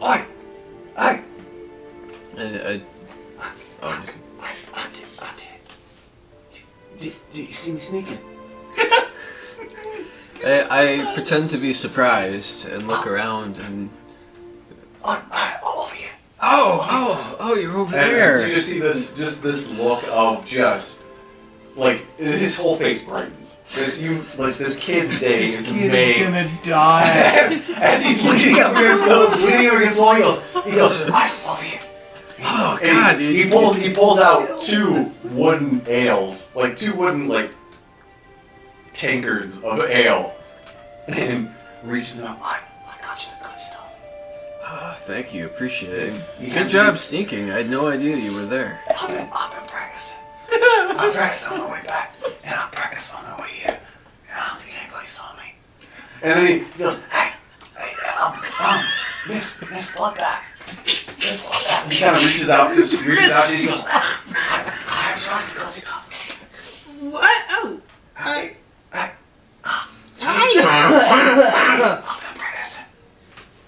oi, I, I, I, oh, just- I, I did, I did. Did, did you see me sneaking? I, I pretend to be surprised and Oh. look around and I, I, all over you. oh oh oh you're over And there. You just see this, just this look of just like his whole face brightens. This you like this kid's day is made. die. As, as he's leaning up against the leaning up against the wall, he goes, he goes, I love you. Oh And god, he, dude. he pulls he pulls out two wooden ales, like two wooden like tankards of ale, and reaches them out. I, I got you the good stuff. Oh, thank you, appreciate it. He Good hands me- job sneaking. I had no idea you were there. I've been, I've been practicing. I practiced on the way back, and I practiced on the way here, and I don't think anybody saw me. And then he goes, hey, hey, um, um, Miss, Miss Bloodbath. Miss Bloodbath. He kind of reaches out, she reaches out, and she goes, "Ah, I, I tried the good stuff. What? Oh. I, I, Hi. I've been practicing.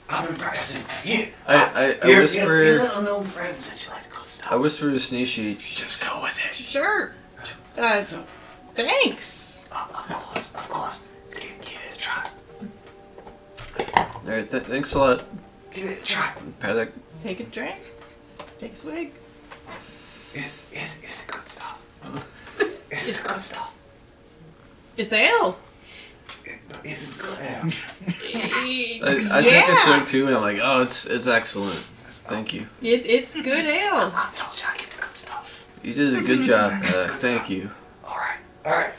I've been practicing. Yeah. I, I, I Your, your, your whisper little gnome friend said you like the good I stuff. whisper to Sneeshi, Just go with it. Sure. Uh, thanks. Of of course, of course. Give, give it a try. Alright, th- thanks a lot, Give it a try. Paddock. Take a drink. Take a swig. It's, it's, it's good stuff. It's, the good stuff. It's ale. It, it's good. Yeah. I, I, I take a swig too and I'm like, oh it's it's excellent. Thank you. It, it's good ale. I told you I get the good stuff. You did a good job, Paddock. Thank you. All right, all right.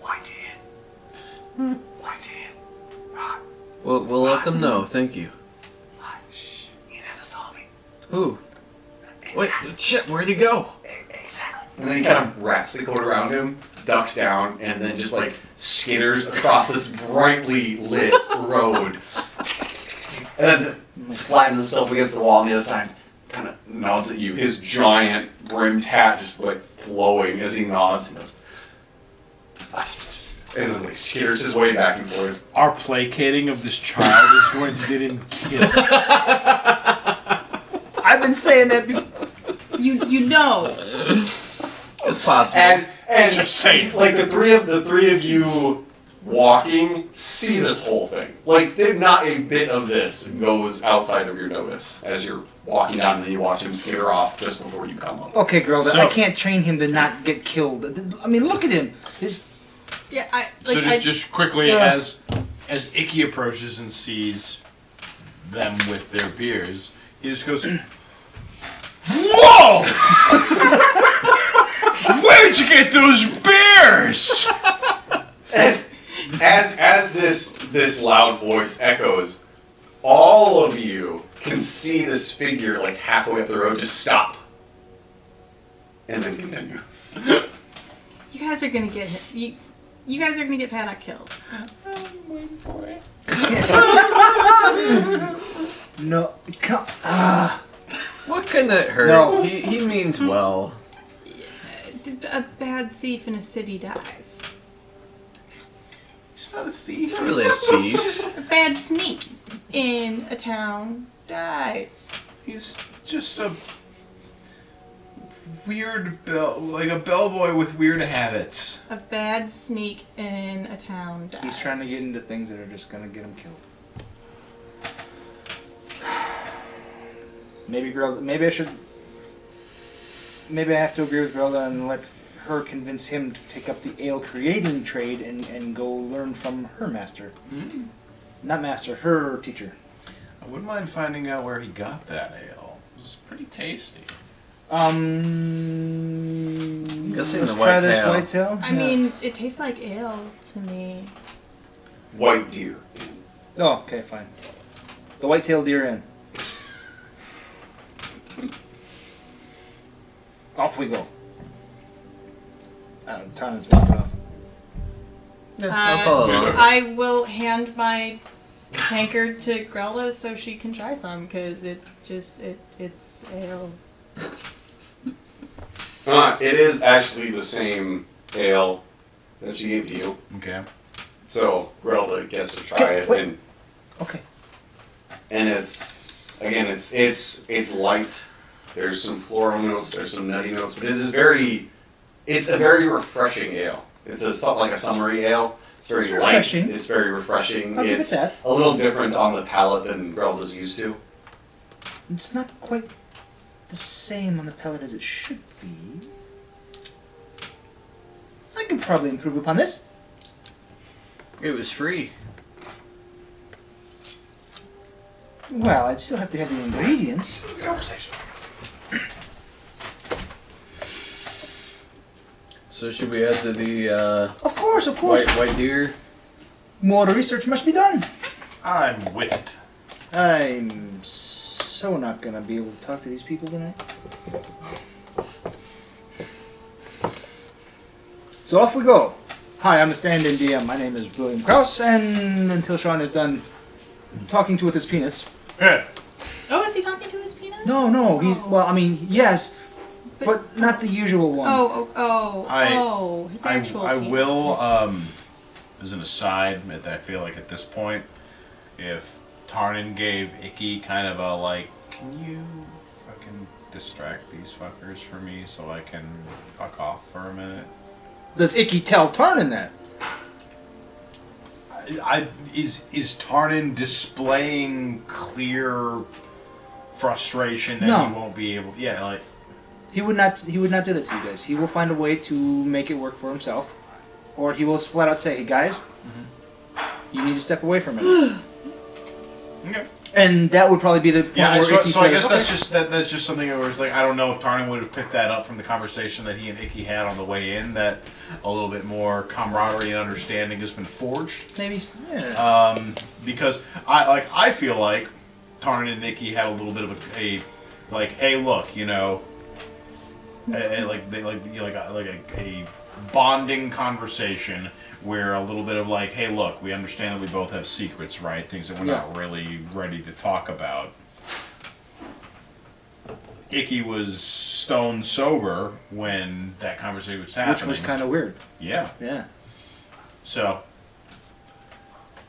Why did? Hmm. Why did? Ah, We'll, we'll let them know. Thank you. ah, shh. You never saw me. Who? Wait, Exactly. shit, where'd he go? Exactly. And then he kind of wraps the coat around him, ducks down, and then just like skitters across this brightly lit road. And then splatters himself against the wall on the other side, kind of nods at you. His giant brimmed hat just like flowing as he nods and goes, "Ah." and then like skitters his way back and forth. Our placating of this child is going to get him killed. I've been saying that before. You you know. It's possible. And and Just saying. like the three of the three of you walking see this whole thing. Like they not a bit of this goes outside of your notice as you're walking down and then you watch him skitter off just before you come up. Okay, girl, but I So- can't train him to not get killed. I mean, look at him. His Yeah, I like so just, I, just quickly Yeah. as as Icky approaches and sees them with their beers, he just goes, "Whoa! Where'd you get those beers?" As as this this loud voice echoes, all of you can see this figure like halfway up the road just stop. And then continue. you guys are gonna get hit. You, you guys are gonna get Paddock killed. I'm waiting for it. no, come, ah, what can that hurt? No. He, he means well. A bad thief in a city dies. He's not a thief. He's not really a thief. A bad sneak in a town dies. He's just a weird bell, like a bellboy with weird habits. A bad sneak in a town dies. he's trying to get into things that are just gonna get him killed. Maybe girl. Maybe I should. Maybe I have to agree with Grelda and let her convince him to pick up the ale creating trade and, and go learn from her master. Not master, her teacher. I wouldn't mind finding out where he got that ale. It was It's pretty tasty. Um. Guessing let's try the white this tail. white tail. I Yeah. mean, it tastes like ale to me. White deer. Oh, okay, fine. The white-tailed deer in. off we go. Um, Tanan's walked off. Yeah, Uh, I'll follow Yeah. along. I will hand my tankard to Grella so she can try some because it just it it's ale. Uh, it is actually the same ale that she gave to you. Okay. So Grelda gets to try it, wait. and Okay. and it's again, it's it's it's light. There's some floral notes, there's some nutty notes, but it is very, it's a very refreshing ale. It's a some- like a summery ale. It's very It's light. refreshing. It's very refreshing. I'll give it it's that. a little different on the palate than Grelda's used to. It's not quite the same on the palate as it should be. I can probably improve upon this. It was free. Well, I'd still have to have the ingredients. So should we add to the uh, Of course, of course. white white deer? More research must be done. I'm with it. I'm so not gonna be able to talk to these people tonight. So off we go. Hi, I'm the stand-in DM. My name is William Krause, and until Sean is done talking to with his penis. Oh, is he talking to his penis? No, no, he's Oh. well. I mean, yes, But- but not the usual one. Oh, oh, oh, I- oh, his I, actual. I penis. will, um, as an aside, at- I feel like at this point, if Tarnin gave Icky kind of a like, can you fucking distract these fuckers for me so I can fuck off for a minute? Does Icky tell Tarnin that? I, is is Tarnin displaying clear frustration that No. he won't be able? Yeah, like He would not. He would not do that to you guys. He will find a way to make it work for himself, or he will flat out say, "Hey guys, you need to step away from it." okay. and that would probably be the point yeah. where So, Icky so I says, guess that's "Okay." just that, that's just something where it's like I don't know if Tarnin would have picked that up from the conversation that he and Icky had on the way in that a little bit more camaraderie and understanding has been forged maybe." Yeah. um, because I like I feel like Tarn and Nikki had a little bit of a, a like hey look you know a- a- like they like you know, like a, like a, a bonding conversation where a little bit of like hey look we understand that we both have secrets right things that we're not really ready to talk about. Icky was stone sober when that conversation was Which happening. was kind of weird. yeah. Yeah. So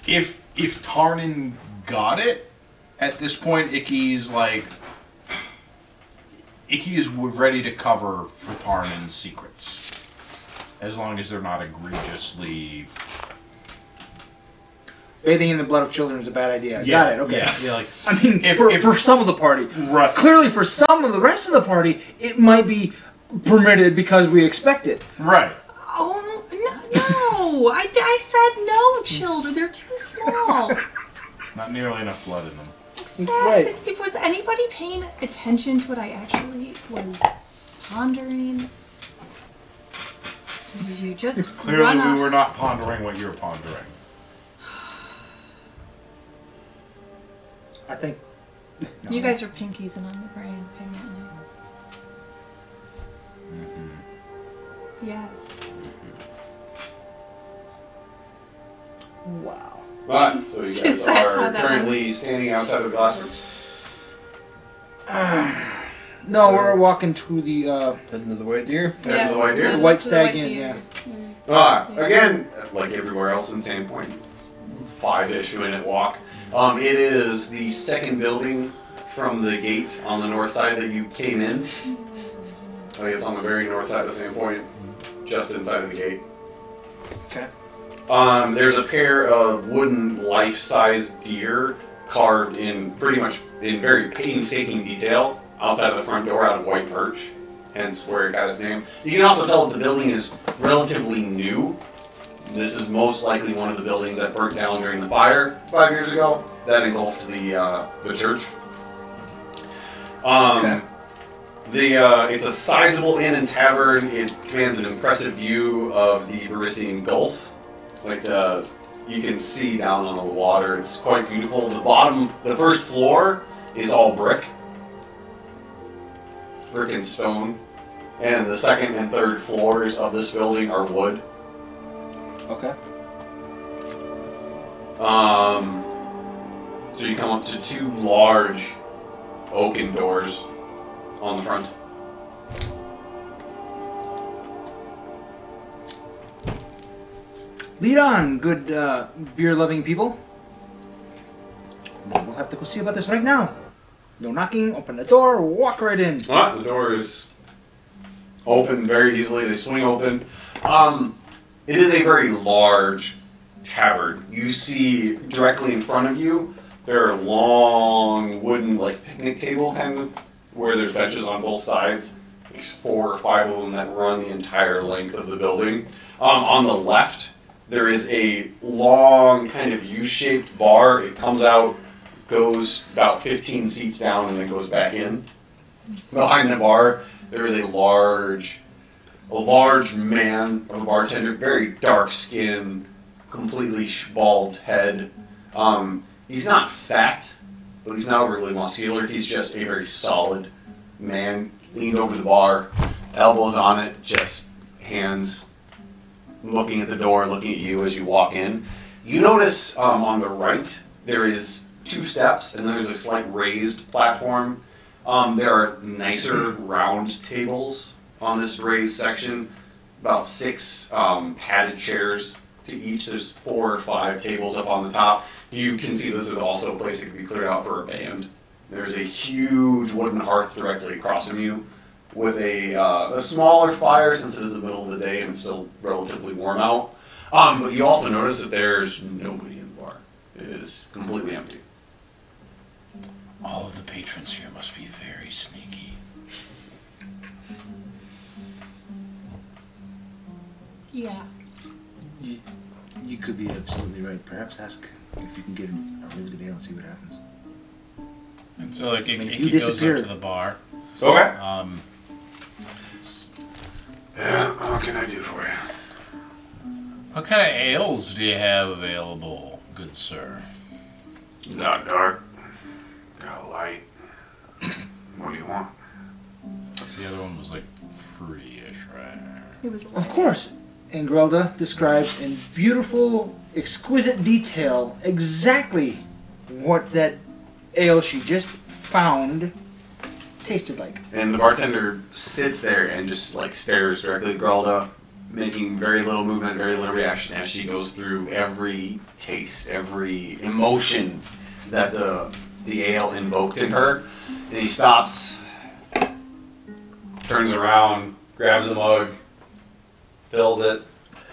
if if Tarnin got it at this point, Icky's like Icky is w- ready to cover for Tarnin's secrets as long as they're not egregiously. Bathing in the blood of children is a bad idea. Yeah, Got it. Okay. Yeah, yeah, like I mean, If- for, if- for some of the party, Right. clearly for some of the rest of the party, it might be permitted because we expect it. right. Oh no, no! I, I said no, children. They're too small. Not nearly enough blood in them. Exactly. Was anybody paying attention to what I actually was pondering? So did you just Clearly, run off? we were not pondering what you're pondering. I think. You guys are pinkies and I'm the brain. Apparently. Mm-hmm. Yes. Wow. Right. So you guys Yes, that's how are that currently standing outside of the glass room. No, So- we're walking to the uh, Heading to the white deer. I have no idea. the White The Stag white Inn. deer. Yeah. Ah, again, like everywhere else in Sandpoint, it's five-ish minute walk. Um, it is the second building from the gate on the north side that you came in. I think it's on the very north side of Sandpoint, just inside of the gate. Okay. Um, there's a pair of wooden life-size deer carved in pretty much in very painstaking detail outside of the front door out of white birch, hence where it got its name. You can also tell that the building is relatively new. This is most likely one of the buildings that burnt down during the fire five years ago that engulfed the uh, the church. Um, Okay. The uh, it's a sizable inn and tavern. It commands an impressive view of the Verisian Gulf. Like the you can see down on the water. It's quite beautiful. The bottom, the first floor is all brick, brick and stone, and the second and third floors of this building are wood. Okay. Um, so you come up to two large oaken doors on the front. Lead on, good uh, beer-loving people. We'll have to go see about this right now. No knocking. Open the door. Walk right in. Ah, the door is open very easily. They swing open. Um, it is a very large tavern. You see directly in front of you, there are long wooden, like picnic table kind of, where there's benches on both sides. There's four or five of them that run the entire length of the building. Um, on the left, there is a long kind of U-shaped bar. It comes out, goes about 15 seats down, and then goes back in behind the bar there is a large a large man of a bartender very dark skin completely sh- bald head um, he's not fat but he's not overly muscular he's just a very solid man leaned over the bar elbows on it just hands looking at the door looking at you as you walk in you notice um, on the right there is two steps and there's a slight raised platform um, there are nicer round tables on this raised section, about six um, padded chairs to each. There's four or five tables up on the top. You can see this is also a place that could be cleared out for a band. There's a huge wooden hearth directly across from you with a, uh, a smaller fire since it is the middle of the day and it's still relatively warm out. Um, but you also notice that there's nobody in the bar, it is completely empty. All of the patrons here must be very sneaky. Yeah. You, you could be absolutely right. Perhaps ask if you can get a really good ale and see what happens. And so like I mean, if if you he goes up disappear- to the bar, So, okay. um, Yeah, what can I do for you? what kind of ales do you have available, good sir? Not dark. Got a light. What do you want? The other one was like fruity-ish, right? It was Of course. And Grelda describes in beautiful, exquisite detail exactly what that ale she just found tasted like. And the bartender sits there and just like stares directly at Gralda, making very little movement, very little reaction as she goes through every taste, every emotion that the the ale invoked in her. And he stops, turns around, grabs the mug, fills it,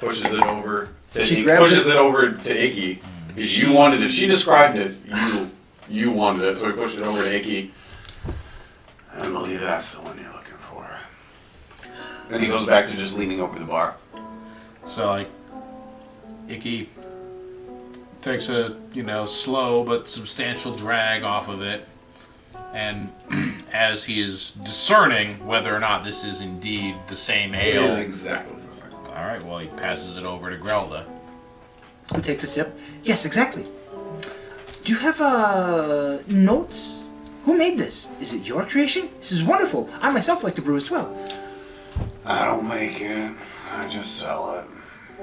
pushes it over. To She Ig- grabs pushes it. over to Iggy. Because you wanted it. She described it. You you wanted it, so he pushed it over to Iggy. I believe that's the one you're looking for. Then he goes back to just leaning over the bar. So like, Icky takes a you know slow but substantial drag off of it, and as he is discerning whether or not this is indeed the same It is ale, exactly the same. all right, well he passes it over to Grelda. He takes a sip. Yes, exactly. Do you have uh, notes? Who made this? Is it your creation? This is wonderful. I myself like to brew as well. I don't make it. I just sell it.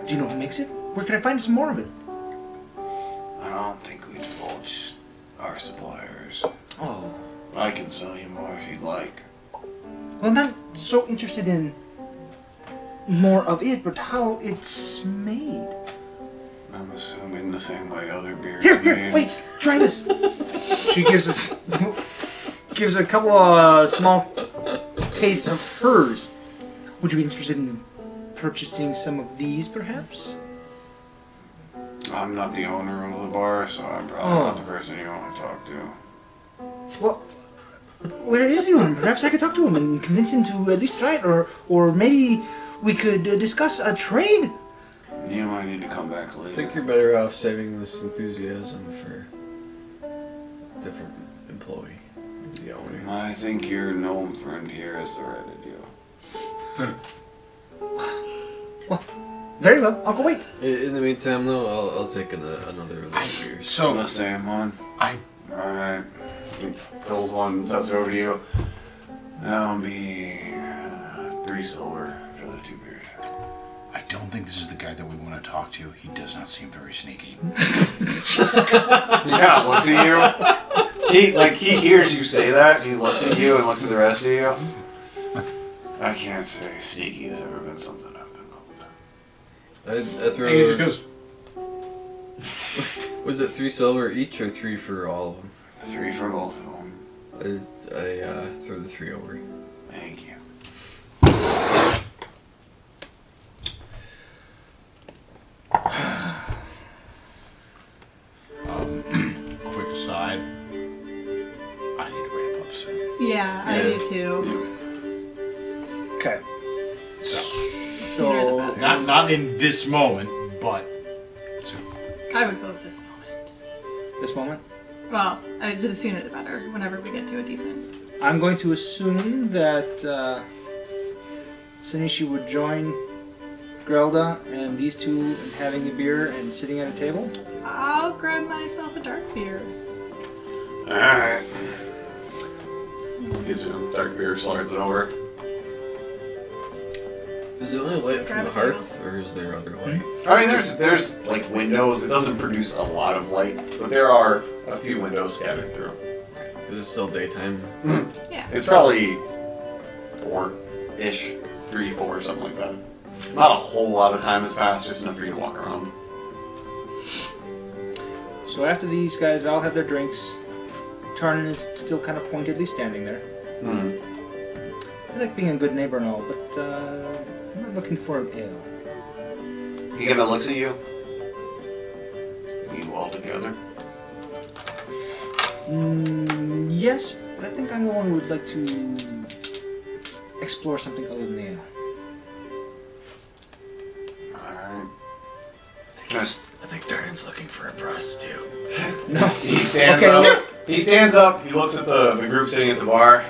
Do you know who makes it? Where can I find some more of it? I don't think we divulge our suppliers. Oh, I can sell you more if you'd like. well, I'm not so interested in more of it, but how it's made. I'm assuming the same way other beers Here, are here, made. wait, try this. she gives us gives a couple of uh, small tastes of hers. Would you be interested in purchasing some of these, perhaps? I'm not the owner of the bar, so I'm probably not the person you want to talk to. Well, where is the owner? Perhaps I could talk to him and convince him to at least try it, or or maybe we could uh, discuss a trade. You might need to come back later. I think you're better off saving this enthusiasm for a different employee. The owner. I think your gnome friend here is the right idea. Very well, I'll go wait. I- In the meantime, though, I'll, I'll take an, uh, another of those beers. I'm the same one. I- Alright. He fills one, sets it over to you. That'll be uh, three silver for the two beers. I don't think this is the guy that we want to talk to. He does not seem very sneaky. He kind of looks at you. He like he hears you say that. and He looks at you and looks at the rest of you. I can't say sneaky has ever been something I've been called. I, I throw. He just goes, Was it three silver each or three for all of Three for both of them. them? I, I uh, throw the three over. Thank you. Um, quick aside. I need to wrap up soon. Yeah, I Yeah. do too. Okay. Sooner the So, better. Not not in this moment, but soon. I would go with this moment. this moment, Well, I the sooner the better. Whenever we get to a decent. I'm going to assume that uh, Sinishi would join Grelda and these two in having a beer and sitting at a table. I'll grab myself a dark beer. Alright. Gives you a dark beer, slides it over. Is it only light from Grab the a hearth, or is there other light? I mean, there's there's like windows. It doesn't produce a lot of light, but there are a few windows scattered through. Is it still daytime? Yeah. It's probably four ish, three, four, something like that. Not a whole lot of time has passed, just enough for you to walk around. So after these guys all have their drinks, Tarnan is still kind of pointedly standing there. Hmm. I like being a good neighbor and all, but uh, I'm not looking for an ale. He kind of looks at you. You all together. Mm, yes, but I think I'm the one who would like to explore something other than the ale. Alright. I think Darren's looking for a prostitute. He stands Okay. up. He stands up. He looks at the, the group sitting at the bar.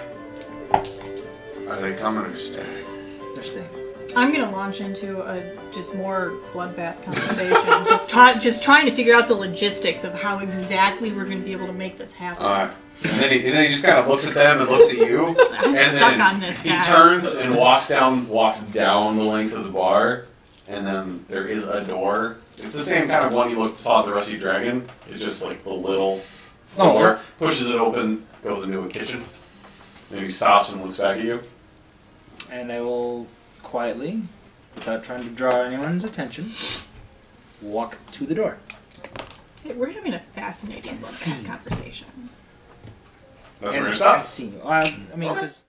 Are they coming or staying? They're staying. I'm gonna launch into a just more bloodbath conversation. just try, just trying to figure out the logistics of how exactly we're gonna be able to make this happen. Alright. And then, he, and then he just kind of looks at them and looks at you. I'm and stuck then on this, He guys. turns and walks down, walks down the length of the bar, and then there is a door. It's the same kind of one you looked, saw at the Rusty Dragon. It's just like the little Oh. door. Pushes it open, goes into a kitchen. Then he stops and looks back at you. And I will quietly, without trying to draw anyone's attention, walk to the door. Hey, we're having a fascinating bloodbath conversation. That's where And he try to stops. see you. Uh, I mean, Okay. because